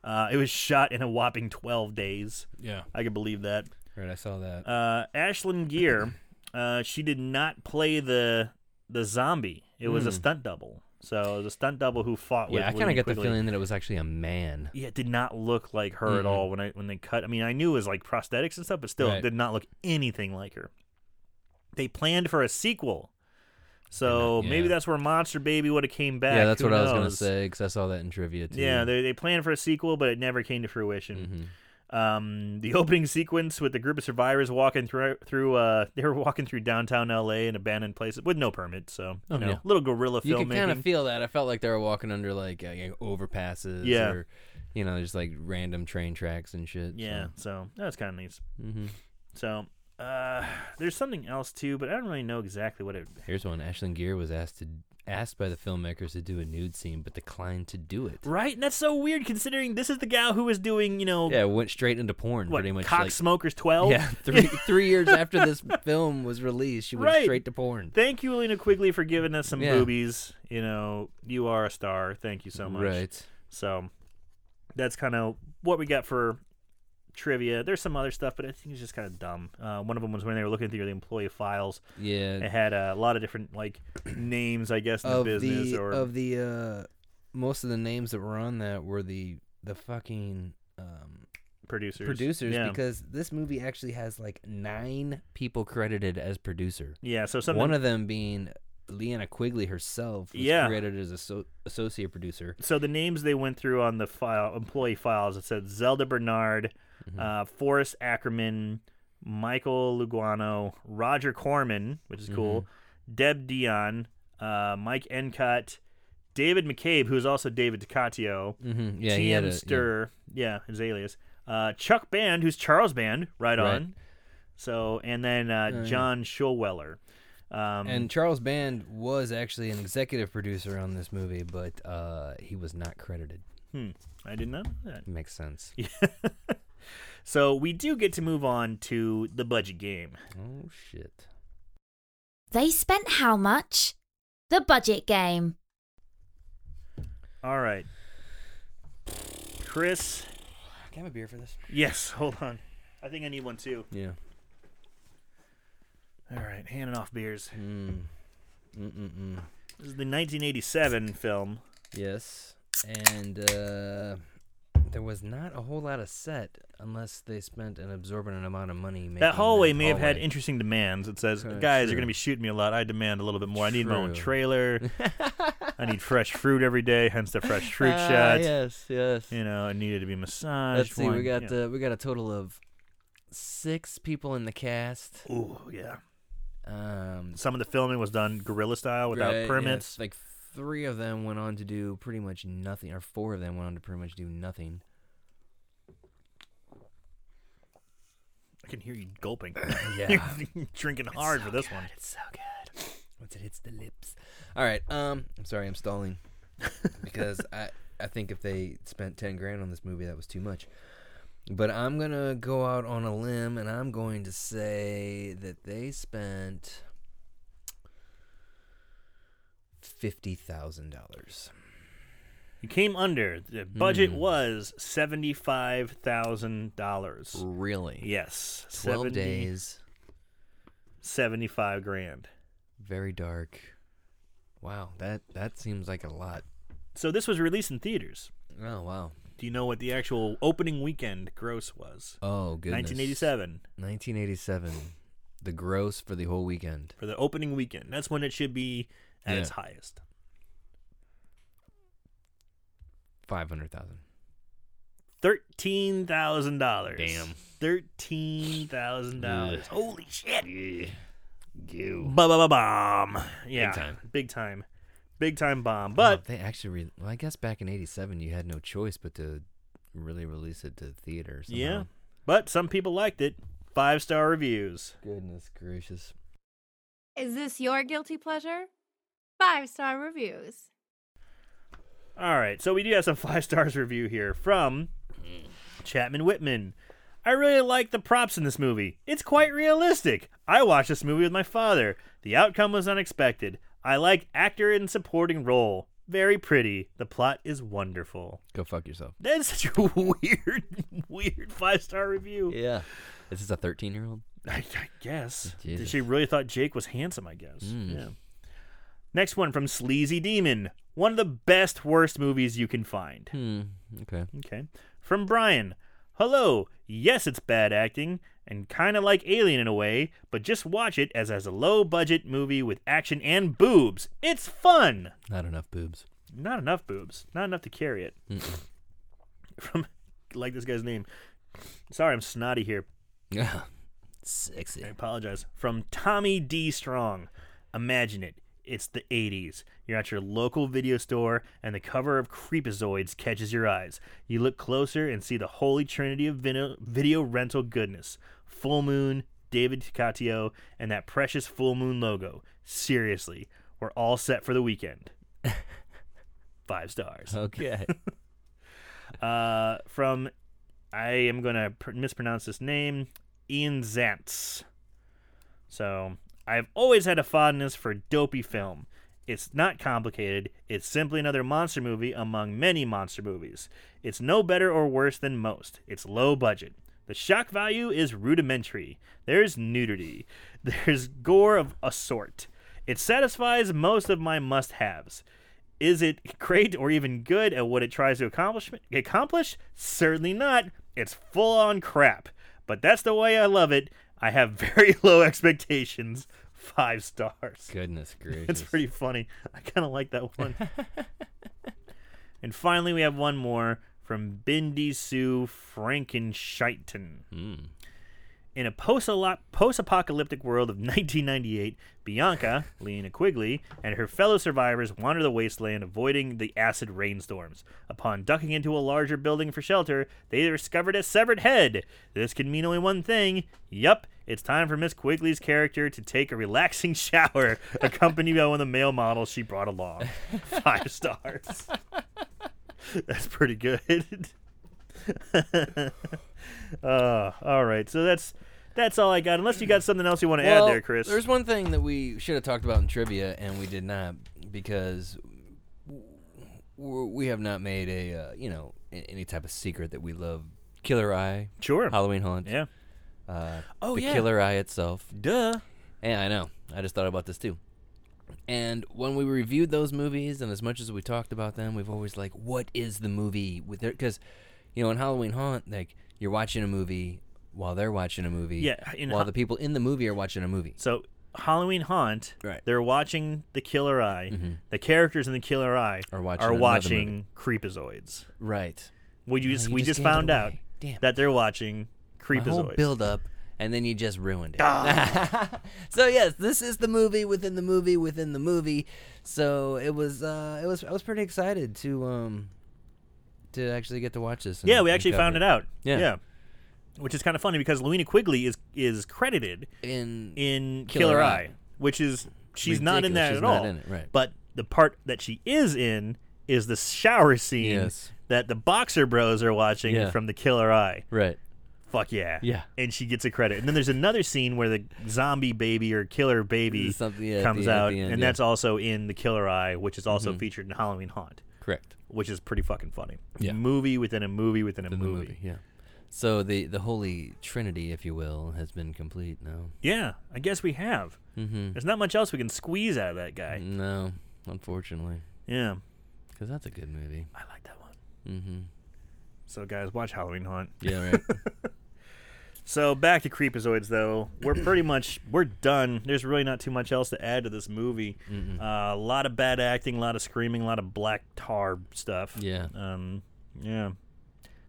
Speaker 1: Uh, it was shot in a whopping 12 days.
Speaker 2: Yeah.
Speaker 1: I can believe that.
Speaker 2: Right. I saw that.
Speaker 1: Uh, Ashlyn Gear, uh, she did not play the the zombie. It was a
Speaker 2: Hmm.
Speaker 1: stunt double. So it was a stunt double who fought with.
Speaker 2: yeah, I kind
Speaker 1: William
Speaker 2: of get the
Speaker 1: Quigley.
Speaker 2: feeling that it was actually a man.
Speaker 1: Yeah, it did not look like her at
Speaker 2: Mhm.
Speaker 1: all when I when they cut. I mean, I knew it was like prosthetics and stuff, but still, it
Speaker 2: Right.
Speaker 1: did not look anything like her. They planned for a sequel, so
Speaker 2: Yeah.
Speaker 1: maybe that's where Monster Baby would have came back.
Speaker 2: yeah, that's
Speaker 1: Who
Speaker 2: what I was gonna
Speaker 1: knows?
Speaker 2: say because I saw that in trivia too.
Speaker 1: Yeah, they, they planned for a sequel, but it never came to fruition.
Speaker 2: Mhm.
Speaker 1: um, the opening sequence with the group of survivors walking through through uh, they were walking through downtown L.A. in abandoned places with no permit, so
Speaker 2: Oh,
Speaker 1: you know,
Speaker 2: yeah.
Speaker 1: little guerrilla
Speaker 2: You could kind
Speaker 1: filmmaking.
Speaker 2: of feel that. I felt like they were walking under like uh, you know, overpasses.
Speaker 1: Yeah.
Speaker 2: Or, you know, just like random train tracks and shit.
Speaker 1: yeah, so that's kind of nice.
Speaker 2: hmm
Speaker 1: So uh, there's something else too, but I don't really know exactly what it.
Speaker 2: Here's one. Ashlyn Gear was asked to asked by the filmmakers to do a nude scene, but declined to do it.
Speaker 1: Right? And that's so weird considering this is the gal who was doing, you know,
Speaker 2: Yeah, it went straight into porn,
Speaker 1: what,
Speaker 2: pretty much.
Speaker 1: Cock
Speaker 2: like-
Speaker 1: Smokers 12?
Speaker 2: Yeah, three three years after this film was released, she went
Speaker 1: Right.
Speaker 2: straight to porn.
Speaker 1: Thank you, Alina Quigley, for giving us some
Speaker 2: Yeah.
Speaker 1: boobies. You know, you are a star. Thank you so much.
Speaker 2: Right.
Speaker 1: So that's kind of what we got for trivia. There's some other stuff, but I think it's just kind of dumb. Uh, one of them was when they were looking through the employee files. It
Speaker 2: Yeah.
Speaker 1: had uh, a lot of different like names, I guess, in
Speaker 2: Of
Speaker 1: the business.
Speaker 2: the
Speaker 1: or
Speaker 2: of the uh, most of the names that were on that were the the fucking um,
Speaker 1: producers.
Speaker 2: producers
Speaker 1: yeah.
Speaker 2: because this movie actually has like nine people credited as producer.
Speaker 1: yeah, so something.
Speaker 2: One of them being Leanna Quigley herself was
Speaker 1: Yeah.
Speaker 2: credited as asso- associate producer.
Speaker 1: so the names they went through on the file employee files it said Zelda Bernard,
Speaker 2: Mm-hmm.
Speaker 1: uh, Forrest Ackerman, Michael Luguano, Roger Corman, which is cool,
Speaker 2: Mm-hmm.
Speaker 1: Deb Dion, uh, Mike Encott, David McCabe, who is also David DiCatio,
Speaker 2: Mm-hmm. Yeah, he had
Speaker 1: TM
Speaker 2: a,
Speaker 1: Stir, yeah. his alias, uh, Chuck Band, who's Charles Band, right,
Speaker 2: Right. Oh,
Speaker 1: on. So and then uh,
Speaker 2: yeah.
Speaker 1: John Schulweller. Um,
Speaker 2: yeah. And Charles Band was actually an executive producer on this movie, but uh, he was not credited.
Speaker 1: hmm, I didn't know that.
Speaker 2: Makes sense.
Speaker 1: So we do get to move on to the budget game.
Speaker 2: Oh shit.
Speaker 3: They spent how much? The budget game.
Speaker 1: All right. Chris.
Speaker 2: Can I have a beer for this?
Speaker 1: Yes, hold on. I think I need one too.
Speaker 2: Yeah.
Speaker 1: All right, handing off beers.
Speaker 2: Mm. Mm-mm-mm.
Speaker 1: This is the 1987 film.
Speaker 2: Yes. And uh, there was not a whole lot of set unless they spent an absorbent amount of money making
Speaker 1: that hallway may have had
Speaker 2: hallway.
Speaker 1: interesting demands. It says,
Speaker 2: Uh,
Speaker 1: "Guys,
Speaker 2: true.
Speaker 1: you're going to be shooting me a lot. I demand a little bit more. I need my own
Speaker 2: True.
Speaker 1: trailer. I need fresh fruit every day. Hence the fresh fruit
Speaker 2: Ah,
Speaker 1: shot.
Speaker 2: Yes, yes.
Speaker 1: You know, it needed to be massaged.
Speaker 2: Let's see.
Speaker 1: one-
Speaker 2: We got
Speaker 1: yeah.
Speaker 2: the we got a total of six people in the cast.
Speaker 1: Ooh, yeah.
Speaker 2: Um,
Speaker 1: Some of the filming was done guerrilla style without
Speaker 2: right, yeah,
Speaker 1: permits.
Speaker 2: like three of them went on to do pretty much nothing, or four of them went on to pretty much do nothing.
Speaker 1: I can hear you gulping.
Speaker 2: Yeah.
Speaker 1: You're drinking
Speaker 2: It's
Speaker 1: hard
Speaker 2: so
Speaker 1: for this
Speaker 2: good,
Speaker 1: one.
Speaker 2: It's so good. Once it hits the lips. All right. Um, I'm sorry, I'm stalling because I I think if they spent ten grand on this movie, that was too much. But I'm gonna go out on a limb, and I'm going to say that they spent fifty thousand dollars.
Speaker 1: You came under. The budget
Speaker 2: Hmm.
Speaker 1: was seventy-five thousand dollars.
Speaker 2: Really?
Speaker 1: Yes,
Speaker 2: Twelve
Speaker 1: 70
Speaker 2: days.
Speaker 1: seventy-five grand.
Speaker 2: Very dark. Wow. That that seems like a lot.
Speaker 1: So this was released in theaters.
Speaker 2: Oh wow.
Speaker 1: Do you know what the actual opening weekend gross was?
Speaker 2: Oh goodness.
Speaker 1: Nineteen eighty-seven
Speaker 2: 1987, the gross for the whole weekend.
Speaker 1: for the opening weekend. That's when it should be at
Speaker 2: Yeah.
Speaker 1: its highest.
Speaker 2: Five hundred thousand.
Speaker 1: Thirteen thousand dollars.
Speaker 2: Damn.
Speaker 1: Thirteen thousand dollars. Holy shit.
Speaker 2: Goo.
Speaker 1: Ba ba ba bomb. Yeah.
Speaker 2: time.
Speaker 1: Big time. Big time bomb. But
Speaker 2: they actually, re- well, I guess back in '87, you had no choice but to really release it to the theaters.
Speaker 1: Yeah. But some people liked it. Five star reviews.
Speaker 2: Goodness gracious.
Speaker 4: Is this your guilty pleasure? Five star reviews.
Speaker 1: All right. So we do have some five stars review here from Chapman Whitman. I really like the props in this movie. It's quite realistic. I watched this movie with my father. The outcome was unexpected. I like actor and supporting role. Very pretty. The plot is wonderful.
Speaker 2: Go fuck yourself.
Speaker 1: That's such a weird, weird five star review.
Speaker 2: Yeah. This is a 13 year old.
Speaker 1: I, I guess.
Speaker 2: Jesus.
Speaker 1: She really thought Jake was handsome, I guess.
Speaker 2: Mm.
Speaker 1: Yeah. Next one from Sleazy Demon. One of the best, worst movies you can find.
Speaker 2: Hmm. Okay.
Speaker 1: Okay. From Brian. Hello. Yes, it's bad acting and kind of like Alien in a way, but just watch it as, as a low budget movie with action and boobs. It's fun.
Speaker 2: Not enough boobs.
Speaker 1: Not enough boobs. Not enough to carry it. From, like this guy's name. Sorry, I'm snotty here.
Speaker 2: Yeah. Sexy.
Speaker 1: I apologize. From Tommy D. Strong. Imagine it. It's the 80s. You're at your local video store, and the cover of Creepazoids catches your eyes. You look closer and see the holy trinity of vino- video rental goodness Full Moon, David Ticatio, and that precious Full Moon logo. Seriously. We're all set for the weekend. Five stars.
Speaker 2: Okay.
Speaker 1: Uh, from, I am going to pr- mispronounce this name, Ian Zantz. So, I've always had a fondness for dopey film. It's not complicated. It's simply another monster movie among many monster movies. It's no better or worse than most. It's low budget. The shock value is rudimentary. There's nudity. There's gore of a sort. It satisfies most of my must haves. Is it great or even good at what it tries to accomplish? accomplish? Certainly not. It's full on crap. But that's the way I love it. I have very low expectations. Five stars.
Speaker 2: Goodness gracious.
Speaker 1: It's pretty funny. I kind of like that one. and finally, we have one more from Bindi Sue Frankenscheitan.
Speaker 2: Mm.
Speaker 1: In a post-alo- post-apocalyptic world of 1998, Bianca, Lena Quigley, and her fellow survivors wander the wasteland, avoiding the acid rainstorms. Upon ducking into a larger building for shelter, they discovered a severed head. This can mean only one thing. Yup, it's time for Miss Quigley's character to take a relaxing shower, accompanied by one of the male models she brought along. Five stars. That's pretty good. Uh, all right. So that's that's all I got. Unless you got something else you want to
Speaker 2: Well,
Speaker 1: add there, Chris.
Speaker 2: There's one thing that we should have talked about in trivia, and we did not because w- we have not made a uh, you know a- any type of secret that we love Killer Eye
Speaker 1: sure.
Speaker 2: Halloween Haunt.
Speaker 1: Yeah.
Speaker 2: Uh,
Speaker 1: Oh,
Speaker 2: the
Speaker 1: yeah.
Speaker 2: Killer Eye itself.
Speaker 1: Duh.
Speaker 2: Yeah, I know. I just thought about this too. And when we reviewed those movies, and as much as we talked about them, we've always like, what is the movie with their? Because you know, in Halloween Haunt, like you're watching a movie while they're watching a movie.
Speaker 1: Yeah, in
Speaker 2: while
Speaker 1: Ha-
Speaker 2: the people in the movie are watching a movie.
Speaker 1: So Halloween Haunt.
Speaker 2: Right. Mm-hmm.
Speaker 1: They're watching the Killer Eye. The characters in the Killer Eye
Speaker 2: Are watching
Speaker 1: are
Speaker 2: another
Speaker 1: watching Creepazoids.
Speaker 2: Right.
Speaker 1: We just
Speaker 2: you
Speaker 1: we
Speaker 2: just
Speaker 1: just
Speaker 2: gave it
Speaker 1: found
Speaker 2: away.
Speaker 1: out
Speaker 2: Damn.
Speaker 1: that they're watching
Speaker 2: The whole
Speaker 1: Creepazoids.
Speaker 2: build up, and then you just ruined it. so yes, this is the movie within the movie within the movie. So it was, uh, it was, I was pretty excited to, um, to actually get to watch this. and-
Speaker 1: yeah, we
Speaker 2: and
Speaker 1: actually
Speaker 2: cover
Speaker 1: found it out.
Speaker 2: Yeah.
Speaker 1: Yeah. Which is kind of funny because Luina Quigley is is credited
Speaker 2: in
Speaker 1: in Killer,
Speaker 2: Killer
Speaker 1: Eye,
Speaker 2: Eye.
Speaker 1: which is she's not in
Speaker 2: Ridiculous.
Speaker 1: that
Speaker 2: She's
Speaker 1: at
Speaker 2: not
Speaker 1: all.
Speaker 2: in it, right.
Speaker 1: But the part that she is in is the shower scene
Speaker 2: Yes.
Speaker 1: that the boxer bros are watching
Speaker 2: Yeah.
Speaker 1: from the Killer Eye.
Speaker 2: right.
Speaker 1: Fuck yeah.
Speaker 2: Yeah.
Speaker 1: And she gets a credit. And then there's another scene where the zombie baby or killer baby
Speaker 2: Something, yeah, at
Speaker 1: comes
Speaker 2: the- at
Speaker 1: out
Speaker 2: the end,
Speaker 1: and
Speaker 2: yeah. Mm-hmm.
Speaker 1: that's also in the Killer Eye, which is also featured in Halloween Haunt,
Speaker 2: Correct.
Speaker 1: which is pretty fucking funny.
Speaker 2: Yeah.
Speaker 1: Movie within a movie within a
Speaker 2: In the
Speaker 1: movie.
Speaker 2: movie. yeah. So the the holy trinity, if you will, has been complete now.
Speaker 1: Yeah, I guess we have.
Speaker 2: Mm-hmm.
Speaker 1: There's not much else we can squeeze out of that guy.
Speaker 2: No, unfortunately,
Speaker 1: Yeah.
Speaker 2: because that's a good movie.
Speaker 1: I like that one.
Speaker 2: Mm-hmm.
Speaker 1: So guys, watch Halloween Haunt.
Speaker 2: Yeah, right.
Speaker 1: So back to Creepazoids, though we're pretty much we're done. There's really not too much else to add to this movie. Uh, a lot of bad acting, a lot of screaming, a lot of black tar stuff.
Speaker 2: Yeah.
Speaker 1: Um. Yeah.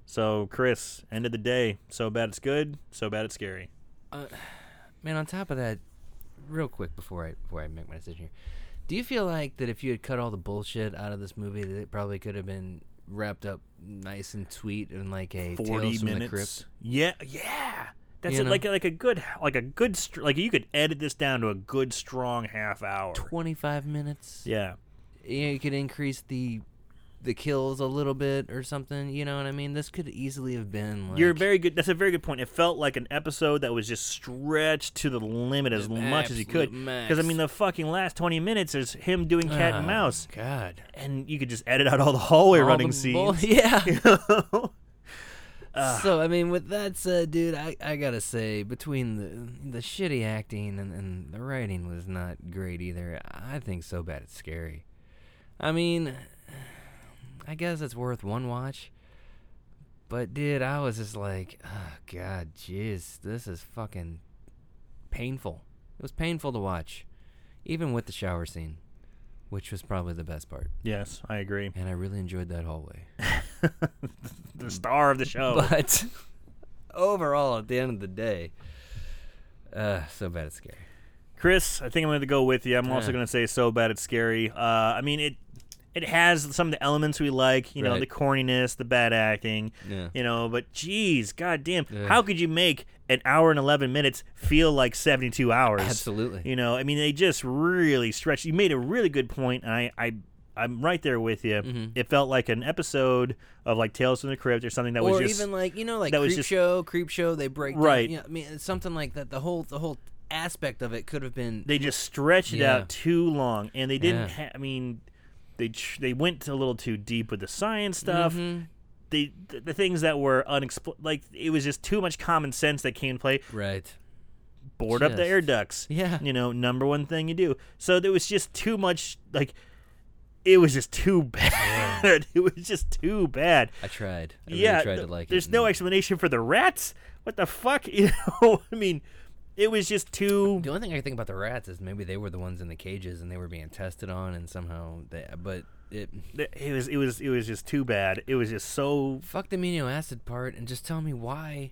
Speaker 1: So Chris, end of the day, so bad it's good, so bad it's scary.
Speaker 2: Man, on top of that, real quick before I before I make my decision here, do you feel like that if you had cut all the bullshit out of this movie, that it probably could have been wrapped up nice and sweet in like a
Speaker 1: Forty
Speaker 2: Tales from the
Speaker 1: minutes.
Speaker 2: Crypt?
Speaker 1: Yeah. Yeah. That's
Speaker 2: You
Speaker 1: it,
Speaker 2: know?
Speaker 1: like like a good like a good str- like you could edit this down to a good strong half hour.
Speaker 2: Twenty five minutes.
Speaker 1: yeah.
Speaker 2: you, know, you could increase the the kills a little bit or something. You know what I mean? This could easily have been like
Speaker 1: You're very good. That's a very good point. It felt like an episode that was just stretched to the limit as
Speaker 2: The
Speaker 1: much as you could.
Speaker 2: absolute max.
Speaker 1: I mean, the fucking last twenty minutes is him doing cat and
Speaker 2: Ah,
Speaker 1: mouse,
Speaker 2: God,
Speaker 1: and you could just edit out all the hallway
Speaker 2: All
Speaker 1: running
Speaker 2: the bull-
Speaker 1: scenes.
Speaker 2: yeah. so I mean, with that said, dude, I, I gotta say between the the shitty acting and, and the writing was not great either. I think so bad it's scary. I mean, I guess it's worth one watch. But dude, I was just like, oh god, jeez, this is fucking painful. It was painful to watch, even with the shower scene, which was probably the best part.
Speaker 1: yes, I agree.
Speaker 2: And I really enjoyed that hallway.
Speaker 1: The star of the show.
Speaker 2: But overall, at the end of the day, uh, so bad it's scary.
Speaker 1: Chris, I think I'm going to go with you. I'm also
Speaker 2: Yeah.
Speaker 1: going to say so bad it's scary. Uh, I mean, it It has some of the elements we like, you know,
Speaker 2: Right.
Speaker 1: the corniness, the bad acting,
Speaker 2: Yeah.
Speaker 1: you know. But geez, goddamn,
Speaker 2: Yeah.
Speaker 1: how could you make an hour and eleven minutes feel like seventy-two hours?
Speaker 2: Absolutely.
Speaker 1: You know, I mean, they just really stretched. You made a really good point, and I, I, I'm right there with you.
Speaker 2: Mm-hmm.
Speaker 1: It felt like an episode of like Tales from the Crypt or something that
Speaker 2: or
Speaker 1: was just
Speaker 2: even like you know like
Speaker 1: that was
Speaker 2: creep
Speaker 1: just-
Speaker 2: show, creep show. They break down,
Speaker 1: Right.
Speaker 2: you know, I mean, it's something like that. The whole the whole aspect of it could have been
Speaker 1: they just stretched it
Speaker 2: Yeah.
Speaker 1: out too long, and they didn't.
Speaker 2: Yeah.
Speaker 1: Ha- I mean, they tr- they went a little too deep with the science stuff.
Speaker 2: Mm-hmm.
Speaker 1: They the, the things that were unexpl like it was just too much common sense that came in play.
Speaker 2: right.
Speaker 1: Board up the air ducts.
Speaker 2: Yeah.
Speaker 1: you know, number one thing you do. So there was just too much. Like it was just too bad. it was just too bad.
Speaker 2: I tried. I
Speaker 1: yeah,
Speaker 2: really tried
Speaker 1: th-
Speaker 2: to like
Speaker 1: there's
Speaker 2: it.
Speaker 1: no
Speaker 2: and-
Speaker 1: explanation for the rats. What the fuck? You know, I mean, it was just too.
Speaker 2: The only thing I can think about the rats is maybe they were the ones in the cages and they were being tested on and somehow they but it
Speaker 1: th- it was it was it was just too bad. It was just so
Speaker 2: fuck the amino acid part and just tell me why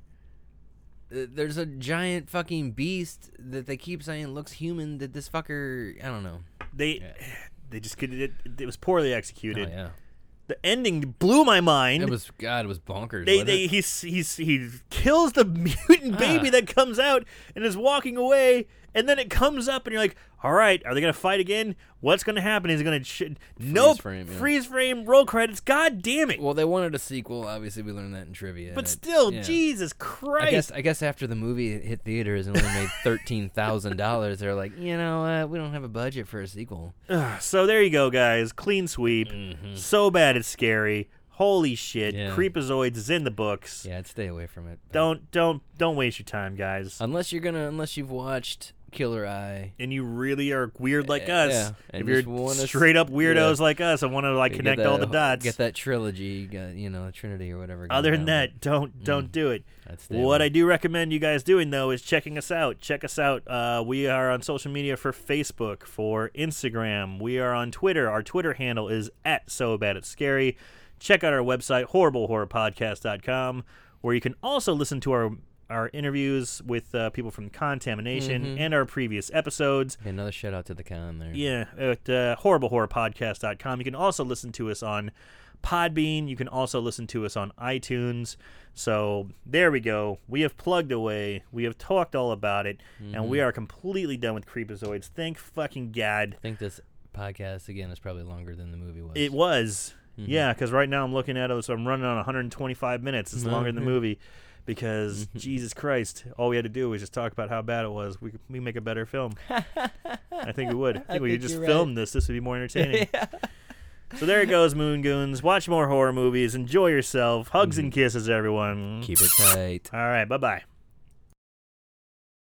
Speaker 2: uh, there's a giant fucking beast that they keep saying looks human that this fucker I don't know.
Speaker 1: they they just could it, it was poorly executed.
Speaker 2: Oh, yeah.
Speaker 1: The ending blew my mind.
Speaker 2: It was god, it was bonkers.
Speaker 1: they
Speaker 2: wasn't
Speaker 1: they
Speaker 2: it?
Speaker 1: he's he's he kills the mutant baby
Speaker 2: Ah.
Speaker 1: that comes out and is walking away and then it comes up and you're like all right are they gonna fight again what's gonna happen is it gonna ch- nope
Speaker 2: frame, yeah.
Speaker 1: freeze frame roll credits god damn it
Speaker 2: Well, they wanted a sequel. Obviously, we learned that in trivia.
Speaker 1: but
Speaker 2: It-
Speaker 1: still
Speaker 2: yeah.
Speaker 1: Jesus Christ
Speaker 2: I guess I guess after the movie hit theaters and only made thirteen thousand dollars, they're like, you know, uh, we don't have a budget for a sequel.
Speaker 1: Ugh, so there you go, guys. Clean sweep. So bad it's scary. Holy shit!
Speaker 2: Mm-hmm. Yeah.
Speaker 1: Creepazoids is in the books.
Speaker 2: Yeah, I'd stay away from it. but-
Speaker 1: Don't don't don't waste your time, guys.
Speaker 2: unless you're gonna unless you've watched Killer Eye.
Speaker 1: and you really are weird like
Speaker 2: Yeah,
Speaker 1: us.
Speaker 2: yeah.
Speaker 1: If
Speaker 2: And
Speaker 1: you're
Speaker 2: just wanna s-
Speaker 1: straight up weirdos
Speaker 2: yeah.
Speaker 1: like us, I want to like
Speaker 2: get
Speaker 1: connect
Speaker 2: that
Speaker 1: all the
Speaker 2: whole-
Speaker 1: dots.
Speaker 2: Get that trilogy, uh, you know, Trinity or whatever. going
Speaker 1: Other than
Speaker 2: down. Mm.
Speaker 1: that, don't don't do it.
Speaker 2: I'd stay
Speaker 1: What
Speaker 2: away.
Speaker 1: I do recommend you guys doing though is checking us out. Check us out. Uh, we are on social media for Facebook, for Instagram. We are on Twitter. Our Twitter handle is at so bad it's scary. Check out our website horriblehorrorpodcast.com, where you can also listen to our our interviews with uh, people from Contamination
Speaker 2: Mm-hmm.
Speaker 1: and our previous episodes.
Speaker 2: Yeah, another shout out to the con there.
Speaker 1: Yeah, at uh, horriblehorrorpodcast.com. You can also listen to us on Podbean. You can also listen to us on iTunes. So there we go. We have plugged away. We have talked all about it, and
Speaker 2: Mm-hmm.
Speaker 1: we are completely done with Creepazoids. Thank fucking God.
Speaker 2: I think this podcast again is probably longer than the movie was. Mm-hmm.
Speaker 1: It was. Yeah, because right now I'm looking at it, so I'm running on 125 minutes. It's longer than the movie because Jesus Christ, all we had to do was just talk about how bad it was. We could we make a better film. I think we would. I think we
Speaker 2: think
Speaker 1: could just
Speaker 2: you're
Speaker 1: film this. This would be more entertaining. So there it goes, Moon Goons. Watch more horror movies. Enjoy yourself. Hugs and kisses, everyone.
Speaker 2: Mm-hmm. Keep it tight.
Speaker 1: All right, bye bye.